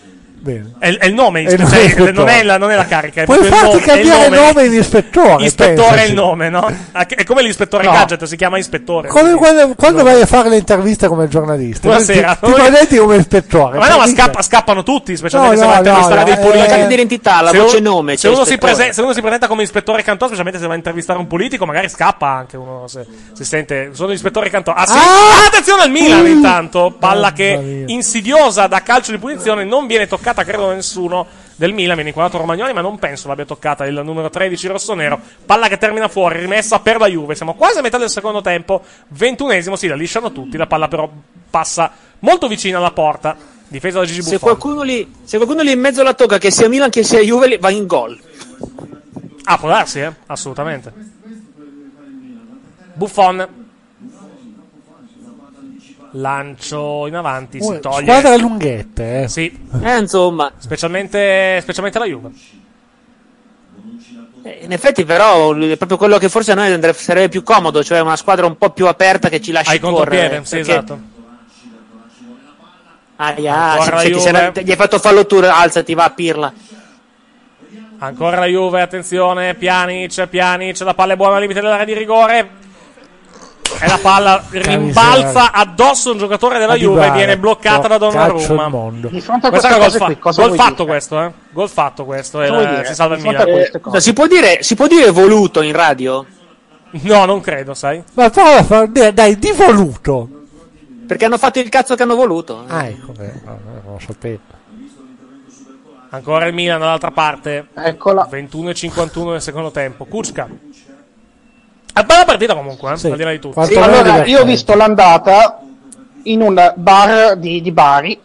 Speaker 12: Bene.
Speaker 4: È, è il nome,
Speaker 12: È il nome
Speaker 4: cioè,
Speaker 12: ispettore.
Speaker 4: non, è la, non è la carica. È
Speaker 12: Puoi
Speaker 4: proprio il
Speaker 12: farti
Speaker 4: nome- è il
Speaker 12: cambiare nome in ispettore.
Speaker 4: Ispettore è
Speaker 12: pensaci.
Speaker 4: il nome, no? Ah, che- È come l'ispettore Gadget, si chiama ispettore.
Speaker 12: Come quando, quando vai a fare le interviste come giornalista,
Speaker 4: Buonasera.
Speaker 12: ti, ti presenti come ispettore.
Speaker 4: Ma no, ma
Speaker 12: Cioè,
Speaker 4: scappa- scappano tutti, specialmente
Speaker 12: No,
Speaker 4: se
Speaker 12: no,
Speaker 4: vai a
Speaker 12: no,
Speaker 4: intervistare
Speaker 12: no,
Speaker 4: dei
Speaker 12: eh,
Speaker 4: politici.
Speaker 12: la carta d'identità, la
Speaker 4: Se uno-
Speaker 12: voce e nome,
Speaker 4: Se
Speaker 12: c'è
Speaker 4: uno, si
Speaker 12: ispettore.
Speaker 4: prese- se uno si presenta come ispettore Cantò, specialmente se va a intervistare un politico, magari scappa anche uno. Se, se sente, sono ispettore Cantò. Ah, sì? Ah, attenzione al Milan,
Speaker 12: Uh!
Speaker 6: Mm.
Speaker 4: intanto. Palla che insidiosa da calcio di punizione, non viene toccata, credo, da nessuno del Milan. Viene inquadrato Romagnoli, ma non penso l'abbia toccata il numero 13 rossonero. Palla che termina fuori, rimessa per la Juve. Siamo quasi a metà del secondo tempo. Ventunesimo, sì, la lisciano tutti. La palla, però, passa molto vicina alla porta. Difesa da Gigi Buffon.
Speaker 6: Se qualcuno, lì, se qualcuno lì in mezzo alla tocca, che sia Milan che sia Juve, li- va in gol.
Speaker 4: Ah, può darsi, eh? Assolutamente. Buffon. Lancio in avanti, si
Speaker 12: Uè,
Speaker 4: toglie.
Speaker 12: Squadra lunghette, eh.
Speaker 4: Sì.
Speaker 6: insomma.
Speaker 4: Specialmente, specialmente la Juve.
Speaker 6: Eh, In effetti, però, è proprio quello che forse a noi andre- sarebbe più comodo, cioè una squadra un po' più aperta che ci lasci
Speaker 4: Ai
Speaker 6: correre.
Speaker 4: contropiede, sì,
Speaker 6: perché-
Speaker 4: esatto.
Speaker 6: Aia,
Speaker 4: Ancora
Speaker 6: se- se
Speaker 4: la
Speaker 6: ti sei-
Speaker 4: Juve.
Speaker 6: gli hai fatto fallo tu, alzati, va a pirla.
Speaker 4: Ancora la Juve, attenzione, Pjanic, Pjanic, la palla è buona al limite dell'area di rigore. E la palla rimbalza addosso a un giocatore della
Speaker 12: A
Speaker 4: Juve,
Speaker 12: Dybala.
Speaker 4: viene bloccata da
Speaker 12: Caccio il
Speaker 4: Donnarumma.
Speaker 12: mondo.
Speaker 10: fronte a
Speaker 4: Questo è
Speaker 10: queste
Speaker 4: un gol,
Speaker 10: cose
Speaker 4: fa-
Speaker 10: qui, cosa
Speaker 4: gol
Speaker 10: vuoi
Speaker 4: fatto questo, eh? Gol fatto questo, e
Speaker 10: Cosa vuoi
Speaker 4: la-
Speaker 10: dire?
Speaker 4: si salva il
Speaker 10: Di fronte a
Speaker 4: Milan.
Speaker 12: eh.
Speaker 10: queste cose.
Speaker 6: Si può dire, si può dire voluto in radio?
Speaker 4: No, non credo, sai.
Speaker 12: Ma prova a far- dai, dai, di voluto.
Speaker 6: Perché hanno fatto il cazzo che hanno voluto.
Speaker 12: Ah, ecco, eh, no, no, non lo sapevo.
Speaker 4: Ancora il Milan dall'altra parte.
Speaker 10: Eccola.
Speaker 4: 21-51 nel secondo tempo. Kuczka. È bella partita comunque, eh, al di là di tutto.
Speaker 10: Sì, allora,
Speaker 12: eh,
Speaker 10: io ho visto l'andata in un bar di, di Bari.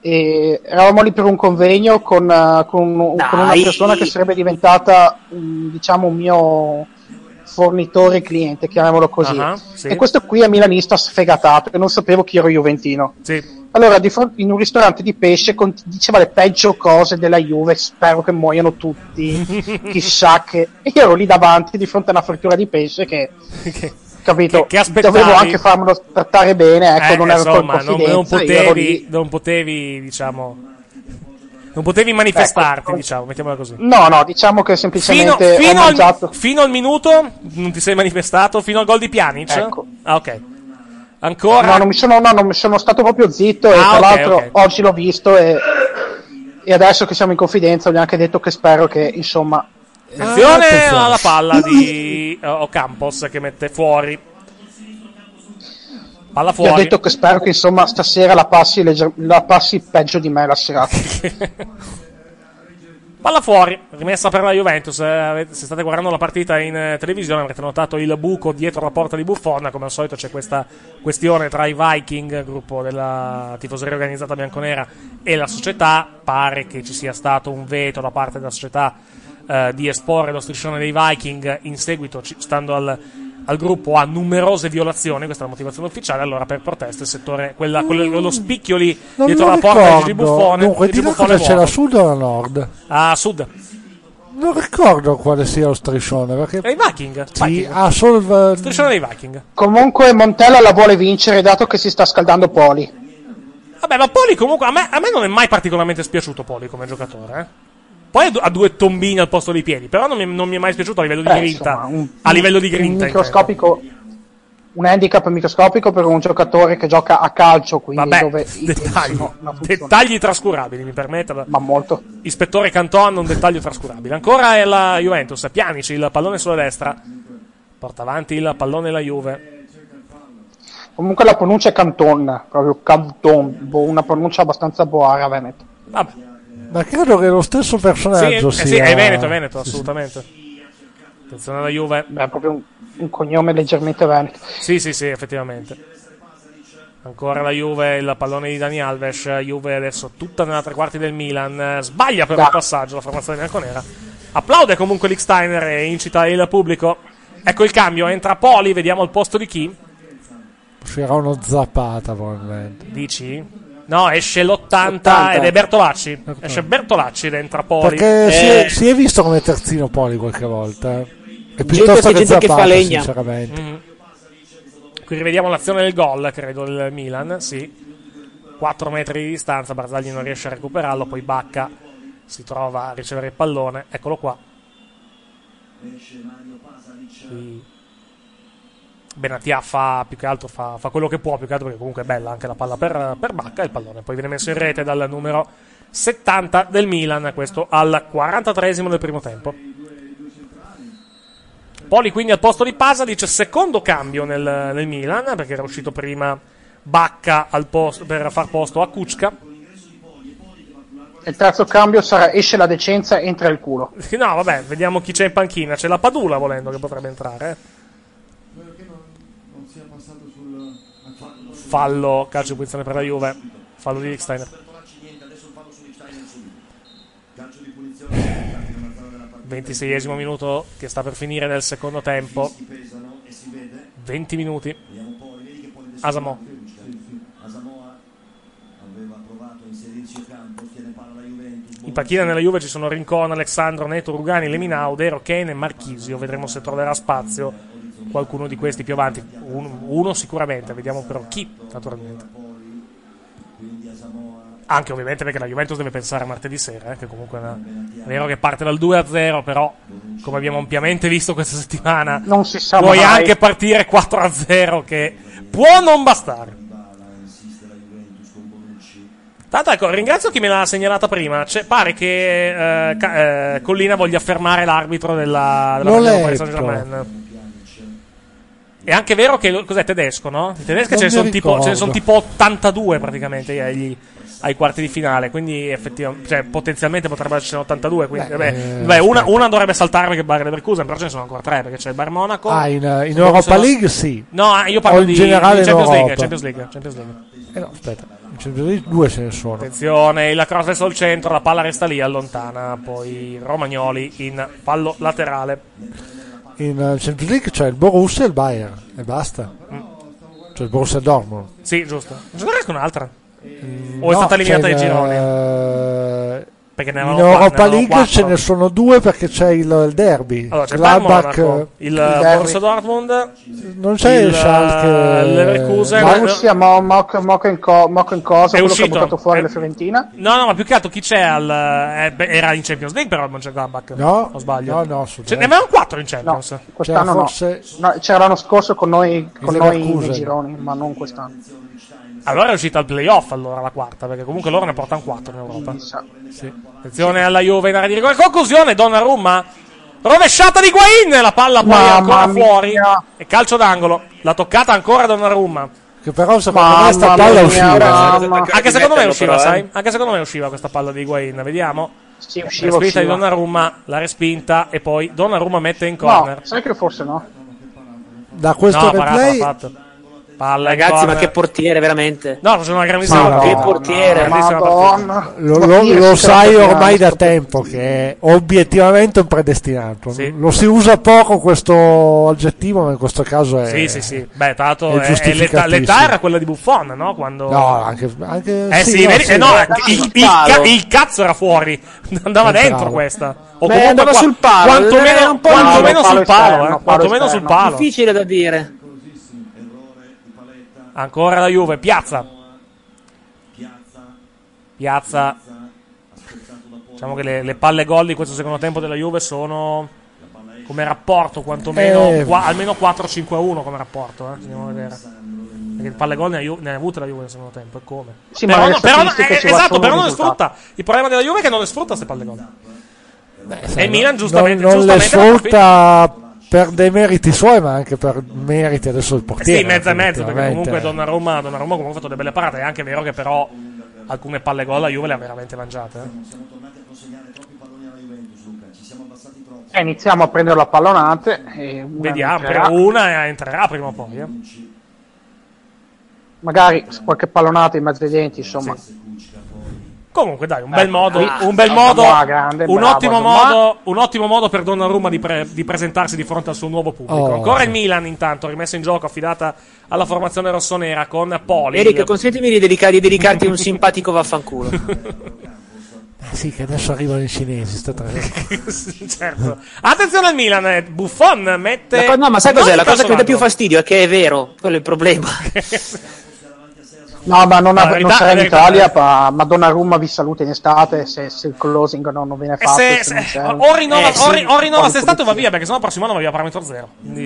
Speaker 10: E eravamo lì per un convegno con, eh, con- con una
Speaker 6: Dai.
Speaker 10: persona che sarebbe diventata, mm, diciamo, un mio fornitore cliente, chiamiamolo così.
Speaker 4: Ah, sì.
Speaker 10: E questo qui è milanista sfegatato e non sapevo chi ero Juventino.
Speaker 4: Sì.
Speaker 10: Allora, di fron- in un ristorante di pesce con- diceva le peggio cose della Juve, spero che muoiano tutti, chissà che... E io ero lì davanti di fronte a una frittura di pesce che... capito?
Speaker 4: che aspettavi?
Speaker 10: Dovevo anche farmelo trattare bene, ecco,
Speaker 4: Eh,
Speaker 10: non ero con
Speaker 4: insomma, non,
Speaker 10: confidenza,
Speaker 4: non
Speaker 10: io ero lì.
Speaker 4: potevi, non potevi, diciamo... Non potevi manifestarti, diciamo, mettiamola così.
Speaker 10: No, no, diciamo che
Speaker 4: Fino,
Speaker 10: Ecco. semplicemente
Speaker 4: fino
Speaker 10: ho mangiato...
Speaker 4: al, fino al minuto non ti sei manifestato, fino al gol di Pjanic?
Speaker 10: Ecco.
Speaker 4: Ah, ok. Ancora...
Speaker 10: No, non mi sono, no, non mi sono stato proprio zitto e
Speaker 4: Ah,
Speaker 10: tra
Speaker 4: ok,
Speaker 10: l'altro
Speaker 4: ok.
Speaker 10: oggi l'ho visto e... E adesso che siamo in confidenza, gli ho anche detto che spero che, insomma.
Speaker 4: Attenzione alla palla di eh, Ocampos che mette fuori. Palla
Speaker 10: Gli ho
Speaker 4: fuori.
Speaker 10: detto che spero che, insomma, stasera la passi, legger- la passi peggio di me la serata.
Speaker 4: Palla fuori, rimessa per la Juventus. Eh, avete- Se state guardando la partita in eh, televisione avrete notato il buco dietro la porta di Buffon. Come al solito c'è questa questione tra i Viking, gruppo della tifoseria organizzata bianconera, e la società. Pare che ci sia stato un veto da parte della società eh, di esporre lo striscione dei Viking in seguito, ci- stando al, al gruppo, a numerose violazioni. Questa è la motivazione ufficiale. Allora, per proteste, il settore, quella, quello, lo spicchio lì
Speaker 12: Non
Speaker 4: dietro
Speaker 12: lo
Speaker 4: la porta di
Speaker 12: ricordo.
Speaker 4: Buffone.
Speaker 12: Dunque,
Speaker 4: di
Speaker 12: di là
Speaker 4: Buffone
Speaker 12: cosa c'è
Speaker 4: muovono.
Speaker 12: la sud o la nord?
Speaker 4: a sud.
Speaker 12: Non ricordo quale sia lo striscione. Perché
Speaker 4: E i Viking?
Speaker 12: sì,
Speaker 4: Viking.
Speaker 12: ah, solo il-
Speaker 4: Striscione dei Viking.
Speaker 10: Comunque, Montella la vuole vincere, dato che si sta scaldando Poli.
Speaker 4: Vabbè, ma Poli comunque a me, a me non è mai particolarmente spiaciuto Poli come giocatore. eh. Poi ha du- ha due tombini al posto dei piedi, però non mi, non mi è mai spiaciuto a livello di
Speaker 10: Eh,
Speaker 4: grinta.
Speaker 10: insomma, un-
Speaker 4: a livello di
Speaker 10: un
Speaker 4: grinta.
Speaker 10: microscopico un handicap microscopico per un giocatore che gioca a calcio quindi
Speaker 4: Vabbè,
Speaker 10: dove
Speaker 4: dettagli, dettagli trascurabili, mi permetta.
Speaker 10: Ma molto.
Speaker 4: Ispettore Canton, un dettaglio trascurabile. Ancora è la Juventus, Pianici, il pallone sulla destra. Porta avanti il pallone la Juve.
Speaker 10: comunque la pronuncia è Canton proprio Canton boh, una pronuncia abbastanza boara veneto
Speaker 4: Vabbè.
Speaker 12: Ma credo che lo stesso
Speaker 4: Sì, eh,
Speaker 12: personaggio
Speaker 4: sì,
Speaker 12: sia.
Speaker 4: è Veneto, è Veneto, assolutamente. Attenzione alla Juve.
Speaker 10: Beh, proprio un, cognome leggermente veneto
Speaker 4: Sì, sì, sì, effettivamente. Ancora la Juve, il pallone di Dani Alves. Juve adesso tutta nella tre quarti del Milan. Sbaglia per un passaggio la formazione bianconera. Applaude comunque l'Iksteiner e incita il pubblico. Ecco il cambio, entra Poli, vediamo al posto di chi.
Speaker 12: C'era uno Zapata probabilmente.
Speaker 4: Dici? No, esce l'80
Speaker 12: 80.
Speaker 4: ed è Bertolacci. Esce Bertolacci ed entra Poli.
Speaker 12: Perché si, è,
Speaker 4: Eh,
Speaker 12: si è visto come terzino Poli qualche volta. E
Speaker 4: Gente
Speaker 12: piuttosto
Speaker 4: che-
Speaker 12: che
Speaker 4: gente che fa
Speaker 12: Zapata,
Speaker 4: legna.
Speaker 12: sinceramente.
Speaker 4: Mm. Qui rivediamo l'azione del gol, credo, del Milan. Sì. 4 metri di distanza, Barzagli non riesce a recuperarlo, poi Bacca si trova a ricevere il pallone. Eccolo qua. Qui Benatia fa più che altro fa, fa quello che può, più che altro perché comunque è bella anche la palla per, per Bacca e il pallone poi viene messo in rete dal numero 70 del Milan, questo al 43 del primo tempo. Poli quindi al posto di Pasalic, secondo cambio nel, nel Milan, perché era uscito prima Bacca al posto- per far posto a Kuczka.
Speaker 10: il terzo cambio sarà esce la decenza entra il culo
Speaker 4: No, vabbè, vediamo chi c'è in panchina. C'è la Padula volendo che potrebbe entrare. eh.
Speaker 8: Non sia passato sul.
Speaker 4: Fallo, calcio di punizione per la Juve. Fallo di Lichsteiner.
Speaker 5: Calcio di punizione, parte con la zona della partita.
Speaker 4: 26esimo minuto che sta per finire nel secondo tempo.
Speaker 5: Si pesano e si vede.
Speaker 4: 20 minuti.
Speaker 5: Vediamo un po', vedi che poi
Speaker 4: Asamo.
Speaker 5: Asamoa aveva provato a inserirsi in campo, tiene palla la Juventus.
Speaker 4: In panchina nella Juve ci sono Rincon, Alessandro, Neto, Rugani, Leminau, Dero, Kane e Marchisio. Vedremo se troverà spazio qualcuno di questi più avanti. Un- uno sicuramente, vediamo però chi, naturalmente. Anche ovviamente perché la Juventus deve pensare a martedì sera, eh, che comunque è, una- è vero che parte dal 2 a 0, però come abbiamo ampiamente visto questa settimana,
Speaker 10: Non si sa
Speaker 4: puoi
Speaker 10: mai.
Speaker 4: anche partire 4 a 0 che può non bastare. Tanto ecco, ringrazio chi me l'ha segnalata prima. C'è- pare che eh, Ca- eh, Collina voglia fermare l'arbitro della, della
Speaker 12: L'ho
Speaker 4: partita con
Speaker 12: letto.
Speaker 4: Paris Saint-Germain. È anche vero che lo- cos'è tedesco, no? I tedeschi
Speaker 12: Non
Speaker 4: ce ne
Speaker 12: mi
Speaker 4: sono tipo,
Speaker 12: ricordo.
Speaker 4: ce ne son tipo 82 praticamente agli- ai quarti di finale, quindi effettivamente, cioè, potenzialmente potrebbe essercene 82. Quindi,
Speaker 12: Beh,
Speaker 4: vabbè,
Speaker 12: eh,
Speaker 4: beh, una, una dovrebbe saltare perché Bar Leverkusen, però ce ne sono ancora tre perché c'è il Bar Monaco.
Speaker 12: Ah, in, in
Speaker 4: Poi
Speaker 12: Europa
Speaker 4: se no-
Speaker 12: League sì.
Speaker 4: No, ah, io parlo
Speaker 12: O in
Speaker 4: di, di
Speaker 12: generale in
Speaker 4: Champions, League,
Speaker 12: Europa.
Speaker 4: Champions League. Champions League.
Speaker 12: Eh no, aspetta. In Champions League due ce ne sono.
Speaker 4: Attenzione, la cross è sul centro, la palla resta lì, allontana. Poi Romagnoli in fallo laterale.
Speaker 12: In eh, Champions League c'è il Borussia e il Bayern. E basta. C'è il Borussia Dortmund.
Speaker 4: Sì, giusto. Non c'è anche un'altra? o è
Speaker 12: Mm, No,
Speaker 4: stata eliminata
Speaker 12: c'è
Speaker 4: dai
Speaker 12: il,
Speaker 4: gironi?
Speaker 12: eh,
Speaker 4: Perché ne
Speaker 12: in
Speaker 4: avevano qua- ne
Speaker 12: Europa
Speaker 4: avevano
Speaker 12: League
Speaker 4: quattro.
Speaker 12: ce ne sono due perché c'è il, il derby.
Speaker 4: Allora, c'è il Bayern
Speaker 12: Gladbach,
Speaker 4: Monaco, il,
Speaker 12: eh,
Speaker 4: Borussia Dortmund. eh,
Speaker 12: Non c'è il Schalke,
Speaker 4: Leverkusen.
Speaker 10: Borussia Mo- Mock Mock and Co- Mock and Cosa
Speaker 4: È
Speaker 10: quello
Speaker 4: uscito.
Speaker 10: che ha buttato fuori
Speaker 4: È-
Speaker 10: la Fiorentina
Speaker 4: No, no, ma più che altro chi c'è al. eh, beh, era in Champions League, però il Mönchengladbach.
Speaker 10: No,
Speaker 4: o sbaglio.
Speaker 10: no, no,
Speaker 4: Ce ne avevano quattro in Champions.
Speaker 10: quest'anno no. No, c'era l'anno scorso con noi, con
Speaker 4: Leverkusen.
Speaker 10: noi nei gironi ma non quest'anno
Speaker 4: Allora è uscita al playoff allora la quarta, perché comunque loro ne portano 4 in Europa. Sì. Attenzione alla Juve in area di rigore. Conclusione, Donnarumma. Rovesciata di Guain, la palla poi ancora fuori. E calcio d'angolo. La toccata ancora Donnarumma.
Speaker 12: Che però secondo me sta palla usciva.
Speaker 4: Anche secondo me usciva,
Speaker 12: eh.
Speaker 4: sai? Anche secondo me usciva questa palla di Guain, vediamo.
Speaker 10: Sì,
Speaker 4: La
Speaker 10: usciva,
Speaker 4: respinta
Speaker 10: usciva.
Speaker 4: di Donnarumma, la respinta e poi Donnarumma mette in corner.
Speaker 10: No, sai che forse no.
Speaker 12: Da questo
Speaker 4: no, parata,
Speaker 12: replay
Speaker 4: l'ha fatto. Palla in
Speaker 13: Ragazzi,
Speaker 4: corner.
Speaker 13: ma che portiere, veramente.
Speaker 4: No, sono una grandissima
Speaker 13: Ma
Speaker 4: partita.
Speaker 13: che portiere.
Speaker 4: Grandissima
Speaker 10: Madonna.
Speaker 12: lo, lo- lo sai ormai da tempo che è obiettivamente un predestinato. Lo si usa poco questo aggettivo, ma in questo caso è.
Speaker 4: Sì, sì, sì. Beh, tra
Speaker 12: è
Speaker 4: l'altro, è- è l'età,
Speaker 12: giustificatissimo.
Speaker 4: l'età era quella di Buffon, no? Quando...
Speaker 12: No, anche- anche-
Speaker 4: eh
Speaker 12: sì,
Speaker 4: sì,
Speaker 12: no,
Speaker 4: vedi-
Speaker 12: sì.
Speaker 4: eh, no,
Speaker 12: Era
Speaker 4: il,
Speaker 12: sul
Speaker 4: il
Speaker 12: palo.
Speaker 4: ca- il cazzo era fuori, andava
Speaker 12: Sul
Speaker 4: dentro
Speaker 12: palo.
Speaker 4: questa. O
Speaker 13: Beh,
Speaker 4: comunque
Speaker 13: andava
Speaker 4: qua-
Speaker 13: sul palo, era
Speaker 4: Quantomeno,
Speaker 13: un po'
Speaker 4: quantomeno
Speaker 13: lungo, palo
Speaker 4: sul palo,
Speaker 13: esterno,
Speaker 4: eh,
Speaker 13: palo
Speaker 4: quantomeno sul
Speaker 13: esterno.
Speaker 4: palo.
Speaker 13: Difficile da dire.
Speaker 4: Ancora la Juve, Piazza. Piazza. Diciamo che le, le palle gol di questo secondo tempo della Juve sono come rapporto quantomeno
Speaker 12: Eh.
Speaker 4: qua- almeno 4-5-1 come rapporto, eh, andiamo a vedere. Perché il palle gol ne ha, Ju- ne ha avute la Juve nel secondo tempo, e come?
Speaker 10: Sì, ma
Speaker 4: però
Speaker 10: le
Speaker 4: no- però no-
Speaker 10: statistiche
Speaker 4: eh,
Speaker 10: ci va
Speaker 4: esatto,
Speaker 10: solo
Speaker 4: però
Speaker 10: il
Speaker 4: non le
Speaker 10: risultato.
Speaker 4: sfrutta. Il problema della Juve è che non le sfrutta queste palle gol.
Speaker 12: sai,
Speaker 4: e il Milan
Speaker 12: no,
Speaker 4: giustamente,
Speaker 12: non, non le
Speaker 4: giustamente l'ha capito.
Speaker 12: sfrutta per dei meriti suoi, ma anche per meriti adesso del
Speaker 4: Eh
Speaker 12: portiere.
Speaker 4: Sì, mezzo e mezzo, perché
Speaker 12: effettivamente.
Speaker 4: comunque Donnarumma, Donnarumma comunque ha fatto delle belle parate. È anche vero che però alcune palle gol la Juve le ha veramente mangiate. eh.
Speaker 10: Eh, iniziamo a prendere la pallonate. E una ah,
Speaker 4: Vediamo,
Speaker 10: entrerà.
Speaker 4: però uh. una entrerà prima o poi. eh.
Speaker 10: Magari qualche pallonata in mezzo ai denti, insomma.
Speaker 4: Comunque dai, un bel
Speaker 10: Eh,
Speaker 4: modo,
Speaker 10: ah,
Speaker 4: un bel
Speaker 10: ah,
Speaker 4: modo,
Speaker 10: ah, grande,
Speaker 4: un
Speaker 10: bravo,
Speaker 4: ottimo
Speaker 10: Donnarumma.
Speaker 4: modo, un ottimo modo per Donnarumma di, pre- di presentarsi di fronte al suo nuovo pubblico.
Speaker 13: Oh.
Speaker 4: Ancora il Milan intanto, rimessa in gioco, affidata alla formazione rossonera con Poli.
Speaker 13: Eric, consentimi di, dedica- di dedicarti un simpatico vaffanculo.
Speaker 12: Eh Sì, che adesso arrivano i cinesi. Sta tranquillo.
Speaker 4: certo. Attenzione al Milan, eh, Buffon mette...
Speaker 13: La co- no, ma sai cos'è?
Speaker 4: non
Speaker 13: La cosa che mi dà più
Speaker 4: calcio
Speaker 13: fastidio è che è vero, quello è il problema.
Speaker 10: No, ma non,
Speaker 13: Ma
Speaker 10: av-
Speaker 13: la verità-
Speaker 10: non sarà in
Speaker 13: la verità-
Speaker 10: Italia, ma, ma Donnarumma vi saluta in estate se, se il closing non, non viene
Speaker 4: E
Speaker 10: fatto.
Speaker 4: Eh, se-
Speaker 10: se non
Speaker 4: se-
Speaker 10: serve.
Speaker 4: o rinnova,
Speaker 10: Eh, sì,
Speaker 4: o ri- o rinnova
Speaker 10: poi
Speaker 4: quest'estate o va via, perché sennò il prossimo anno va via a parametro zero. Quindi,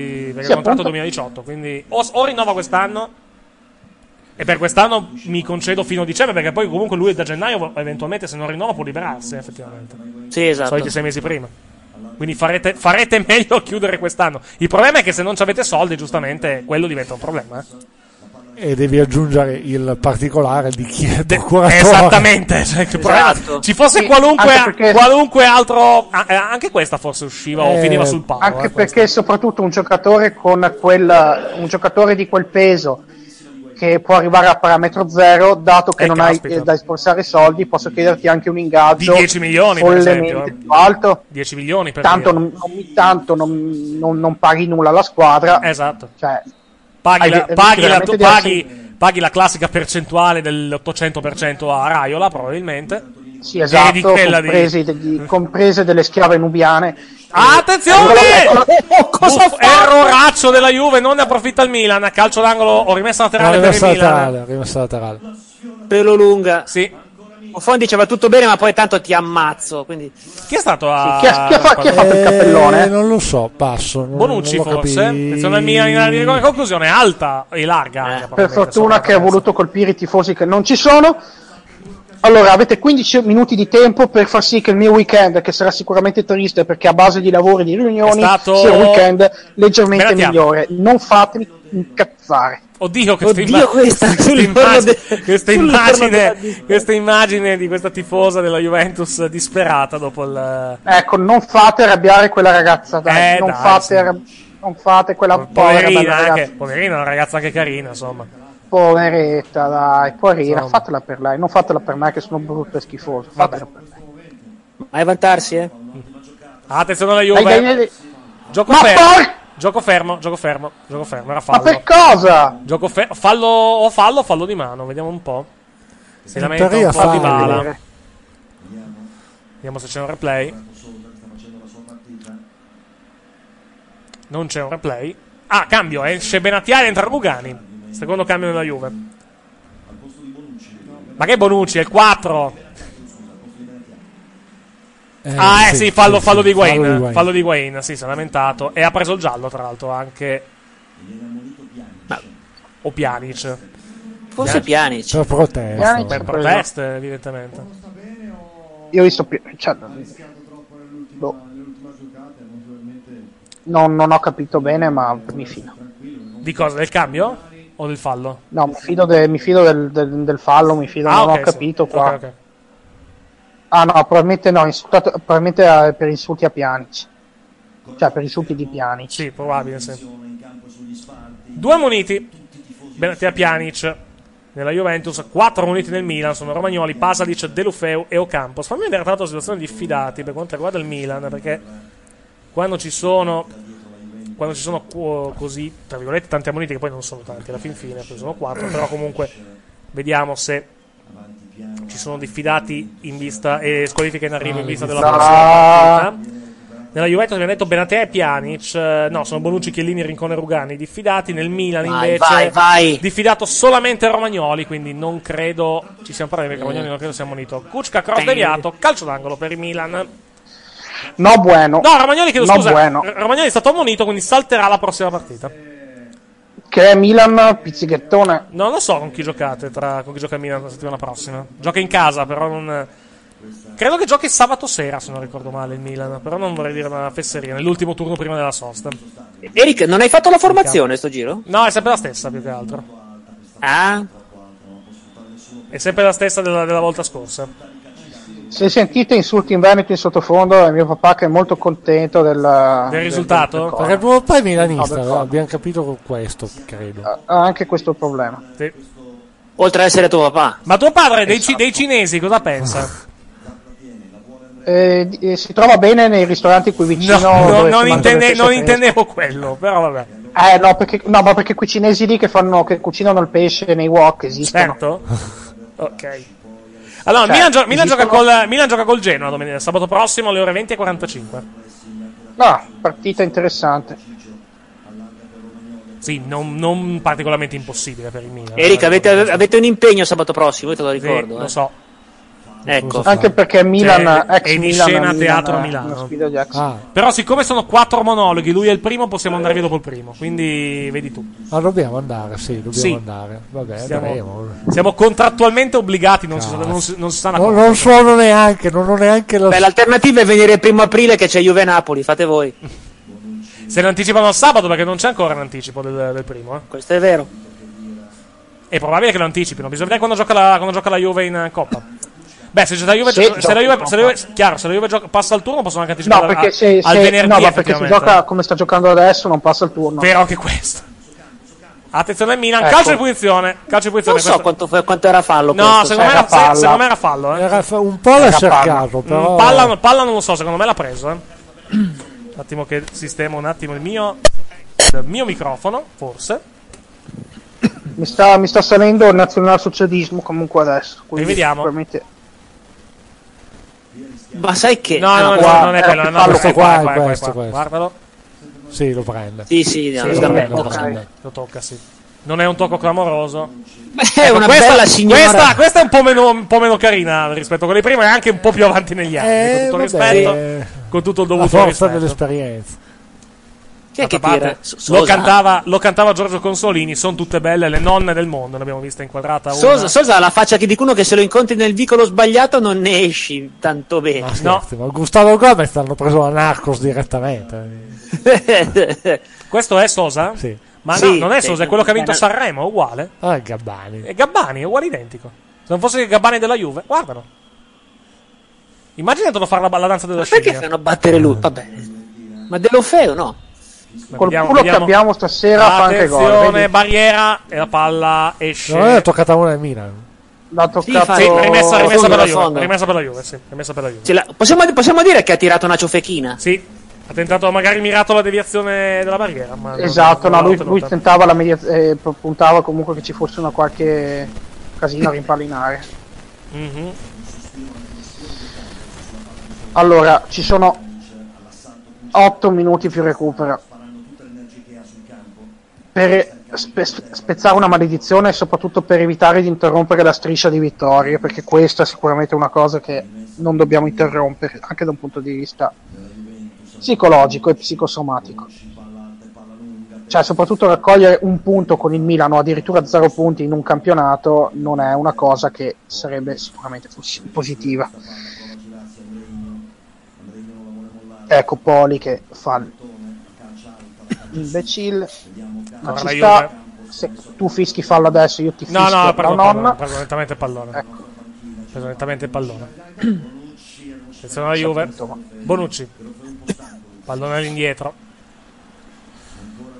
Speaker 10: Sì,
Speaker 4: perché il contratto
Speaker 10: appunto.
Speaker 4: 2018. Quindi, o, o rinnova quest'anno. E per quest'anno mi concedo fino a dicembre, perché poi comunque lui da gennaio, eventualmente, se non rinnova, può liberarsi, effettivamente.
Speaker 13: Sì, esatto.
Speaker 4: Soliti sei mesi prima. Quindi farete, farete meglio a chiudere quest'anno. Il problema è che se non ci avete soldi, giustamente, quello diventa un problema. eh.
Speaker 12: E devi aggiungere il particolare di chi è il procuratore.
Speaker 4: Esattamente, cioè, che problema- ci fosse
Speaker 10: Esatto. Sì,
Speaker 4: qualunque,
Speaker 10: anche perché-
Speaker 4: qualunque altro, ah, eh, anche questa forse usciva o
Speaker 10: Eh,
Speaker 4: finiva sul palo.
Speaker 10: Anche
Speaker 4: eh, questa.
Speaker 10: perché soprattutto un giocatore con quel un giocatore di quel peso che può arrivare a parametro zero, dato che
Speaker 4: Eh,
Speaker 10: non hai
Speaker 4: caspita. Mm.
Speaker 10: eh, da spostare soldi, posso chiederti anche un ingaggio
Speaker 4: Di 10 milioni, per
Speaker 10: follemente
Speaker 4: esempio, eh.
Speaker 10: più alto.
Speaker 4: 10 milioni per
Speaker 10: Tanto,
Speaker 4: dire.
Speaker 10: non, non, tanto non, non- non paghi nulla alla squadra.
Speaker 4: Esatto.
Speaker 10: Cioè,
Speaker 4: paghi,
Speaker 10: hai
Speaker 4: la,
Speaker 10: de-
Speaker 4: paghi, la,
Speaker 10: veramente
Speaker 4: tu
Speaker 10: di
Speaker 4: paghi, paghi la classica percentuale dell'800% a Raiola, probabilmente.
Speaker 10: Sì, esatto,
Speaker 4: Vedi quella di-
Speaker 10: compresi degli- comprese delle schiave nubiane.
Speaker 4: Attenzione!
Speaker 10: Eccolo-
Speaker 13: Oh,
Speaker 10: eccolo-
Speaker 4: Buff- erroraccio della Juve, non ne approfitta il Milan. Calcio d'angolo o rimessa
Speaker 12: No,
Speaker 4: laterale per il
Speaker 12: rimessa
Speaker 4: Milan.
Speaker 12: laterale, rimessa laterale.
Speaker 13: Pelo lunga.
Speaker 4: Sì.
Speaker 13: Buffon diceva tutto bene, ma poi tanto ti ammazzo. Quindi...
Speaker 4: Chi è stato a...
Speaker 13: Sì, chi ha- chi ha fa- chi ha fatto il
Speaker 12: Eh, non lo so, passo. non-
Speaker 4: Bonucci
Speaker 12: non lo
Speaker 4: forse?
Speaker 12: capii.
Speaker 4: Attenzione al Milan in area di rigore.
Speaker 10: Eh.
Speaker 4: conclusione alta e larga. anche,
Speaker 10: per
Speaker 4: probabilmente,
Speaker 10: fortuna che ha voluto colpire i tifosi che non ci sono. Allora, avete 15 minuti di tempo per far sì che il mio weekend, che sarà sicuramente triste perché a base di lavori e di riunioni,
Speaker 4: È stato-
Speaker 10: sia un weekend leggermente
Speaker 4: Beratiamo.
Speaker 10: migliore. Non fatemi incazzare.
Speaker 4: Oddio, questa,
Speaker 10: Oddio,
Speaker 4: imma-
Speaker 10: questa-
Speaker 4: questa
Speaker 10: sul
Speaker 4: immagine-
Speaker 10: giorno
Speaker 4: questa
Speaker 10: sul giorno
Speaker 4: immagine, questa immagine di questa tifosa della Juventus disperata dopo il.
Speaker 10: Ecco, non fate arrabbiare quella ragazza, dai.
Speaker 4: Eh,
Speaker 10: non,
Speaker 4: dai,
Speaker 10: fate
Speaker 4: sì.
Speaker 10: arra- non fate quella povera bella
Speaker 4: Poverina,
Speaker 10: ragazza.
Speaker 4: anche, poverina, una ragazza anche carina, insomma.
Speaker 10: Poveretta, dai, poverina,
Speaker 4: Insomma.
Speaker 10: fatela per lei, non fatela per me che sono brutto e schifoso. Fatela per lei.
Speaker 13: Ma è vantarsi, eh?
Speaker 4: Attenzione alla
Speaker 10: Dai, dai,
Speaker 4: Juve.
Speaker 10: dai.
Speaker 4: Gioco
Speaker 10: Ma
Speaker 4: fermo.
Speaker 10: por-
Speaker 4: Gioco fermo, gioco fermo, gioco fermo, era fallo.
Speaker 10: per cosa?
Speaker 4: Gioco fe- fallo o fallo o fallo di mano, vediamo un po'. Si
Speaker 12: In
Speaker 4: lamenta
Speaker 12: teoria
Speaker 4: un po' di
Speaker 12: fallo.
Speaker 4: bala. Vediamo se c'è un replay. Non c'è un replay. Ah, cambio, esce Benatiari, entra Rugani. Secondo cambio della Juve. Ma che Bonucci, è il 4. ah, eh sì, fallo, fallo di Guain. Fallo di Guain, sì, si è lamentato. E ha preso il giallo, tra l'altro, anche. O Pjanic.
Speaker 13: Forse Pjanic.
Speaker 12: Per
Speaker 4: Eh,
Speaker 12: protesta.
Speaker 4: Per proteste, evidentemente.
Speaker 10: Io ho visto più. Cioè, boh. non, non ho capito bene, ma mi fido.
Speaker 4: Di cosa? Del cambio? O del fallo?
Speaker 10: No, mi fido, de- mi fido del, del- del fallo, mi fido,
Speaker 4: Ah,
Speaker 10: non
Speaker 4: ok,
Speaker 10: ho
Speaker 4: sì.
Speaker 10: capito qua.
Speaker 4: Ok, ok.
Speaker 10: Ah no, probabilmente no, insultato, probabilmente eh, per insulti a Pjanic. Cioè, per insulti di Pjanic.
Speaker 4: Sì, probabile, Due muniti. Benatia Pjanic nella Juventus, quattro muniti nel Milan, sono Romagnoli, Pasalic, Delufeu e Ocampos. Fammi vedere tra l'altro la situazione di fidati per quanto riguarda il Milan, perché quando ci sono quando ci sono co- così, tra virgolette, tanti ammoniti che poi non sono tanti, alla fin fine poi sono quattro, però comunque vediamo se ci sono diffidati in vista e squalifiche in arrivo in vista della prossima partita. Nella Juventus abbiamo detto Benatea e Pjanic, eh, no, sono Bonucci, Chiellini, Rincone e Rugani diffidati, nel Milan
Speaker 13: Vai,
Speaker 4: invece
Speaker 13: vai, vai.
Speaker 4: diffidato solamente Romagnoli, quindi non credo ci siamo parlati perché Romagnoli non credo sia ammonito. Kuczka, cross
Speaker 10: Bang.
Speaker 4: deviato, calcio d'angolo per il Milan.
Speaker 10: No, bueno.
Speaker 4: No, Romagnoli chiedo
Speaker 10: No,
Speaker 4: scusa, Eh.
Speaker 10: bueno.
Speaker 4: R- Romagnoli è stato ammonito, quindi salterà la prossima partita.
Speaker 10: Che è Milan pizzichettone.
Speaker 4: Non lo so con chi giocate, tra, con chi gioca il Milan la settimana prossima. Gioca in casa, però non... Credo che giochi sabato sera, se non ricordo male, il Milan, però non vorrei dire una fesseria, nell'ultimo turno prima della sosta.
Speaker 13: Eric, non hai fatto la formazione sto giro?
Speaker 4: No, è sempre la stessa, più che altro.
Speaker 13: Ah,
Speaker 4: È sempre la stessa della, della volta
Speaker 10: Ah,
Speaker 4: scorsa.
Speaker 10: Se sentite insulti in Veneto in sottofondo è mio papà che è molto contento del, del- del coro.
Speaker 12: Perché prima o poi è milanista,
Speaker 10: No, del coro.
Speaker 12: abbiamo capito questo, credo.
Speaker 10: Ha anche questo problema.
Speaker 13: oltre ad essere tuo papà.
Speaker 4: Ma tuo padre dei,
Speaker 10: Esatto.
Speaker 4: ci- dei cinesi cosa pensa?
Speaker 10: Eh, di- eh, si trova bene nei ristoranti qui vicino.
Speaker 4: No,
Speaker 10: dove
Speaker 4: non,
Speaker 10: si mangia
Speaker 4: intende-
Speaker 10: il pesce
Speaker 4: non
Speaker 10: fresco.
Speaker 4: intendevo quello, però vabbè.
Speaker 10: Eh no, perché, no, ma perché quei cinesi lì che, fanno, che cucinano il pesce nei wok esistono.
Speaker 4: Certo. ok. Allora,
Speaker 10: Cioè,
Speaker 4: Milan, gio- Milan
Speaker 10: esistono-
Speaker 4: gioca col, Milan gioca col Genoa domenica, sabato prossimo alle ore 20 e 45.
Speaker 10: Ah, partita interessante.
Speaker 4: Sì, non, non particolarmente impossibile per il Milan.
Speaker 13: Eric, avete, avete un impegno sabato prossimo, io te lo ricordo.
Speaker 4: Sì,
Speaker 13: eh.
Speaker 4: lo so.
Speaker 13: Ecco.
Speaker 10: Anche perché Milan,
Speaker 4: Cioè,
Speaker 10: ex
Speaker 4: è di
Speaker 10: Milan,
Speaker 4: scena
Speaker 10: Milan,
Speaker 4: teatro a
Speaker 10: eh,
Speaker 4: Milano.
Speaker 10: una sfida di ex.
Speaker 4: Però siccome sono quattro monologhi, lui è il primo, possiamo andare via dopo il primo. Quindi vedi tu.
Speaker 12: Ma dobbiamo andare, sì, dobbiamo
Speaker 4: Sì.
Speaker 12: andare. Vabbè, andremo.
Speaker 4: Siamo, siamo contrattualmente obbligati, non si, sa- non si- non si stanno
Speaker 12: No, non sono neanche, non ho neanche la
Speaker 13: Beh, l'alternativa è venire il primo aprile che c'è Juve Napoli, fate voi.
Speaker 4: Se ne anticipano a sabato perché non c'è ancora l'anticipo del, del primo. eh.
Speaker 13: Questo è vero.
Speaker 4: È probabile che lo anticipino. Bisogna vedere quando gioca la, quando gioca la Juve in eh, Coppa. Beh, se, c'è la Juve,
Speaker 10: Se
Speaker 4: se,
Speaker 10: gioca
Speaker 4: la Juve,
Speaker 10: in
Speaker 4: se la Juve- chiaro, se la Juve gioca- passa il turno possono anche anticipare
Speaker 10: No, perché
Speaker 4: a-
Speaker 10: se,
Speaker 4: al
Speaker 10: se-
Speaker 4: venerdì.
Speaker 10: no, ma perché se
Speaker 4: effettivamente.
Speaker 10: gioca come sta giocando adesso non passa il turno.
Speaker 4: Vero anche questo. Attenzione al Milan,
Speaker 10: Ecco.
Speaker 4: calcio di punizione. Calcio di
Speaker 13: Non
Speaker 4: punizione.
Speaker 13: so
Speaker 4: questo-
Speaker 13: quanto, quanto era fallo
Speaker 4: no,
Speaker 13: questo,
Speaker 4: secondo me
Speaker 13: sai.
Speaker 4: era, se- secondo me era fallo. eh.
Speaker 12: un po' l'ha cercato,
Speaker 4: Mm,
Speaker 12: però.
Speaker 4: Palla, palla non lo so, secondo me l'ha preso. eh. Un attimo che sistemo un attimo il mio, il mio microfono, forse.
Speaker 10: Mi sta, mi sta salendo il nazionalsocialismo comunque adesso. Quindi
Speaker 4: Rivediamo.
Speaker 10: sicuramente-
Speaker 13: Ah, Ma sai che...
Speaker 4: No, no, no,
Speaker 13: qua-
Speaker 4: non è quello. no, No,
Speaker 12: questo
Speaker 4: è
Speaker 12: qua,
Speaker 4: è
Speaker 12: è
Speaker 4: è
Speaker 12: questo, questo.
Speaker 4: Guardalo.
Speaker 12: Sì, lo prende.
Speaker 13: Sì, sì, no,
Speaker 4: Sì,
Speaker 13: lo
Speaker 4: lo,
Speaker 13: prendo,
Speaker 4: tocca,
Speaker 13: lo prendo.
Speaker 4: lo tocca, sì. Non è un tocco clamoroso.
Speaker 13: È
Speaker 4: Ecco,
Speaker 13: una
Speaker 4: questa,
Speaker 13: bella signora.
Speaker 4: Questa, questa è un po, meno, un po' meno carina rispetto a quelle prima e anche un po' più avanti negli anni.
Speaker 12: Eh,
Speaker 4: con tutto il
Speaker 12: vabbè,
Speaker 4: rispetto, con tutto il
Speaker 12: La
Speaker 4: dovuto
Speaker 12: forza
Speaker 4: rispetto.
Speaker 12: dell'esperienza.
Speaker 13: Chi è che
Speaker 4: D'altra
Speaker 13: tira?
Speaker 4: parte,
Speaker 13: So-
Speaker 4: Lo
Speaker 13: Sosa?
Speaker 4: cantava, lo cantava Giorgio Consolini, sono tutte belle le nonne del mondo, ne abbiamo vista inquadrata una.
Speaker 13: Sosa, Sosa ha la faccia che dicono che se lo incontri nel vicolo sbagliato non ne esci tanto bene.
Speaker 12: Scherzi, ma Gustavo Gomez l'hanno preso a Narcos direttamente.
Speaker 4: Questo è Sosa?
Speaker 12: Sì.
Speaker 4: Ma
Speaker 12: Sì,
Speaker 4: no, non è
Speaker 12: sì.
Speaker 4: Sosa, è quello che ha vinto
Speaker 12: Ma-
Speaker 4: Sanremo, è uguale.
Speaker 12: Ah, Gabbani.
Speaker 4: E Gabbani è uguale identico. Se non fosse che Gabbani è della Juve, guardalo. Immaginatelo fare la, la danza della scimmia.
Speaker 13: Perché fanno battere lui? Vabbè. Ma Delofeo no?
Speaker 10: Col
Speaker 4: Vediamo,
Speaker 10: culo
Speaker 4: vediamo.
Speaker 10: che abbiamo stasera fa anche gol.
Speaker 4: Attenzione,
Speaker 10: vedi?
Speaker 4: barriera e la palla esce.
Speaker 12: Non è toccata una al Milan.
Speaker 10: L'ha toccato.
Speaker 4: Sì, rimessa, rimessa per la Juve.
Speaker 13: Fondo.
Speaker 4: Rimessa per la Juve, sì. Rimessa per la Juve.
Speaker 13: Ce la- possiamo, possiamo dire che ha tirato una ciofechina?
Speaker 4: Sì. Ha tentato magari mirato la deviazione della barriera. Ma non-
Speaker 10: Esatto,
Speaker 4: non
Speaker 10: no,
Speaker 4: l'ha
Speaker 10: lui, lui
Speaker 4: ottenuta.
Speaker 10: tentava la media- eh, p- puntava comunque che ci fosse una qualche casino a rimpallinare.
Speaker 4: Mhm.
Speaker 10: Allora, ci sono 8 minuti più recupero. Per spe- spezzare una maledizione e soprattutto per evitare di interrompere la striscia di vittorie, perché questa è sicuramente una cosa che non dobbiamo interrompere, anche da un punto di vista psicologico e psicosomatico. cioè soprattutto raccogliere un punto con il Milano, addirittura zero punti in un campionato, non è una cosa che sarebbe sicuramente fos- positiva. Ecco Poli che fa l'imbecille, ma
Speaker 4: Guarda
Speaker 10: ci
Speaker 4: la
Speaker 10: sta. Se tu fischi fallo adesso, io ti fischio
Speaker 4: No, no,
Speaker 10: la
Speaker 4: prego,
Speaker 10: nonna.
Speaker 4: pallone, prego, nettamente pallone.
Speaker 10: Ecco.
Speaker 4: Prego nettamente pallone. Attenzione alla Juve. Bonucci. Pallone all'indietro.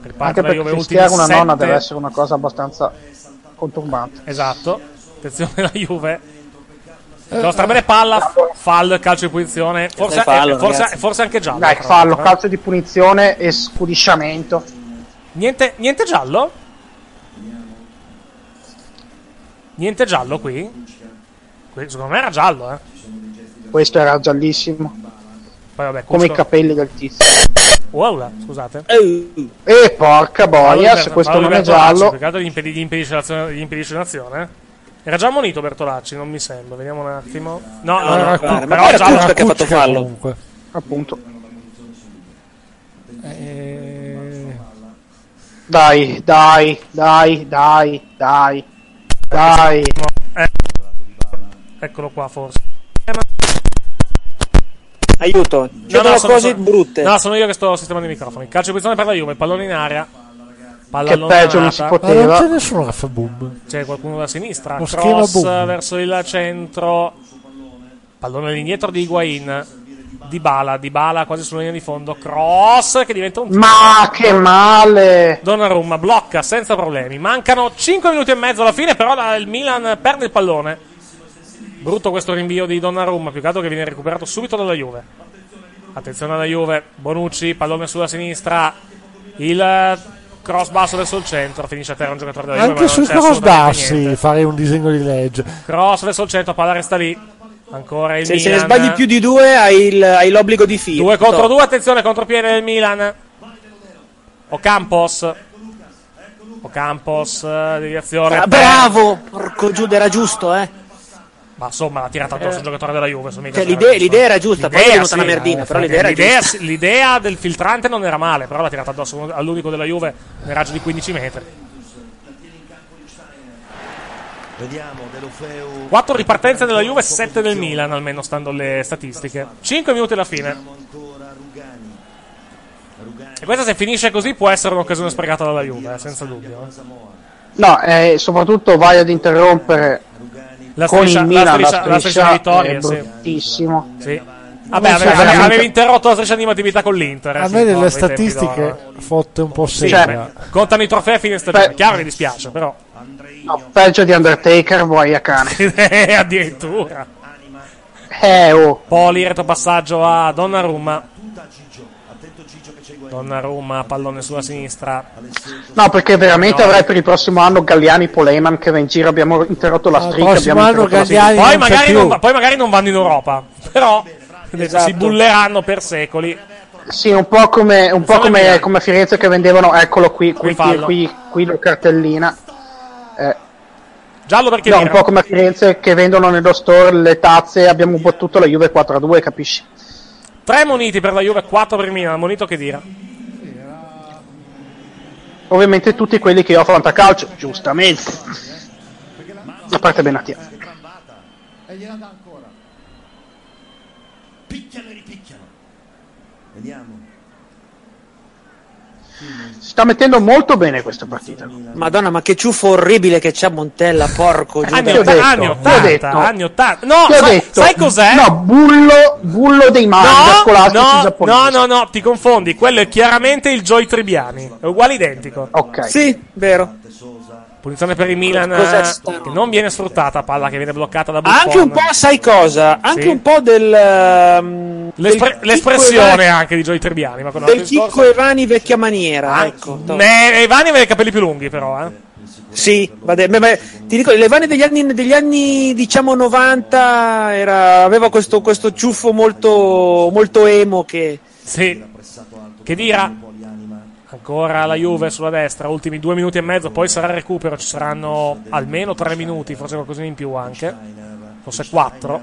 Speaker 4: Prepara
Speaker 10: Anche
Speaker 4: la
Speaker 10: perché
Speaker 4: Juve
Speaker 10: fischiare
Speaker 4: ultimi
Speaker 10: una nonna
Speaker 4: sette.
Speaker 10: deve essere una cosa abbastanza conturbante.
Speaker 4: Esatto. Attenzione alla Juve. Nostra bene palla, fallo e calcio di punizione. Forse,
Speaker 10: Dai, fallo,
Speaker 4: eh, forse-
Speaker 10: ragazzi.
Speaker 4: forse anche giallo.
Speaker 10: Dai,
Speaker 4: tra
Speaker 10: fallo,
Speaker 4: l'altro, eh.
Speaker 10: calcio di punizione e scudisciamento.
Speaker 4: Niente, niente giallo? Niente giallo qui? Que- Secondo me era giallo, eh.
Speaker 10: Questo era giallissimo.
Speaker 4: Poi vabbè,
Speaker 10: Come i
Speaker 4: questo-
Speaker 10: capelli del tizio.
Speaker 4: Wow, là, scusate.
Speaker 10: E porca boia, se questo non è giallo.
Speaker 4: Peccato gli, impedi- gli impedisce l'azione, gli impedisce l'azione. Era già ammonito Bertolacci, non mi sembra. Vediamo un attimo. No,
Speaker 13: Ah,
Speaker 4: no,
Speaker 6: Eh,
Speaker 4: no, no, però è giallo perché ha fatto fallo.
Speaker 10: Appunto.
Speaker 4: Eh,
Speaker 10: Dai, dai, dai, dai, dai. Dai.
Speaker 4: Eccolo qua, forse.
Speaker 6: Aiuto, chiedono
Speaker 4: sono-
Speaker 6: cose
Speaker 4: sono-
Speaker 6: brutte.
Speaker 4: No, sono io che sto sistemando i microfoni. Calcio di posizione per la Juve, pallone in aria. Palla
Speaker 12: Che
Speaker 4: allontanata.
Speaker 12: peggio non si poteva. Ma non c'è nessuno che fa boom.
Speaker 4: C'è qualcuno da sinistra.
Speaker 12: Lo schema
Speaker 4: Cross
Speaker 12: boom.
Speaker 4: verso il centro. Pallone all'indietro di Higuain. Di Bala, di Bala quasi sulla linea di fondo. Cross che diventa un tiro.
Speaker 10: Ma che male!
Speaker 4: Donnarumma blocca senza problemi. Mancano 5 minuti e mezzo alla fine, però la- il Milan perde il pallone. Brutto questo rinvio di Donnarumma, più che altro che viene recuperato subito dalla Juve. Attenzione alla Juve, Bonucci, pallone sulla sinistra. Il cross basso verso il centro, finisce a terra un giocatore della Juve.
Speaker 12: Anche
Speaker 4: ma non
Speaker 12: sui
Speaker 4: c'è assolutamente
Speaker 12: crossbarsi farei un disegno di legge.
Speaker 4: niente. Cross verso il centro, palla resta lì. Ancora il
Speaker 6: Se, se
Speaker 4: Milan.
Speaker 6: ne sbagli più di due, hai, il- hai l'obbligo di filo.
Speaker 4: 2 contro 2, attenzione, contropiede del Milan. Ocampos. Ocampos, eh, deviazione.
Speaker 6: Ah, bravo! Porco Giuda, era giusto, eh.
Speaker 4: Ma insomma, l'ha tirata addosso un giocatore della Juve. insomma, mica
Speaker 6: Cioè,
Speaker 4: sarà
Speaker 6: l'idea-
Speaker 4: giusto.
Speaker 6: l'idea era giusta, poi è venuta una merdina, però l'idea era
Speaker 4: eh, l'idea,
Speaker 6: giusta.
Speaker 4: sì, l'idea del filtrante non era male, però l'ha tirata addosso all'unico della Juve nel raggio di 15 metri.
Speaker 5: Vediamo De Lofeu.
Speaker 4: 4 ripartenze della Juve, 7 del Milan, almeno stando alle statistiche. 5 minuti alla fine. E questa se finisce così può essere un'occasione sprecata dalla Juve, eh, senza dubbio. eh.
Speaker 10: No, eh, soprattutto vai ad interrompere
Speaker 4: La
Speaker 10: con
Speaker 4: striscia-
Speaker 10: il
Speaker 4: la
Speaker 10: Milan la
Speaker 4: striscia-
Speaker 10: striscia,
Speaker 4: la striscia di vittorie,
Speaker 10: è
Speaker 4: sì.
Speaker 10: bruttissimo.
Speaker 12: Cioè,
Speaker 4: Sì. Vabbè,
Speaker 10: Non so,
Speaker 4: avevi,
Speaker 10: veramente.
Speaker 4: avevi interrotto la striscia di attività con l'Inter. eh,
Speaker 12: A
Speaker 4: sì,
Speaker 12: me
Speaker 4: ricordo,
Speaker 12: delle
Speaker 4: ai tempi d'oro. eh.
Speaker 12: statistiche fotte un po'
Speaker 4: Sì,
Speaker 12: sera.
Speaker 4: beh, contano i trofei a fine stagione. Chiaro che dispiace, però.
Speaker 10: No, peggio di Undertaker, vuoi a cane.
Speaker 4: Eh, addirittura.
Speaker 10: Eh, oh.
Speaker 4: Poli, retropassaggio a Donnarumma. Donnarumma, pallone sulla sinistra.
Speaker 10: No, perché veramente
Speaker 4: No.
Speaker 10: avrai per il prossimo anno Galliani Poleman che va in giro, abbiamo interrotto la streak, abbiamo interrotto la streak.
Speaker 4: poi, magari non, va- poi magari non vanno in Europa, però
Speaker 10: esatto.
Speaker 4: si bulleranno per secoli.
Speaker 10: Sì, un po' come, un po' come, come a Firenze che vendevano, eccolo qui, qui, qui,
Speaker 4: fallo.
Speaker 10: qui, qui la cartellina. Eh,
Speaker 4: Giallo perché
Speaker 10: no, un
Speaker 4: mira.
Speaker 10: po' come a Firenze che vendono nello store le tazze, abbiamo battuto la Juve 4-2, capisci?
Speaker 4: Tre moniti per la Juve, quattro per il Milan. Monito che dire.
Speaker 10: Ovviamente tutti quelli che offrono a calcio, giustamente. A parte Benatia.
Speaker 8: E gliela dà ancora.
Speaker 5: Picchiano e ripicchiano. Vediamo.
Speaker 10: Si sta mettendo molto bene questa partita.
Speaker 6: Madonna, ma che ciuffo orribile che c'ha Montella, porco Giuda.
Speaker 10: Anni Ti ho otta- detto, anni ti ho 80, detto. anni
Speaker 4: 80. No,
Speaker 10: Ti ho
Speaker 4: sai-
Speaker 10: detto,
Speaker 4: sai cos'è?
Speaker 10: No, bullo, bullo dei mali scolastici
Speaker 4: no,
Speaker 10: giapponesi.
Speaker 4: no, no, no, ti confondi. Quello è chiaramente il Joy Tribbiani. È uguale identico.
Speaker 10: Ok.
Speaker 6: Sì, vero.
Speaker 4: Punizione per il Milan.
Speaker 6: Cos'è
Speaker 4: eh,
Speaker 6: sta
Speaker 4: che non viene sfruttata. Palla che viene bloccata da Buffon.
Speaker 6: Anche un po', sai cosa? Anche
Speaker 4: Sì.
Speaker 6: un po' del. ehm,
Speaker 4: L'espre-
Speaker 6: del
Speaker 4: l'espressione
Speaker 6: chicco
Speaker 4: anche di Joy Tribbiani. Ma con
Speaker 6: Evani- Del chicco Evani vecchia maniera.
Speaker 4: Ah,
Speaker 6: ecco.
Speaker 4: Ne- Ivani aveva i capelli più lunghi, però. Eh.
Speaker 6: Sì, vabbè, beh, beh, ti dico, Levane degli anni, degli anni diciamo 90 era- aveva questo, questo ciuffo molto, molto emo che...
Speaker 4: Sì. Che dira. Ancora la Juve sulla destra, ultimi due minuti e mezzo, poi sarà il recupero, ci saranno almeno tre minuti, forse qualcosina in più anche, forse quattro.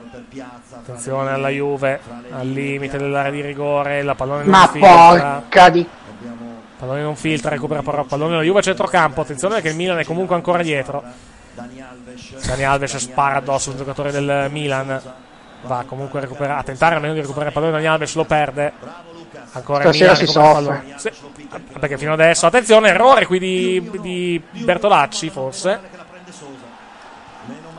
Speaker 4: Attenzione alla Juve, al limite dell'area di rigore, la pallone non
Speaker 10: Ma
Speaker 4: filtra.
Speaker 10: porca di...
Speaker 4: Pallone non filtra, recupera però pallone la Juve a centrocampo. Attenzione perché il Milan è comunque ancora dietro. Dani Alves spara addosso un giocatore del Milan. Va comunque a, recuperare- a tentare almeno di recuperare il pallone. Dani Alves lo perde. Ancora il
Speaker 10: Stasera
Speaker 4: Milan
Speaker 10: si
Speaker 4: recupera il
Speaker 10: soffre.
Speaker 4: pallone. Sì, ah, perché fino adesso, attenzione, errore qui di, di Bertolacci forse.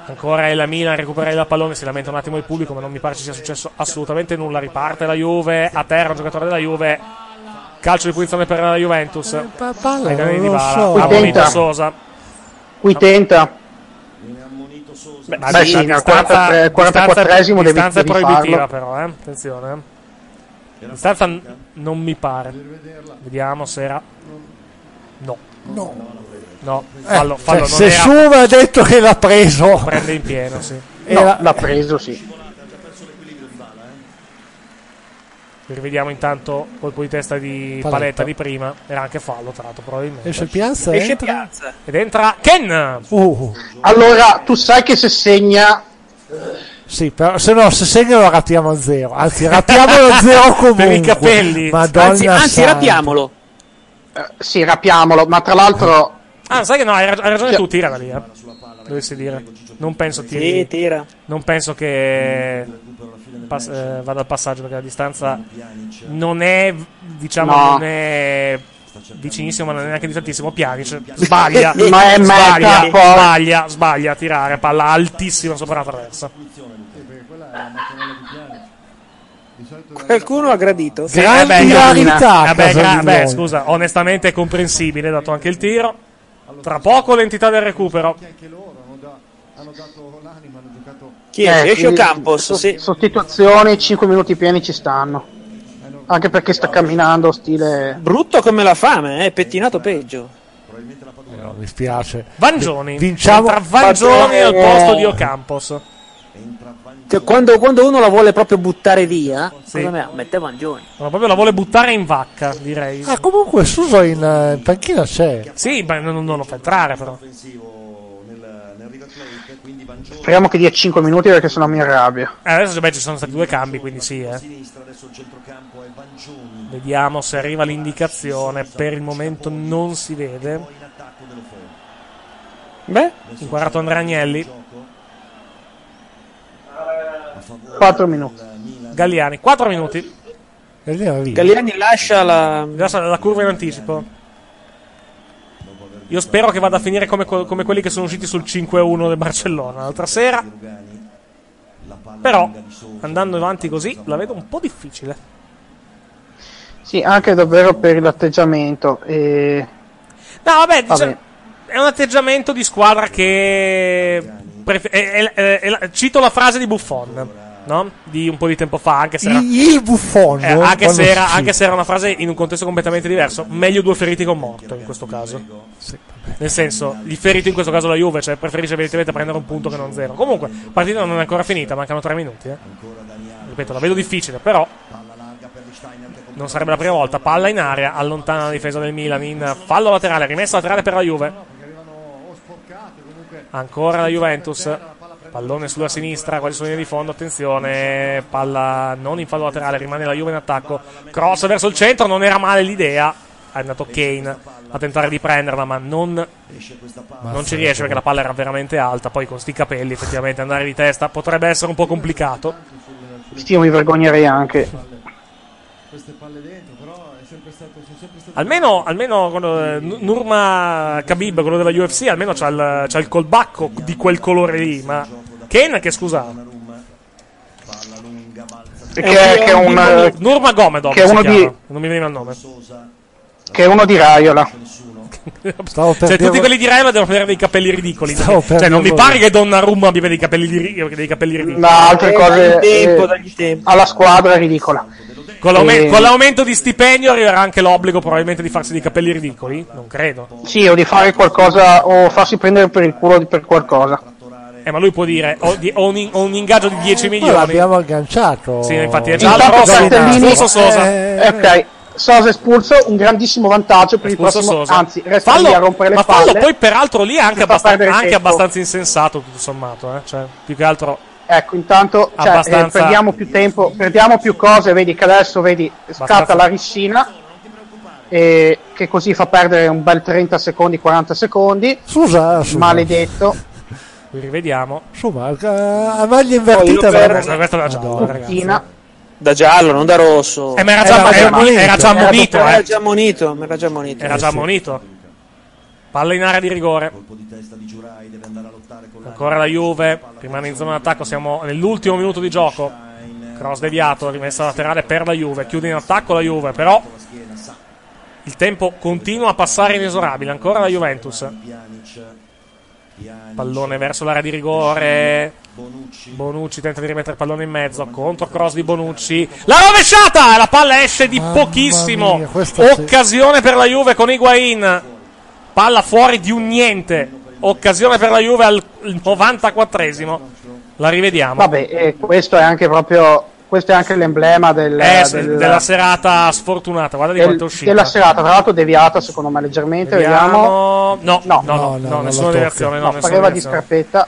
Speaker 4: Ancora il Milan recupera il pallone, si lamenta un attimo il pubblico, ma non mi pare ci sia successo assolutamente nulla. Riparte la Juve, a terra un giocatore della Juve. Calcio di punizione per la Juventus. Ai danni
Speaker 10: non
Speaker 4: di
Speaker 10: lo
Speaker 4: Dybala,
Speaker 10: so.
Speaker 4: ha ammonito
Speaker 10: Tenta.
Speaker 4: Sosa.
Speaker 10: Qui tenta.
Speaker 4: Beh,
Speaker 10: Beh, sì, al 43 44esimo devi-
Speaker 4: distanza è
Speaker 10: devi farlo.
Speaker 4: proibitiva però, eh. attenzione. eh. Distanza n- non mi pare. Vediamo se era... No. No. No, fallo,
Speaker 12: Eh,
Speaker 4: fallo
Speaker 12: cioè,
Speaker 4: non
Speaker 12: se
Speaker 4: era.
Speaker 12: Suma ha detto che l'ha preso,
Speaker 4: Prende in pieno, sì.
Speaker 12: Era-
Speaker 10: l'ha preso, sì.
Speaker 4: Rivediamo intanto colpo di testa di
Speaker 12: Paletta.
Speaker 4: Paletta, di prima. Era anche fallo, tra l'altro, probabilmente.
Speaker 12: Esce Piazza,
Speaker 10: Esce entra-
Speaker 4: Piazza. Ed entra Ken!
Speaker 10: Allora, tu sai che se segna
Speaker 12: Sì, però se no, se segna lo ratiamo a zero. Anzi, ratiamo a zero comunque.
Speaker 10: Per i capelli.
Speaker 12: Madonna
Speaker 10: Anzi- anzi,
Speaker 12: santa.
Speaker 10: rapiamolo. sì, rapiamolo, ma tra l'altro
Speaker 4: Ah, sai che no, hai rag- hai ragione tu, tira da lì, eh. Dovessi dire. Non penso tiri.
Speaker 10: Sì, tira.
Speaker 4: Non penso che pass- eh, vada al passaggio perché la distanza non è, diciamo,
Speaker 10: No.
Speaker 4: non è vicinissima, ma non è neanche distantissimo. Pianic sbaglia,
Speaker 10: Sbaglia. Ma è meta,
Speaker 4: sbaglia,
Speaker 10: poi.
Speaker 4: sbaglia, sbaglia a tirare, palla altissima sopra la traversa.
Speaker 6: Qualcuno ha gradito.
Speaker 4: Sì, eh beh, eh beh, gra- beh, scusa, onestamente è comprensibile, dato anche il tiro. Tra poco l'entità del recupero.
Speaker 6: Chi è? Esce
Speaker 10: Eh, quindi
Speaker 6: Ocampos,
Speaker 10: so-
Speaker 6: Eh, sì.
Speaker 10: Sostituzioni, 5 minuti pieni ci stanno. Anche perché sta camminando stile
Speaker 6: Brutto come la fame, eh? pettinato peggio.
Speaker 12: No, mi spiace.
Speaker 4: Vangioni.
Speaker 12: Vinciamo.
Speaker 4: Entra Vangioni al
Speaker 6: Eh.
Speaker 4: posto di Ocampos.
Speaker 6: Cioè, quando, quando uno la vuole proprio buttare via,
Speaker 4: Sì.
Speaker 6: secondo me ah, mette Mangioni.
Speaker 4: Ma proprio la vuole buttare in vacca, direi.
Speaker 12: Ah, comunque, Suso in, eh, in panchina c'è.
Speaker 4: Sì, ma non, non lo fa entrare però. Eh,
Speaker 10: Speriamo che dia 5 minuti perché sennò mi arrabbio.
Speaker 4: Eh, adesso beh, ci sono stati due cambi, quindi sì. eh. Vediamo se arriva l'indicazione. Per il momento non si vede.
Speaker 6: Beh,
Speaker 4: inquadrato Andrea Agnelli.
Speaker 10: 4 minuti.
Speaker 4: Galliani, 4 minuti.
Speaker 6: Galliani lascia la...
Speaker 4: la curva in anticipo. Io spero che vada a finire come, co- come quelli che sono usciti sul 5-1 del Barcellona l'altra sera. Però, andando avanti così, la vedo un po' difficile.
Speaker 10: Sì, anche davvero per l'atteggiamento. E...
Speaker 4: No, vabbè, dice-
Speaker 10: Vabbè.
Speaker 4: è un atteggiamento di squadra che. pref- è- è- è- è la- cito la frase di Buffon. No? Di un po' di tempo fa, anche se era,
Speaker 12: Il, il buffone.
Speaker 4: eh, anche
Speaker 12: quando
Speaker 4: se era-
Speaker 12: si-
Speaker 4: anche se era una frase in un contesto completamente diverso. Meglio due feriti che un morto in questo caso. Nel senso, il ferito in questo caso la Juve, cioè preferisce evidentemente prendere un punto che non zero. Comunque, la partita non è ancora finita, mancano tre minuti. eh. Ripeto, la vedo difficile, però non sarebbe la prima volta. Palla in area, allontana la difesa del Milan in fallo laterale, rimessa laterale per la Juve. Ancora la Juventus. Pallone sulla sinistra, quasi sulla linea di fondo, attenzione, palla non in fallo laterale, rimane la Juve in attacco, cross verso il centro, non era male l'idea, è andato Kane a tentare di prenderla, ma non, non ci riesce perché la palla era veramente alta, poi con sti capelli effettivamente andare di testa potrebbe essere un po' complicato.
Speaker 10: Sì, io mi vergognerei anche.
Speaker 18: Queste palle dentro, però è sempre stato, sono sempre stato
Speaker 4: Almeno, almeno quello, eh, N- Nurma Khabib, quello della UFC, almeno c'ha il, c'ha il colbacco di quel colore lì, ma Kane che scusa?
Speaker 10: Che è, che è un, eh,
Speaker 4: Nurma Gomedov
Speaker 10: che è
Speaker 4: si
Speaker 10: uno di-
Speaker 4: chiama, non mi veniva il nome.
Speaker 10: che è uno di Raiola.
Speaker 12: Stavo per
Speaker 4: Cioè,
Speaker 12: dire-
Speaker 4: tutti quelli di Raiola devono avere dei capelli ridicoli.
Speaker 12: Stavo per
Speaker 4: Cioè, non mi
Speaker 12: dirlo
Speaker 4: pare
Speaker 12: io.
Speaker 4: che Donnarumma abbia dei capelli, di ri- dei capelli ridicoli.
Speaker 10: No, altre cose. eh, alla squadra è ridicola.
Speaker 4: Con, l'aume-
Speaker 10: Eh,
Speaker 4: con l'aumento di stipendio arriverà anche l'obbligo probabilmente di farsi dei capelli ridicoli? Non credo.
Speaker 10: Sì, o di fare qualcosa o farsi prendere per il culo di- per qualcosa.
Speaker 4: Eh, ma lui può dire ho, di- ho un, in- ho un ingaggio di 10
Speaker 12: Poi
Speaker 4: milioni.
Speaker 12: l'abbiamo agganciato.
Speaker 4: Sì, infatti è già
Speaker 10: Intanto
Speaker 4: rosso,
Speaker 10: Castellini-
Speaker 4: espulso Sosa.
Speaker 10: Eh, ok. Sosa espulso, un grandissimo vantaggio per il
Speaker 4: Espulso
Speaker 10: prossimo.
Speaker 4: Sosa.
Speaker 10: Anzi, resta
Speaker 4: Fallo-
Speaker 10: lì a rompere le
Speaker 4: ma
Speaker 10: palle.
Speaker 4: fallo poi peraltro lì è anche,
Speaker 10: Ti fa
Speaker 4: abbast-
Speaker 10: perdere
Speaker 4: anche
Speaker 10: tempo.
Speaker 4: abbastanza insensato tutto sommato eh? cioè, più che altro
Speaker 10: Ecco, intanto cioè, eh,
Speaker 4: Abbastanza-
Speaker 10: perdiamo più tempo, perdiamo più cose. Vedi che adesso vedi, scatta la rissina. e che così fa perdere un bel 30 secondi, 40 secondi.
Speaker 4: eh,
Speaker 12: Scusa, scusa.
Speaker 10: Maledetto.
Speaker 4: Qui rivediamo.
Speaker 12: Insomma, a maglia invertita
Speaker 4: Poi
Speaker 12: era-
Speaker 4: Roberto- Roberto la gialla,
Speaker 12: Madonna.
Speaker 4: ragazzi.
Speaker 10: Tina.
Speaker 6: Da giallo, non da rosso.
Speaker 4: Eh, ma era già- era- era già ammonito,
Speaker 6: Era,
Speaker 4: eh.
Speaker 6: già ammonito, ma era già ammonito.
Speaker 4: Era già ammonito. Palla in area di rigore. Ancora la Juve, rimane in zona d'attacco, siamo nell'ultimo minuto di gioco. Cross deviato, rimessa laterale per la Juve, chiude in attacco la Juve, però il tempo continua a passare inesorabile, ancora la Juventus. Pallone verso l'area di rigore. Bonucci tenta di rimettere il pallone in mezzo. Contro cross di Bonucci. La rovesciata! La palla esce di pochissimo.
Speaker 12: mia, questa sì.
Speaker 4: Occasione per la Juve con Higuain. Palla fuori di un niente. Occasione per la Juve al 94esimo. La rivediamo.
Speaker 10: Vabbè, e questo è anche proprio questo è anche l'emblema del-
Speaker 4: Eh, se-
Speaker 10: del-
Speaker 4: della serata sfortunata. Guarda di
Speaker 10: del-
Speaker 4: quanto è uscita.
Speaker 10: della serata, tra l'altro deviata secondo me leggermente, vediamo.
Speaker 4: Vediamo. No, no, no, no,
Speaker 10: non la
Speaker 4: nessuna
Speaker 10: tocca.
Speaker 4: deviazione. No,
Speaker 10: No,
Speaker 4: nessuna
Speaker 10: pareva di
Speaker 4: deviazione.
Speaker 10: scarpetta.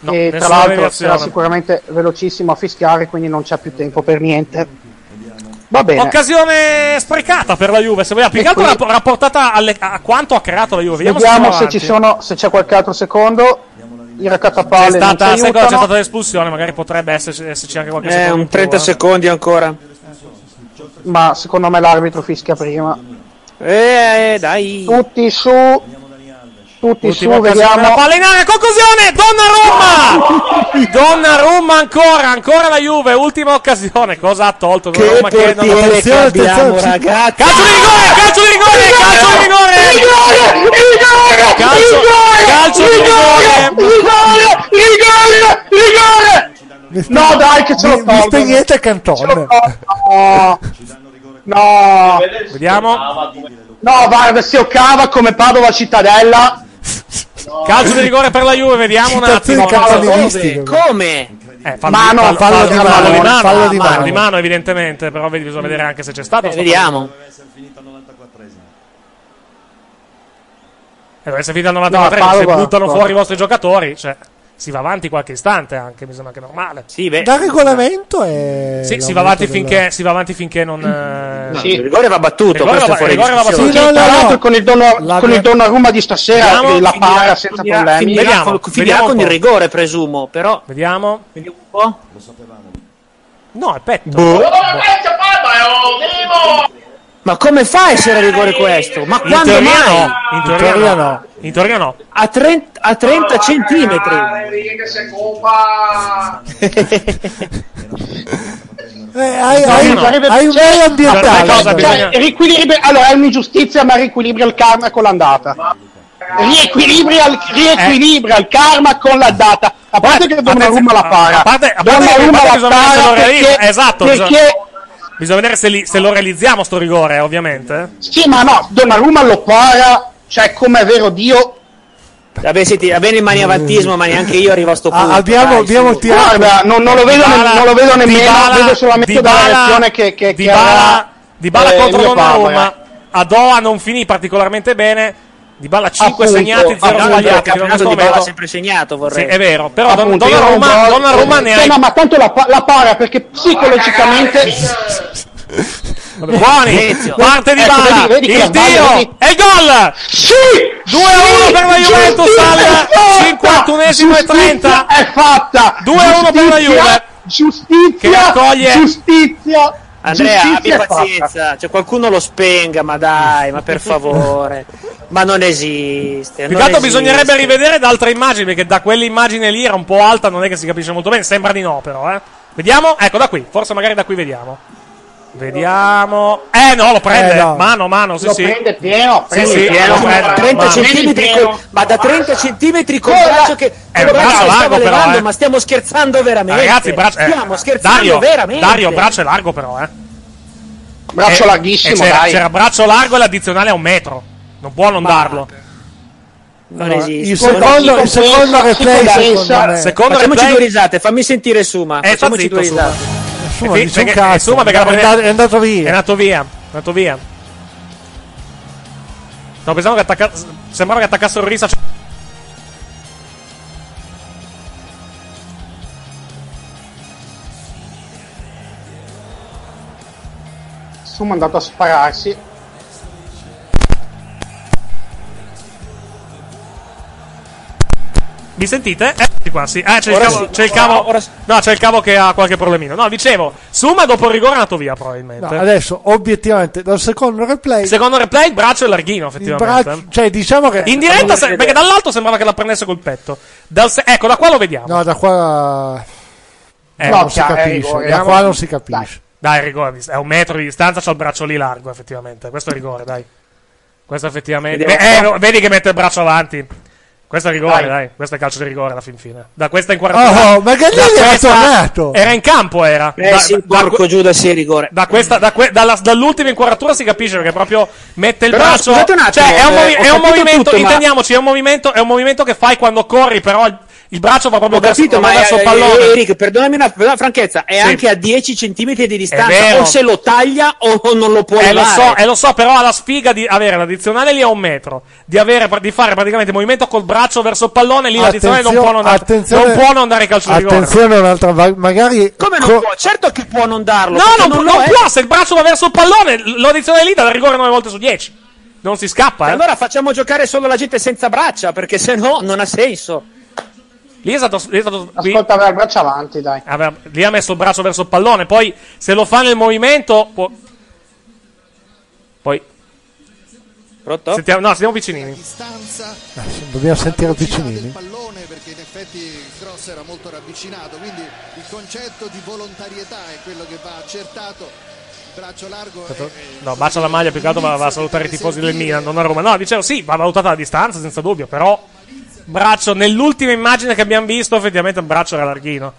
Speaker 4: No,
Speaker 10: e
Speaker 4: nessuna
Speaker 10: tra l'altro
Speaker 4: deviazione.
Speaker 10: sarà sicuramente velocissimo a fischiare, quindi non c'è più tempo per niente. Va bene.
Speaker 4: Occasione sprecata per la Juve. Se vogliamo, più che altro l'ha l'ha portata alle- a quanto ha creato la Juve. Vediamo,
Speaker 10: Vediamo se,
Speaker 4: andiamo
Speaker 10: ci
Speaker 4: avanti.
Speaker 10: sono, se c'è qualche altro secondo. I
Speaker 4: C'è
Speaker 10: raccattapalle non ci
Speaker 4: stata, sai cosa? c'è
Speaker 10: aiutano.
Speaker 4: stata l'espulsione, magari potrebbe esserci, esserci anche qualche
Speaker 6: Eh,
Speaker 4: secondo.
Speaker 6: un 30 secondi ancora.
Speaker 10: Ma secondo me l'arbitro fischia prima.
Speaker 6: Eh, dai.
Speaker 10: Tutti su. Tutti su, vediamo.
Speaker 4: La palla in area, conclusione! Donnarumma! Donnarumma ancora, ancora la Juve, ultima occasione. Cosa ha tolto Donnarumma? non- Calcio di rigore, calcio di rigore, calcio di rigore! Calcio, calcio di rigore!
Speaker 10: Rigore! Rigore! Rigore! No, dai, che ce lo tolgo.
Speaker 12: Mi spegnete Cantone.
Speaker 10: No. No.
Speaker 4: Vediamo.
Speaker 10: No, guarda, si occava come Padova Cittadella.
Speaker 4: Calcio di rigore per la Juve, vediamo un attimo.
Speaker 6: Come?
Speaker 4: Eh, fallo
Speaker 6: Mano,
Speaker 4: fallo-
Speaker 6: fallo di mano, fallo
Speaker 4: fallo di mano, fallo
Speaker 6: di
Speaker 4: di mano,
Speaker 6: mano.
Speaker 4: evidentemente, però vedi- bisogna vedere anche se c'è stato.
Speaker 6: Eh, vediamo.
Speaker 4: E deve essere finita al 94
Speaker 6: No,
Speaker 4: se
Speaker 6: Padova,
Speaker 4: buttano
Speaker 6: Padova.
Speaker 4: fuori i vostri giocatori, cioè, si va avanti qualche istante anche, mi sembra che è normale.
Speaker 6: Sì, beh.
Speaker 12: Dal regolamento è...
Speaker 4: Sì,
Speaker 12: l'aumento
Speaker 4: si va avanti
Speaker 12: della-
Speaker 4: finché, si va avanti finché non... eh,
Speaker 10: Sì. Il
Speaker 6: rigore va battuto,
Speaker 4: Il rigore
Speaker 6: questo
Speaker 4: va-
Speaker 6: è fuori
Speaker 4: il rigore va
Speaker 6: discussione.
Speaker 10: Sì,
Speaker 4: battuto.
Speaker 10: no, no, no. Con il, dono, con il Donnarumma di stasera
Speaker 4: Vediamo,
Speaker 10: eh, la
Speaker 4: finirà-
Speaker 10: para senza
Speaker 4: finirà-
Speaker 10: problemi.
Speaker 4: finirà Vediamo,
Speaker 6: Con- finirà
Speaker 4: vediamo
Speaker 6: con
Speaker 4: un
Speaker 6: il
Speaker 4: po'.
Speaker 6: rigore, presumo, però.
Speaker 4: Vediamo.
Speaker 6: Vediamo un po'.
Speaker 5: Lo sapevamo.
Speaker 4: No, è petto.
Speaker 6: Boh. Ma come fa a essere rigore questo? Ma
Speaker 4: In
Speaker 6: quando
Speaker 4: teoria,
Speaker 6: mai?
Speaker 4: no. in teoria no. In teoria no.
Speaker 6: A 30, a 30 centimetri.
Speaker 12: Eh, hai, hai,
Speaker 10: No, no.
Speaker 12: hai un bel ambientale.
Speaker 10: Cioè, riequilibri- allora è un'ingiustizia, ma riequilibria il karma con l'andata. Riequilibria il, riequilibria il karma con l'andata. A parte che Donnarumma la para.
Speaker 4: Eh, A parte, a parte che- a
Speaker 10: Donnarumma
Speaker 4: parte
Speaker 10: la
Speaker 4: bisogna vedere se
Speaker 10: para
Speaker 4: lo realizza.
Speaker 10: perché,
Speaker 4: esatto,
Speaker 10: perché
Speaker 4: bisogna, bisogna vedere se, li- se lo realizziamo sto rigore, eh, ovviamente.
Speaker 10: sì, ma no, Donnarumma lo para, cioè come è vero Dio.
Speaker 6: Vabbè, senti, va bene il maniavantismo, ma neanche io arrivo a sto punto.
Speaker 12: Ah, abbiamo, abbiamo tirato.
Speaker 10: Guarda, non, non lo vedo, ne-
Speaker 6: Dybala-
Speaker 10: non lo vedo nemmeno,
Speaker 6: Dybala-
Speaker 10: vedo solamente dalla
Speaker 6: Dybala-
Speaker 10: reazione che, che, che
Speaker 4: Dybala,
Speaker 10: ha-
Speaker 4: Dybala
Speaker 10: eh,
Speaker 4: contro
Speaker 10: mio eh.
Speaker 4: Donnarumma.
Speaker 10: padre.
Speaker 4: A Doha non finì particolarmente bene. Dybala 5
Speaker 6: Appunto,
Speaker 4: segnati, 0
Speaker 6: appunto, Ah, il
Speaker 4: sbagliati. fino a
Speaker 6: campionato
Speaker 4: questo
Speaker 6: di Bala ha
Speaker 4: momento.
Speaker 6: sempre segnato,
Speaker 4: Sì,
Speaker 6: vorrei.
Speaker 4: è vero, però Don-
Speaker 10: Appunto,
Speaker 4: Donnarumma,
Speaker 10: era un gol.
Speaker 4: Donnarumma ne Ah, eh, ha
Speaker 10: Eh, no, ma tanto la, pa- la para perché psicologicamente
Speaker 4: Buoni, parte di
Speaker 10: Ecco,
Speaker 4: Bala,
Speaker 10: vedi- vedi che
Speaker 4: il
Speaker 10: la sbaglia,
Speaker 4: tiro
Speaker 10: vedi?
Speaker 4: e il gol!
Speaker 10: Sì!
Speaker 4: 2 a 1 per la Juventus al 51esimo e 30.
Speaker 10: è fatta
Speaker 4: 2 a 1 per la Juve.
Speaker 10: giustizia
Speaker 4: Che raccoglie-
Speaker 10: giustizia
Speaker 6: Andrea, abbi
Speaker 10: giustizia è fatta.
Speaker 6: pazienza, cioè qualcuno lo spenga, ma dai, ma per favore. ma non esiste.
Speaker 4: Più
Speaker 6: non
Speaker 4: che altro
Speaker 6: esiste.
Speaker 4: bisognerebbe rivedere da altre immagini, perché da quell'immagine lì era un po' alta, non è che si capisce molto bene, sembra di no però, eh. Vediamo, ecco da qui, forse magari da qui vediamo. Vediamo. Eh no, lo prende,
Speaker 6: Eh, no.
Speaker 4: mano, mano, sì
Speaker 10: lo
Speaker 4: sì.
Speaker 10: prende pieno
Speaker 4: Sì, sì,
Speaker 6: Eh,
Speaker 4: lo
Speaker 6: no, ma
Speaker 4: prende,
Speaker 6: 30
Speaker 4: mano.
Speaker 6: centimetri col- ma da 30 centimetri col
Speaker 10: Guarda,
Speaker 6: braccio che
Speaker 4: è
Speaker 6: col
Speaker 4: un braccio
Speaker 6: che stava
Speaker 4: largo però,
Speaker 6: levando,
Speaker 4: eh.
Speaker 6: ma stiamo scherzando veramente
Speaker 4: Ragazzi, braccio, eh,
Speaker 6: stiamo scherzando
Speaker 4: Dario,
Speaker 6: veramente
Speaker 4: Dario, braccio è largo però, eh.
Speaker 10: braccio
Speaker 4: Eh,
Speaker 10: larghissimo
Speaker 4: eh, c'era,
Speaker 10: dai
Speaker 4: c'era braccio largo e l'addizionale a un metro. Non può non darlo.
Speaker 6: non
Speaker 12: No,
Speaker 6: esiste
Speaker 12: il secondo- il secondo replay, secondo me.
Speaker 4: Secondo
Speaker 6: facciamoci
Speaker 4: replay-
Speaker 6: due risate fammi sentire Suma
Speaker 4: Eh, sta
Speaker 6: facciamoci
Speaker 4: zitto,
Speaker 6: due
Speaker 4: Suma.
Speaker 6: risate
Speaker 12: Insomma,
Speaker 4: Eh,
Speaker 12: dice un
Speaker 4: perché-
Speaker 12: cazzo,
Speaker 4: insomma, perché la
Speaker 12: è,
Speaker 4: prende- Eh,
Speaker 12: andato, è andato
Speaker 4: È
Speaker 12: via.
Speaker 4: andato via, è andato via. No, pensavo che attacca... sembrava che attaccassero Risa. Eh,
Speaker 10: Suma è andato a spararsi
Speaker 4: Mi sentite? Eccoci qua, sì. Eh, c'è, il
Speaker 19: Ora
Speaker 4: cavo,
Speaker 19: sì.
Speaker 4: c'è il cavo- No, c'è il cavo che ha qualche problemino. No, dicevo, Suma dopo il rigore è andato via, probabilmente.
Speaker 12: No, adesso, obiettivamente, dal secondo replay,
Speaker 4: Secondo replay, il braccio è larghino,
Speaker 12: il
Speaker 4: effettivamente.
Speaker 12: braccio, cioè, diciamo che
Speaker 4: In diretta, se- perché dall'alto sembrava che la prendesse col petto. Dal se- ecco, da qua lo vediamo.
Speaker 12: No, da qua.
Speaker 4: Eh,
Speaker 12: no,
Speaker 4: no,
Speaker 12: non si
Speaker 4: chiaro, eh,
Speaker 12: capisce.
Speaker 4: rigore,
Speaker 12: da
Speaker 4: eravamo-
Speaker 12: qua non si capisce.
Speaker 4: Dai, rigore, è un metro di distanza, c'ha il braccio lì largo, effettivamente. Questo è rigore, dai. Questo effettivamente.
Speaker 19: Vediamo
Speaker 4: Eh,
Speaker 19: qua.
Speaker 4: no, vedi che mette il braccio avanti. Questo è rigore, dai.
Speaker 19: Dai.
Speaker 4: Questo è calcio di rigore alla fin fine. Da questa in quarantena.
Speaker 12: Oh, ma Gagliani
Speaker 4: Da
Speaker 12: era
Speaker 4: questa-
Speaker 12: tornato.
Speaker 4: Era in campo, era.
Speaker 12: Eh sì,
Speaker 4: porco
Speaker 6: Giuda, sì, rigore.
Speaker 4: Da questa, da que- dalla- dall'ultima inquadratura si capisce perché proprio mette il
Speaker 19: Però,
Speaker 4: braccio.
Speaker 19: scusate un attimo,
Speaker 4: cioè, è un,
Speaker 19: eh,
Speaker 4: movi-
Speaker 19: ho
Speaker 4: è un
Speaker 19: capito
Speaker 4: movimento,
Speaker 19: tutto, ma-
Speaker 4: intendiamoci, è un movimento, è un movimento che fai quando corri, però il, il braccio va proprio
Speaker 6: Ho
Speaker 4: verso,
Speaker 6: capito,
Speaker 4: va
Speaker 6: ma
Speaker 4: verso il
Speaker 6: eh,
Speaker 4: pallone.
Speaker 6: eh, Eric, perdonami una, perdona la franchezza, è
Speaker 4: Sì.
Speaker 6: anche a 10 centimetri di distanza,
Speaker 4: vero.
Speaker 6: o se lo taglia o, o non lo può
Speaker 4: Eh lo, so,
Speaker 6: levare.
Speaker 4: eh, lo so, però ha la sfiga di avere la dizionale lì a un metro, di, avere, di fare praticamente movimento col braccio verso il pallone, lì la dizionale non può non, andare
Speaker 12: attenzione-
Speaker 4: non può non dare calcio di rigore.
Speaker 12: Attenzione, un'altra. va- Magari.
Speaker 6: Come non può? Certo che può non darlo.
Speaker 4: No,
Speaker 6: perché
Speaker 4: non,
Speaker 6: non
Speaker 4: non,
Speaker 6: lo è.
Speaker 4: può, se il braccio va verso il pallone, l- la dizionale lì dà il rigore 9 volte su 10. Non si scappa, eh.
Speaker 6: Allora facciamo giocare solo la gente senza braccia, perché se no non ha senso.
Speaker 4: Lì è stato, lì è stato qui-
Speaker 20: Ascolta, aveva il braccio avanti, dai.
Speaker 4: aveva- lì ha messo il braccio verso il pallone, poi se lo fa nel movimento può... Poi...
Speaker 6: Pronto?
Speaker 4: Sentiamo, no, siamo vicinini.
Speaker 12: Dobbiamo sentire Piccinini.
Speaker 21: pallone perché in effetti Cross era molto ravvicinato quindi il concetto di volontarietà è quello che va accertato braccio largo è-
Speaker 4: No, bacia la maglia, più che altro va, va a salutare i tifosi del Milan, non a Roma. No, dicevo sì, va valutata la distanza, senza dubbio, però braccio, nell'ultima immagine che abbiamo visto, effettivamente il braccio era larghino.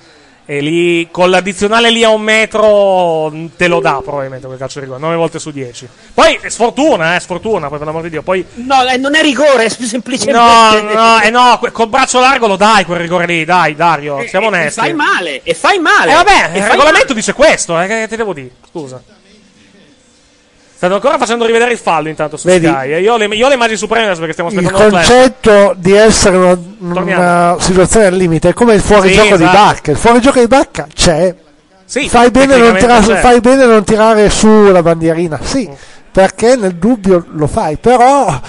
Speaker 4: E lì, con l'addizionale lì a un metro, mh, te lo dà probabilmente quel calcio di rigore, 9 volte su 10. Poi, è sfortuna, eh, sfortuna, poi per l'amor di Dio. Poi,
Speaker 6: No, eh, non è rigore, è sem-
Speaker 4: no,
Speaker 6: semplicemente.
Speaker 4: no, eh no, que- col braccio largo lo dai quel rigore lì, dai, Dario,
Speaker 6: Eh,
Speaker 4: siamo
Speaker 6: eh,
Speaker 4: onesti.
Speaker 6: Fai male, e fai male.
Speaker 4: Eh vabbè,
Speaker 6: E
Speaker 4: il
Speaker 6: fai
Speaker 4: regolamento dice questo, eh, che ti devo dire? Scusa. Stanno ancora facendo rivedere il fallo intanto su
Speaker 12: Vedi?
Speaker 4: Sky. eh. Io ho le, io ho le immagini su Premier perché stiamo
Speaker 12: Il
Speaker 4: aspettando la flash.
Speaker 12: concetto di essere una, una
Speaker 4: Torniamo.
Speaker 12: situazione al limite è come il fuorigioco
Speaker 4: Sì,
Speaker 12: di
Speaker 4: esatto.
Speaker 12: Bacca. Il fuorigioco di Bacca c'è.
Speaker 4: Sì,
Speaker 12: fai, bene non
Speaker 4: tecnicamente certo. Mm.
Speaker 12: tira-
Speaker 4: c'è.
Speaker 12: fai bene non tirare su la bandierina. Sì, perché nel dubbio lo fai, però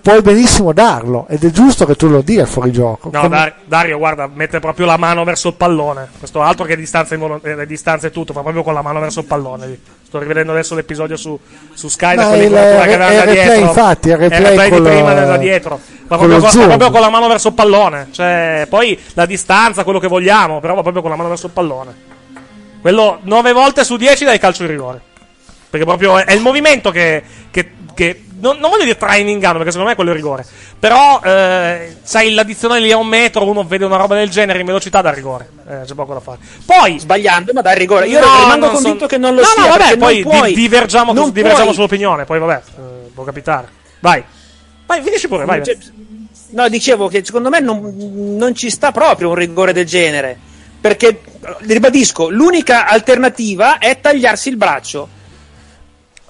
Speaker 12: puoi benissimo darlo ed è giusto che tu lo dia il fuorigioco.
Speaker 4: No,
Speaker 12: Come-
Speaker 4: Dar- Dario, guarda, mette proprio la mano verso il pallone. Questo altro che distanza, involo- eh, le distanze e tutto, fa proprio con la mano verso il pallone. lì. Sto rivedendo adesso l'episodio su, su Sky da
Speaker 12: Ma
Speaker 4: quella
Speaker 12: il- eh,
Speaker 4: inquadratura
Speaker 12: il
Speaker 4: che avevamo da
Speaker 12: replay,
Speaker 4: dietro.
Speaker 12: infatti, il
Speaker 4: Eh,
Speaker 12: replay
Speaker 4: di
Speaker 12: con la-
Speaker 4: prima da dietro. Ma
Speaker 12: con
Speaker 4: proprio,
Speaker 12: lo
Speaker 4: con,
Speaker 12: zoom.
Speaker 4: proprio con la mano verso il pallone. Cioè, poi la distanza, quello che vogliamo, però va proprio con la mano verso il pallone. Quello 9 volte su 10 dai calcio di rigore. Perché proprio è, è il movimento che. che- che- non, non voglio dire train in inganno, perché secondo me quello è il rigore. Però, eh, sai, l'addizionale lì a un metro, uno vede una roba del genere in velocità da rigore. Eh, c'è poco da fare. Poi.
Speaker 6: Sbagliando, ma dal rigore. Io
Speaker 4: No,
Speaker 6: rimango
Speaker 4: non
Speaker 6: convinto
Speaker 4: so-
Speaker 6: che non lo
Speaker 4: no,
Speaker 6: sia.
Speaker 4: No, vabbè,
Speaker 6: perché non
Speaker 4: poi di-
Speaker 6: puoi-
Speaker 4: divergiamo,
Speaker 6: non
Speaker 4: divergiamo
Speaker 6: puoi-
Speaker 4: sull'opinione. Poi, vabbè, eh, può capitare. Vai. Vai, finisci pure, vai.
Speaker 6: Cioè, No, dicevo che secondo me non, non ci sta proprio un rigore del genere. Perché, ribadisco, l'unica alternativa è tagliarsi il braccio.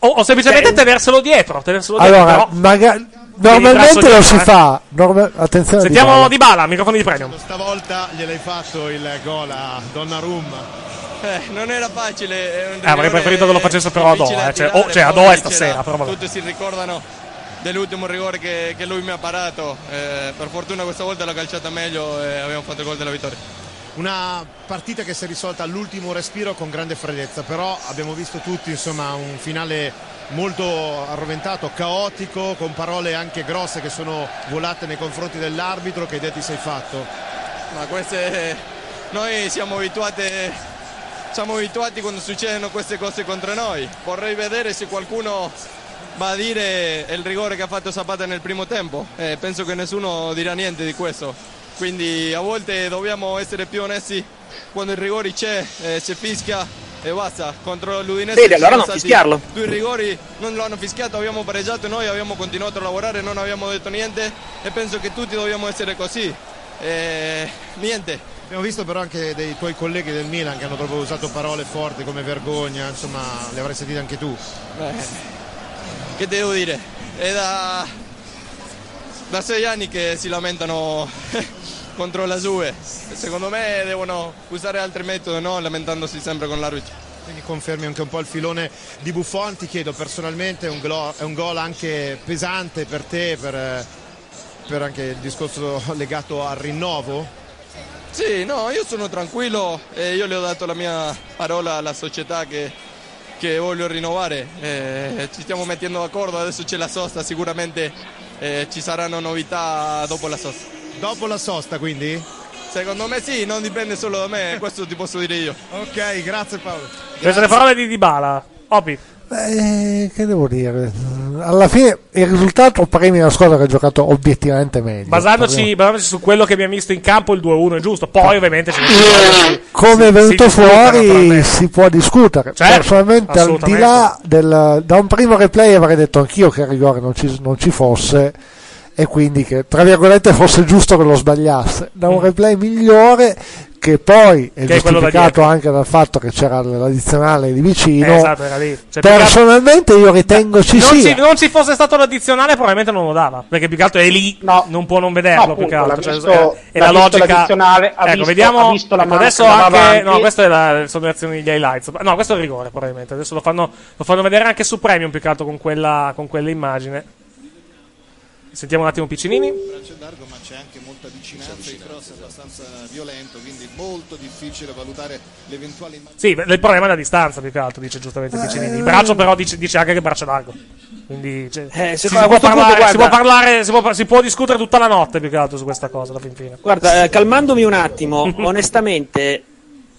Speaker 4: O, o semplicemente
Speaker 6: Cioè,
Speaker 4: tenerselo dietro. Tenerselo dietro
Speaker 12: allora,
Speaker 6: mm,
Speaker 4: però.
Speaker 12: maga-
Speaker 4: braccio
Speaker 12: normalmente
Speaker 4: dietro,
Speaker 12: lo si
Speaker 4: eh.
Speaker 12: fa. Norma- attenzione, diciamo.
Speaker 4: Sentiamo
Speaker 12: Dybala.
Speaker 6: diciamo-
Speaker 4: di bala, microfono di premium.
Speaker 21: stavolta gliel'hai fatto il gol a Donnarumma
Speaker 14: Eh, non era facile.
Speaker 4: Eh, avrei preferito che lo facesse però a Doha. eh, Cioè, oh, cioè, a Doha è stasera. Però vabbè.
Speaker 14: Tutti si ricordano dell'ultimo rigore che, che lui mi ha parato. Eh, per fortuna questa volta l'ho calciata meglio e abbiamo fatto il gol della vittoria.
Speaker 21: una partita che si è risolta all'ultimo respiro con grande freddezza però abbiamo visto tutti insomma un finale molto arroventato caotico con parole anche grosse che sono volate nei confronti dell'arbitro che idea ti sei fatto
Speaker 14: Ma queste noi siamo abituate siamo abituati quando succedono queste cose contro noi. Vorrei vedere se qualcuno va a dire il rigore che ha fatto Zapata nel primo tempo. Eh, penso che nessuno dirà niente di questo. Quindi a volte dobbiamo essere più onesti quando il rigore c'è, eh, si fischia e basta. Contro l'Udinese
Speaker 6: Vedi, allora
Speaker 14: ci sono
Speaker 6: non
Speaker 14: stati
Speaker 6: fischiarlo.
Speaker 14: Due rigori non lo hanno fischiato, abbiamo pareggiato noi, abbiamo continuato a lavorare, non abbiamo detto niente e penso che tutti dobbiamo essere così. Eh, niente.
Speaker 21: abbiamo visto però anche dei tuoi colleghi del Milan che hanno proprio usato parole forti come vergogna insomma le avrai sentite anche tu
Speaker 14: Eh, che devo dire? È da, da sei anni che si lamentano contro la Juve. Secondo me devono usare altri metodi, no? Lamentandosi sempre con l'arbitro.
Speaker 21: Quindi confermi anche un po' il filone di Buffon, ti chiedo personalmente, è un glo- è un gol anche pesante per te, per eh, per anche il discorso legato al rinnovo?
Speaker 14: Sì, no, io sono tranquillo, eh, io le ho dato la mia parola alla società che, che voglio rinnovare, eh, ci stiamo mettendo d'accordo, adesso c'è la sosta, sicuramente eh, ci saranno novità dopo la sosta.
Speaker 21: Dopo la sosta quindi?
Speaker 14: Secondo me sì, non dipende solo da me, eh, questo ti posso dire io.
Speaker 21: Ok, grazie Paolo.
Speaker 4: Preso le parole di Dybala. Opi.
Speaker 12: Beh, che devo dire? Alla fine il risultato premia la squadra che ha giocato obiettivamente meglio.
Speaker 4: Basandoci, basandoci su quello che abbiamo visto in campo, il 2-1 è giusto. Poi, ovviamente, ce ne
Speaker 12: sono- come è venuto fuori si può discutere.
Speaker 4: Certo,
Speaker 12: Personalmente, al di
Speaker 4: assolutamente.
Speaker 12: là del, da un primo replay avrei detto anch'io che il rigore non ci, non ci fosse e quindi che tra virgolette fosse giusto che lo sbagliasse. Da un replay migliore che poi è
Speaker 4: Mm. Che è quello da
Speaker 12: giustificato anche dal fatto che c'era l'addizionale lì vicino.
Speaker 4: Eh, esatto, era lì. Cioè,
Speaker 12: Personalmente io ritengo ci
Speaker 4: non,
Speaker 12: sia.
Speaker 4: ci, non ci fosse stato l'addizionale, probabilmente non lo dava. Perché più che altro è lì, non può non vederlo.
Speaker 10: No,
Speaker 4: più che
Speaker 10: appunto,
Speaker 4: altro.
Speaker 10: l'ha
Speaker 4: Cioè,
Speaker 10: visto-
Speaker 4: è
Speaker 10: l'ha
Speaker 4: la
Speaker 10: visto
Speaker 4: logica.
Speaker 10: l'addizionale, ha
Speaker 4: ecco,
Speaker 10: visto-
Speaker 4: vediamo.
Speaker 10: ha visto la
Speaker 4: ecco,
Speaker 10: manca,
Speaker 4: adesso
Speaker 10: va
Speaker 4: anche.
Speaker 10: avanti.
Speaker 4: No, queste la- sono le azioni degli highlights. No, questo è il rigore, probabilmente. Adesso lo fanno, lo fanno vedere anche su Premium, più che altro con quella, con quell'immagine. Sentiamo un attimo Piccinini.
Speaker 22: Braccio d'arco, ma c'è anche molta vicinanza. Il cross è abbastanza violento, quindi molto difficile valutare l'eventuale immagine.
Speaker 4: Sì, il problema è la distanza, più che altro, dice
Speaker 13: Eh,
Speaker 4: giustamente Piccinini. Il braccio, però, dice, dice anche che braccio largo. Quindi cioè,
Speaker 13: Eh, se-
Speaker 4: si,
Speaker 13: a
Speaker 4: può
Speaker 13: questo punto,
Speaker 4: parlare, si
Speaker 13: guarda-
Speaker 4: può parlare, si può, si può discutere tutta la notte, più che altro, su questa cosa, alla fin fine.
Speaker 13: Guarda, eh, calmandomi un attimo, onestamente,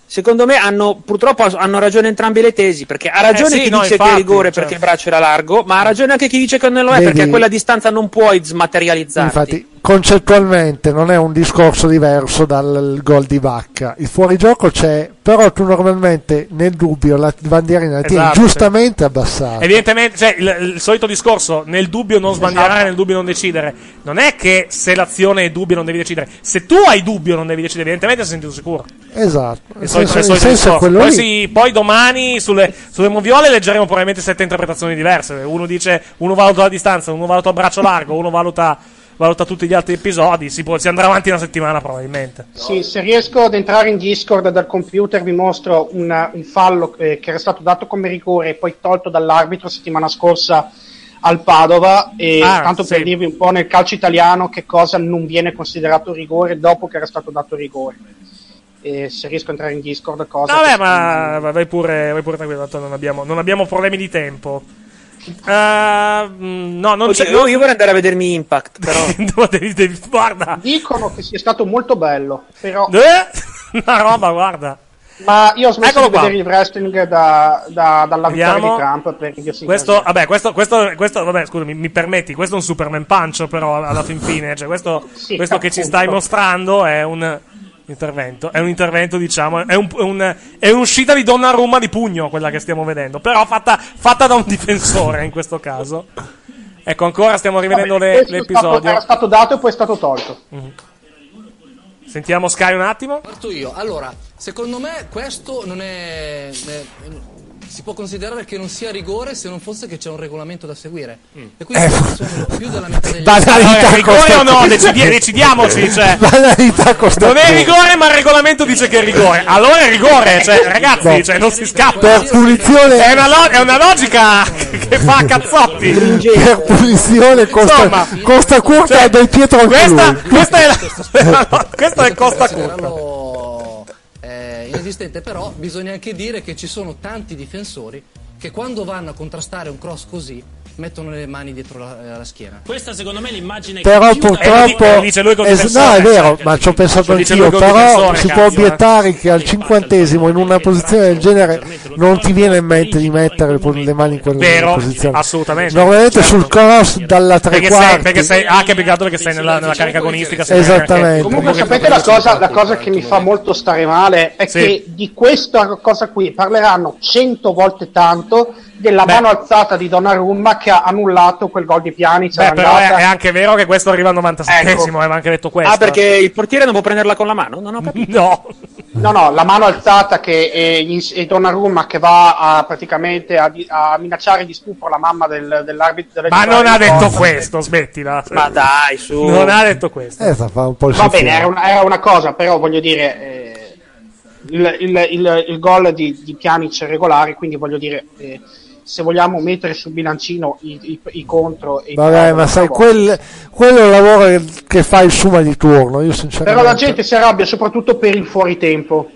Speaker 13: secondo me hanno purtroppo hanno ragione entrambe le tesi, perché ha ragione
Speaker 4: Eh sì,
Speaker 13: chi
Speaker 4: no,
Speaker 13: dice
Speaker 4: infatti,
Speaker 13: che è rigore
Speaker 4: cioè.
Speaker 13: perché il braccio era largo, ma ha ragione anche chi dice che non lo è
Speaker 12: Vedi?
Speaker 13: perché a quella distanza non puoi smaterializzarti.
Speaker 12: Infatti, concettualmente non è un discorso diverso dal gol di Bacca. Il fuorigioco c'è, però tu normalmente nel dubbio la bandierina la tieni
Speaker 4: Esatto,
Speaker 12: giustamente abbassata.
Speaker 4: Evidentemente, cioè, il, il solito discorso, nel dubbio non sbandierare,
Speaker 12: Esatto.
Speaker 4: nel dubbio non decidere. Non è che se l'azione è dubbio non devi decidere. Se tu hai dubbio non devi decidere, evidentemente sei sentito sicuro.
Speaker 12: Esatto.
Speaker 4: Il solito-
Speaker 12: Nel
Speaker 4: il solito
Speaker 12: senso è
Speaker 4: discorso.
Speaker 12: quello
Speaker 4: poi,
Speaker 12: lì.
Speaker 4: sì, poi domani sulle, sulle moviole leggeremo probabilmente sette interpretazioni diverse. Uno dice uno valuta la distanza, uno valuta a braccio largo, uno valuta, valuta tutti gli altri episodi. Si, può, si andrà avanti una settimana probabilmente.
Speaker 10: Sì, se riesco ad entrare in Discord dal computer vi mostro una- un fallo eh, che era stato dato come rigore e poi tolto dall'arbitro settimana scorsa al Padova e
Speaker 4: Ah,
Speaker 10: tanto per dirvi un po' nel calcio italiano che cosa non viene considerato rigore dopo che era stato dato rigore. E se riesco ad entrare in Discord cosa...
Speaker 4: No, Vabbè, ma ma vai pure, vai pure tranquillo, tanto non abbiamo, non abbiamo problemi di tempo. Eh, mm, no, non
Speaker 13: Oddio,
Speaker 4: c'è.
Speaker 13: io- io vorrei andare a vedermi Impact, però.
Speaker 4: guarda.
Speaker 10: Dicono che sia stato molto bello, però...
Speaker 4: Eh? Una roba, guarda.
Speaker 10: Ma io ho smesso
Speaker 4: Eccolo
Speaker 10: di
Speaker 4: qua.
Speaker 10: vedere il wrestling da- da- dalla
Speaker 4: Vediamo.
Speaker 10: vittoria di Trump per idiosincrasia.
Speaker 4: Questo, vabbè, questo, questo, questo, vabbè, scusami, mi permetti, questo è un Superman Punch, però alla fin fine, cioè, questo,
Speaker 10: Sì,
Speaker 4: questo che ci
Speaker 10: appunto.
Speaker 4: stai mostrando è un intervento, è un intervento, diciamo, è, un, è, un- è un'uscita di Donnarumma di pugno quella che stiamo vedendo, però fatta, fatta da un difensore in questo caso. Ecco, ancora stiamo rivedendo
Speaker 10: Vabbè,
Speaker 4: le-
Speaker 10: questo è stato-
Speaker 4: l'episodio.
Speaker 10: era stato dato e poi è stato tolto.
Speaker 4: Sentiamo Sky un attimo.
Speaker 18: Parto io. Allora, secondo me questo non è. eh, si può considerare che non sia rigore se non fosse che c'è un regolamento da seguire.
Speaker 13: Mm.
Speaker 18: E quindi
Speaker 12: Eh.
Speaker 18: sono più della metà degli
Speaker 4: Allora, rigore o no? Decidi- decidiamoci, cioè. Non è rigore, ma il regolamento dice che è rigore. Allora è rigore, cioè, ragazzi,
Speaker 12: No.
Speaker 4: cioè, non si scappa.
Speaker 12: Per punizione-
Speaker 4: È una, lo- è una logica che fa cazzotti.
Speaker 12: Per punizione costa,
Speaker 4: Insomma,
Speaker 12: costa curta
Speaker 4: cioè,
Speaker 12: e del Pietro anche
Speaker 4: questa-
Speaker 12: lui.
Speaker 4: questa è la- questo è Costa Curta.
Speaker 18: considerarlo eh, inesistente, però bisogna anche dire che ci sono tanti difensori che quando vanno a contrastare un cross così mettono le mani dietro la, la schiena. Questa secondo me è l'immagine
Speaker 12: Però purtroppo es- no è
Speaker 4: cioè,
Speaker 12: vero ma ci ho pensato
Speaker 18: Lo dice
Speaker 12: anch'io
Speaker 18: lui col
Speaker 12: però
Speaker 18: difensore,
Speaker 12: si può
Speaker 18: cazzo, eh.
Speaker 12: obiettare che al cinquantesimo in una posizione del genere non ti viene in mente di mettere poi le mani in quella
Speaker 4: Vero,
Speaker 12: posizione
Speaker 4: assolutamente. Certo.
Speaker 12: normalmente sul cross dalla tre
Speaker 4: Perché sei,
Speaker 12: quarti
Speaker 4: perché sei, anche più che altro perché sei nella, nella carica agonistica. sei nella carica-
Speaker 12: Esattamente.
Speaker 10: Comunque, sapete la cosa, la cosa che mi fa molto stare male è
Speaker 4: Sì.
Speaker 10: che di questa cosa qui parleranno cento volte tanto della mano alzata di Donnarumma che ha annullato quel gol di Pjanic
Speaker 4: Beh, però è,
Speaker 10: all'andata.
Speaker 4: è anche vero che questo arriva al 97esimo,
Speaker 10: Ecco.
Speaker 4: aveva anche detto questo.
Speaker 10: Ah, perché
Speaker 13: il portiere non può prenderla con la mano? Non ho capito.
Speaker 4: No.
Speaker 10: No, no, la mano alzata che è, in- è Donnarumma che va a, praticamente a, di- a minacciare di stupro la mamma del- dell'arbitro. della
Speaker 4: Ma non ha
Speaker 10: Juventus.
Speaker 4: detto questo, smettila.
Speaker 10: Ma dai, su.
Speaker 4: Non ha detto questo.
Speaker 12: Eh, sta- fa un po' il
Speaker 10: Va bene,
Speaker 12: soffiero.
Speaker 10: era una, era una cosa, però voglio dire, eh, il, il- il- il gol di, di Pjanic è regolare, quindi voglio dire, eh, se vogliamo mettere sul bilancino i, i- i contro e i
Speaker 12: Vabbè,
Speaker 10: pro,
Speaker 12: ma sai,
Speaker 10: no?
Speaker 12: quel- quello è il lavoro che- che fa il Suma di turno. Io,
Speaker 10: però la
Speaker 12: sinceramente,
Speaker 10: gente si arrabbia soprattutto per il fuoritempo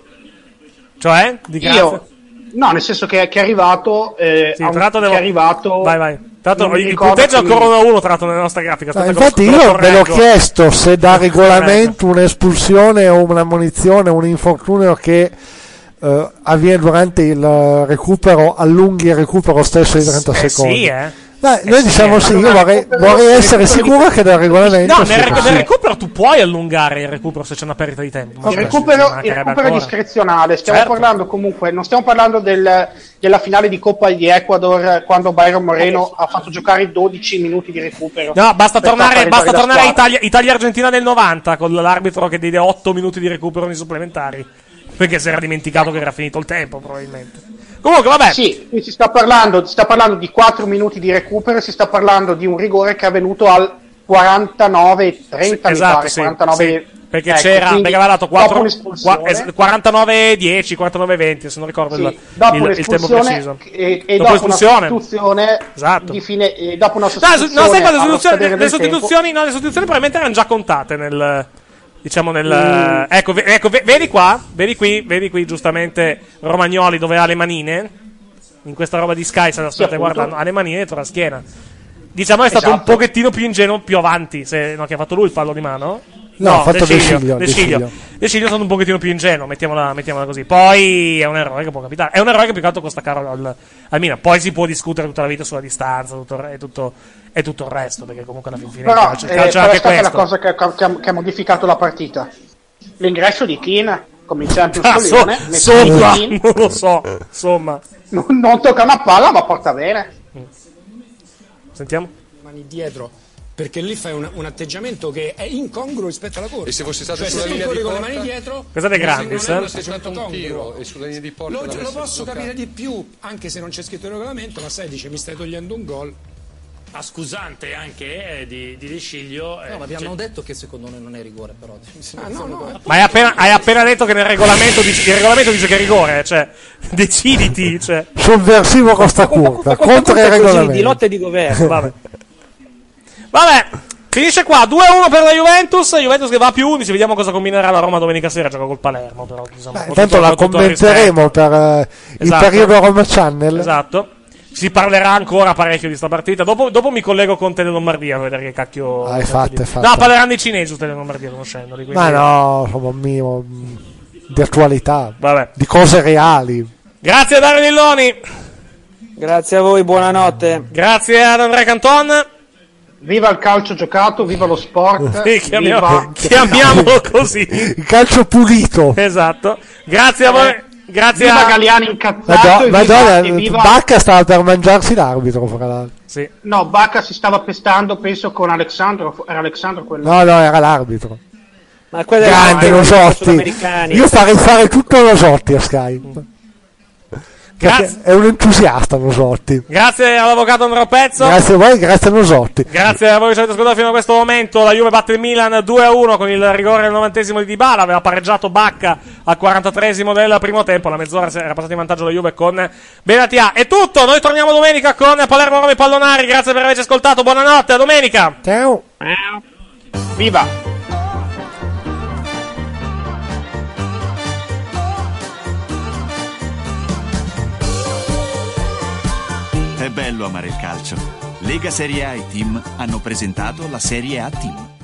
Speaker 4: Cioè? Di grazia?
Speaker 10: io no nel senso che, che è arrivato eh,
Speaker 4: Sì,
Speaker 10: a un-
Speaker 4: tra l'altro
Speaker 10: che è
Speaker 4: devo-
Speaker 10: arrivato
Speaker 4: Vai, vai. Tra l'altro,
Speaker 10: non mi
Speaker 4: il
Speaker 10: ricordo
Speaker 4: punteggio è
Speaker 10: chi-
Speaker 4: ancora 1 a 1 tratto nella nostra grafica.
Speaker 12: No,
Speaker 4: Aspetta,
Speaker 12: infatti,
Speaker 4: cos- lo
Speaker 12: io ve l'ho
Speaker 4: correggo.
Speaker 12: chiesto se da regolamento un'espulsione o una munizione, un infortunio che eh, avviene durante il recupero, allunghi il recupero stesso di 30
Speaker 4: Eh
Speaker 12: secondi.
Speaker 4: sì, eh.
Speaker 12: Dai, noi diciamo
Speaker 4: eh.
Speaker 12: sì, io vorrei, vorrei essere sicuro che dal regolamento
Speaker 4: No,
Speaker 12: sia
Speaker 4: nel, rec-
Speaker 12: così.
Speaker 4: nel recupero tu puoi allungare il recupero se c'è una perdita di tempo.
Speaker 10: il recupero, il recupero è
Speaker 4: discreto.
Speaker 10: discrezionale, stiamo
Speaker 4: Certo.
Speaker 10: parlando comunque, non stiamo parlando del- della finale di Coppa di Ecuador eh, quando Byron Moreno ha fatto giocare 12 minuti di recupero.
Speaker 4: No, basta
Speaker 10: per
Speaker 4: tornare,
Speaker 10: far
Speaker 4: basta
Speaker 10: pareggiare la
Speaker 4: tornare a
Speaker 10: squadra.
Speaker 4: Italia, Italia-Argentina del 90 con l'arbitro che diede 8 minuti di recupero nei supplementari. Perché si era dimenticato che era finito il tempo, probabilmente. Comunque, vabbè.
Speaker 10: Sì, qui si sta parlando, si sta parlando di 4 minuti di recupero, e si sta parlando di un rigore che è avvenuto al 49 30
Speaker 4: esatto,
Speaker 10: mi pare,
Speaker 4: sì,
Speaker 10: 49
Speaker 4: sì, perché
Speaker 10: ecco,
Speaker 4: c'era,
Speaker 10: quindi
Speaker 4: perché aveva dato
Speaker 10: dopo
Speaker 4: 4,
Speaker 10: un'espulsione-
Speaker 4: 49-10, 49-20, se non ricordo
Speaker 10: Sì,
Speaker 4: il,
Speaker 10: dopo
Speaker 4: il- il tempo
Speaker 10: l'espulsione
Speaker 4: preciso.
Speaker 10: e, e
Speaker 4: Dopo
Speaker 10: dopo, una
Speaker 4: l'espulsione.
Speaker 10: sostituzione di fine e dopo una
Speaker 4: No, su-
Speaker 10: sostituzione
Speaker 4: no, sai quando
Speaker 10: allo
Speaker 4: le sostituzioni,
Speaker 10: scadere
Speaker 4: le,
Speaker 10: del
Speaker 4: sostituzioni, no, le sostituzioni probabilmente erano già contate nel. Diciamo nel.
Speaker 10: Mm.
Speaker 4: Ecco, ve- ecco, ve- vedi qua, vedi qui, vedi qui giustamente Romagnoli dove ha le manine. In questa roba di Sky se la state
Speaker 10: appunto.
Speaker 4: guardando, ha le manine dietro la schiena. Diciamo è stato un
Speaker 10: Esatto.
Speaker 4: pochettino più ingenuo più avanti, se no, che ha fatto lui il fallo di mano.
Speaker 12: No, ha fatto
Speaker 4: De
Speaker 12: De Sciglio,
Speaker 4: De
Speaker 12: De
Speaker 4: Sciglio.
Speaker 12: Sciglio.
Speaker 4: De Sciglio è stato un pochettino più ingenuo, mettiamola, mettiamola così. Poi è un errore che può capitare. È un errore che più che altro costa caro al, al Milan. Poi si può discutere tutta la vita sulla distanza tutto il re- e tutto, e tutto il resto, perché comunque alla fin fine
Speaker 10: Però,
Speaker 4: calcio-
Speaker 10: eh,
Speaker 4: calcio
Speaker 10: però
Speaker 4: anche
Speaker 10: è stata la
Speaker 4: questo.
Speaker 10: cosa che, che ha, che ha modificato la partita. L'ingresso di Kin, come in Champions eh,
Speaker 4: Ah,
Speaker 10: con
Speaker 4: so-
Speaker 10: Lione, mette
Speaker 4: insomma,
Speaker 10: Keane,
Speaker 4: non lo so, insomma.
Speaker 10: non, non tocca una palla ma porta bene.
Speaker 4: Sentiamo.
Speaker 23: mani dietro perché lì fai un, un atteggiamento che è incongruo rispetto alla corsa. E se fossi
Speaker 24: stato
Speaker 23: cioè,
Speaker 24: sulla
Speaker 23: se tu
Speaker 24: linea
Speaker 23: corri
Speaker 24: di
Speaker 23: con le
Speaker 24: porta-
Speaker 23: mani dietro, cioè,
Speaker 4: Cosa dei grandi,
Speaker 23: non è
Speaker 4: eh?
Speaker 24: Se è stato un tiro e sulla linea di porta
Speaker 23: Lo, lo
Speaker 24: l'avesse
Speaker 23: posso
Speaker 24: bloccato.
Speaker 23: capire di più, anche se non c'è scritto il regolamento, ma sai, dice mi stai togliendo un gol.
Speaker 25: A scusante anche eh, di, di De eh, Sciglio.
Speaker 23: No, ma abbiamo
Speaker 25: detto che secondo noi non è rigore, però.
Speaker 23: Ah, no, no,
Speaker 4: Ma hai appena, hai appena detto che nel regolamento dice, il regolamento dice che è rigore, cioè, deciditi, cioè.
Speaker 12: Sovversivo Costa Curta, contro il regolamento.
Speaker 4: lotte di governo. Vabbè. Vabbè, finisce qua 2-1 per la Juventus. Juventus che va a più 11. Vediamo cosa combinerà la Roma domenica sera. Gioca col Palermo. Però, insomma, con
Speaker 12: Intanto
Speaker 4: tutto-
Speaker 12: la
Speaker 4: con tutto il
Speaker 12: commenteremo per eh, il
Speaker 4: Esatto.
Speaker 12: periodo Roma
Speaker 4: rispetto.
Speaker 12: Channel.
Speaker 4: Esatto. Si parlerà ancora parecchio di sta partita. Dopo, dopo mi collego con Tele Lombardia a vedere che cacchio.
Speaker 12: Ah, è fatta, è fatta.
Speaker 4: No, parleranno i cinesi su Tele Lombardia conoscendoli. Quindi...
Speaker 12: Ma no, insomma, un minimo mh, di attualità,
Speaker 4: Vabbè.
Speaker 12: di cose reali.
Speaker 4: Grazie a Dario Villoni.
Speaker 6: Grazie a voi, buonanotte.
Speaker 4: Grazie ad Andrea Canton.
Speaker 10: Viva il calcio giocato, viva lo sport.
Speaker 4: Sì, chiamiamo-
Speaker 10: viva-
Speaker 4: chiamiamolo così.
Speaker 12: Il calcio pulito.
Speaker 4: Esatto. Grazie a voi. Grazie
Speaker 10: Eh, Viva
Speaker 4: a
Speaker 10: Galliani incazzato.
Speaker 12: Madonna,
Speaker 10: e viva-
Speaker 12: Madonna,
Speaker 10: e viva-
Speaker 12: eh, Bacca stava per mangiarsi l'arbitro, fra l'altro.
Speaker 10: No, Bacca si stava pestando, penso, con Alexandro. Era Alexandro quello.
Speaker 12: No, no, era l'arbitro.
Speaker 6: Ma
Speaker 10: quella
Speaker 6: era
Speaker 12: Grande
Speaker 6: una-
Speaker 12: lo Sotti.
Speaker 6: sudamericani.
Speaker 12: Io farei fare tutto lo Sotti a Skype. Perché
Speaker 4: Grazie.
Speaker 12: È un entusiasta lo Sotti.
Speaker 4: Grazie all'avvocato Andrea Pezzo.
Speaker 12: Grazie a voi, grazie a Nosotti.
Speaker 4: Grazie a voi che ci avete ascoltato fino a questo momento. La Juve batte il Milan 2-1 con il rigore al novantesimo di Dybala. Aveva pareggiato Bacca al 43esimo del primo tempo. La mezz'ora era passata in vantaggio la Juve con Benatia. È tutto. Noi torniamo domenica con Palermo Roma e Pallonari. Grazie per averci ascoltato. Buonanotte, a domenica.
Speaker 12: Ciao.
Speaker 10: Viva!
Speaker 15: È bello amare il calcio. Lega Serie A e Team hanno presentato la Serie A Team.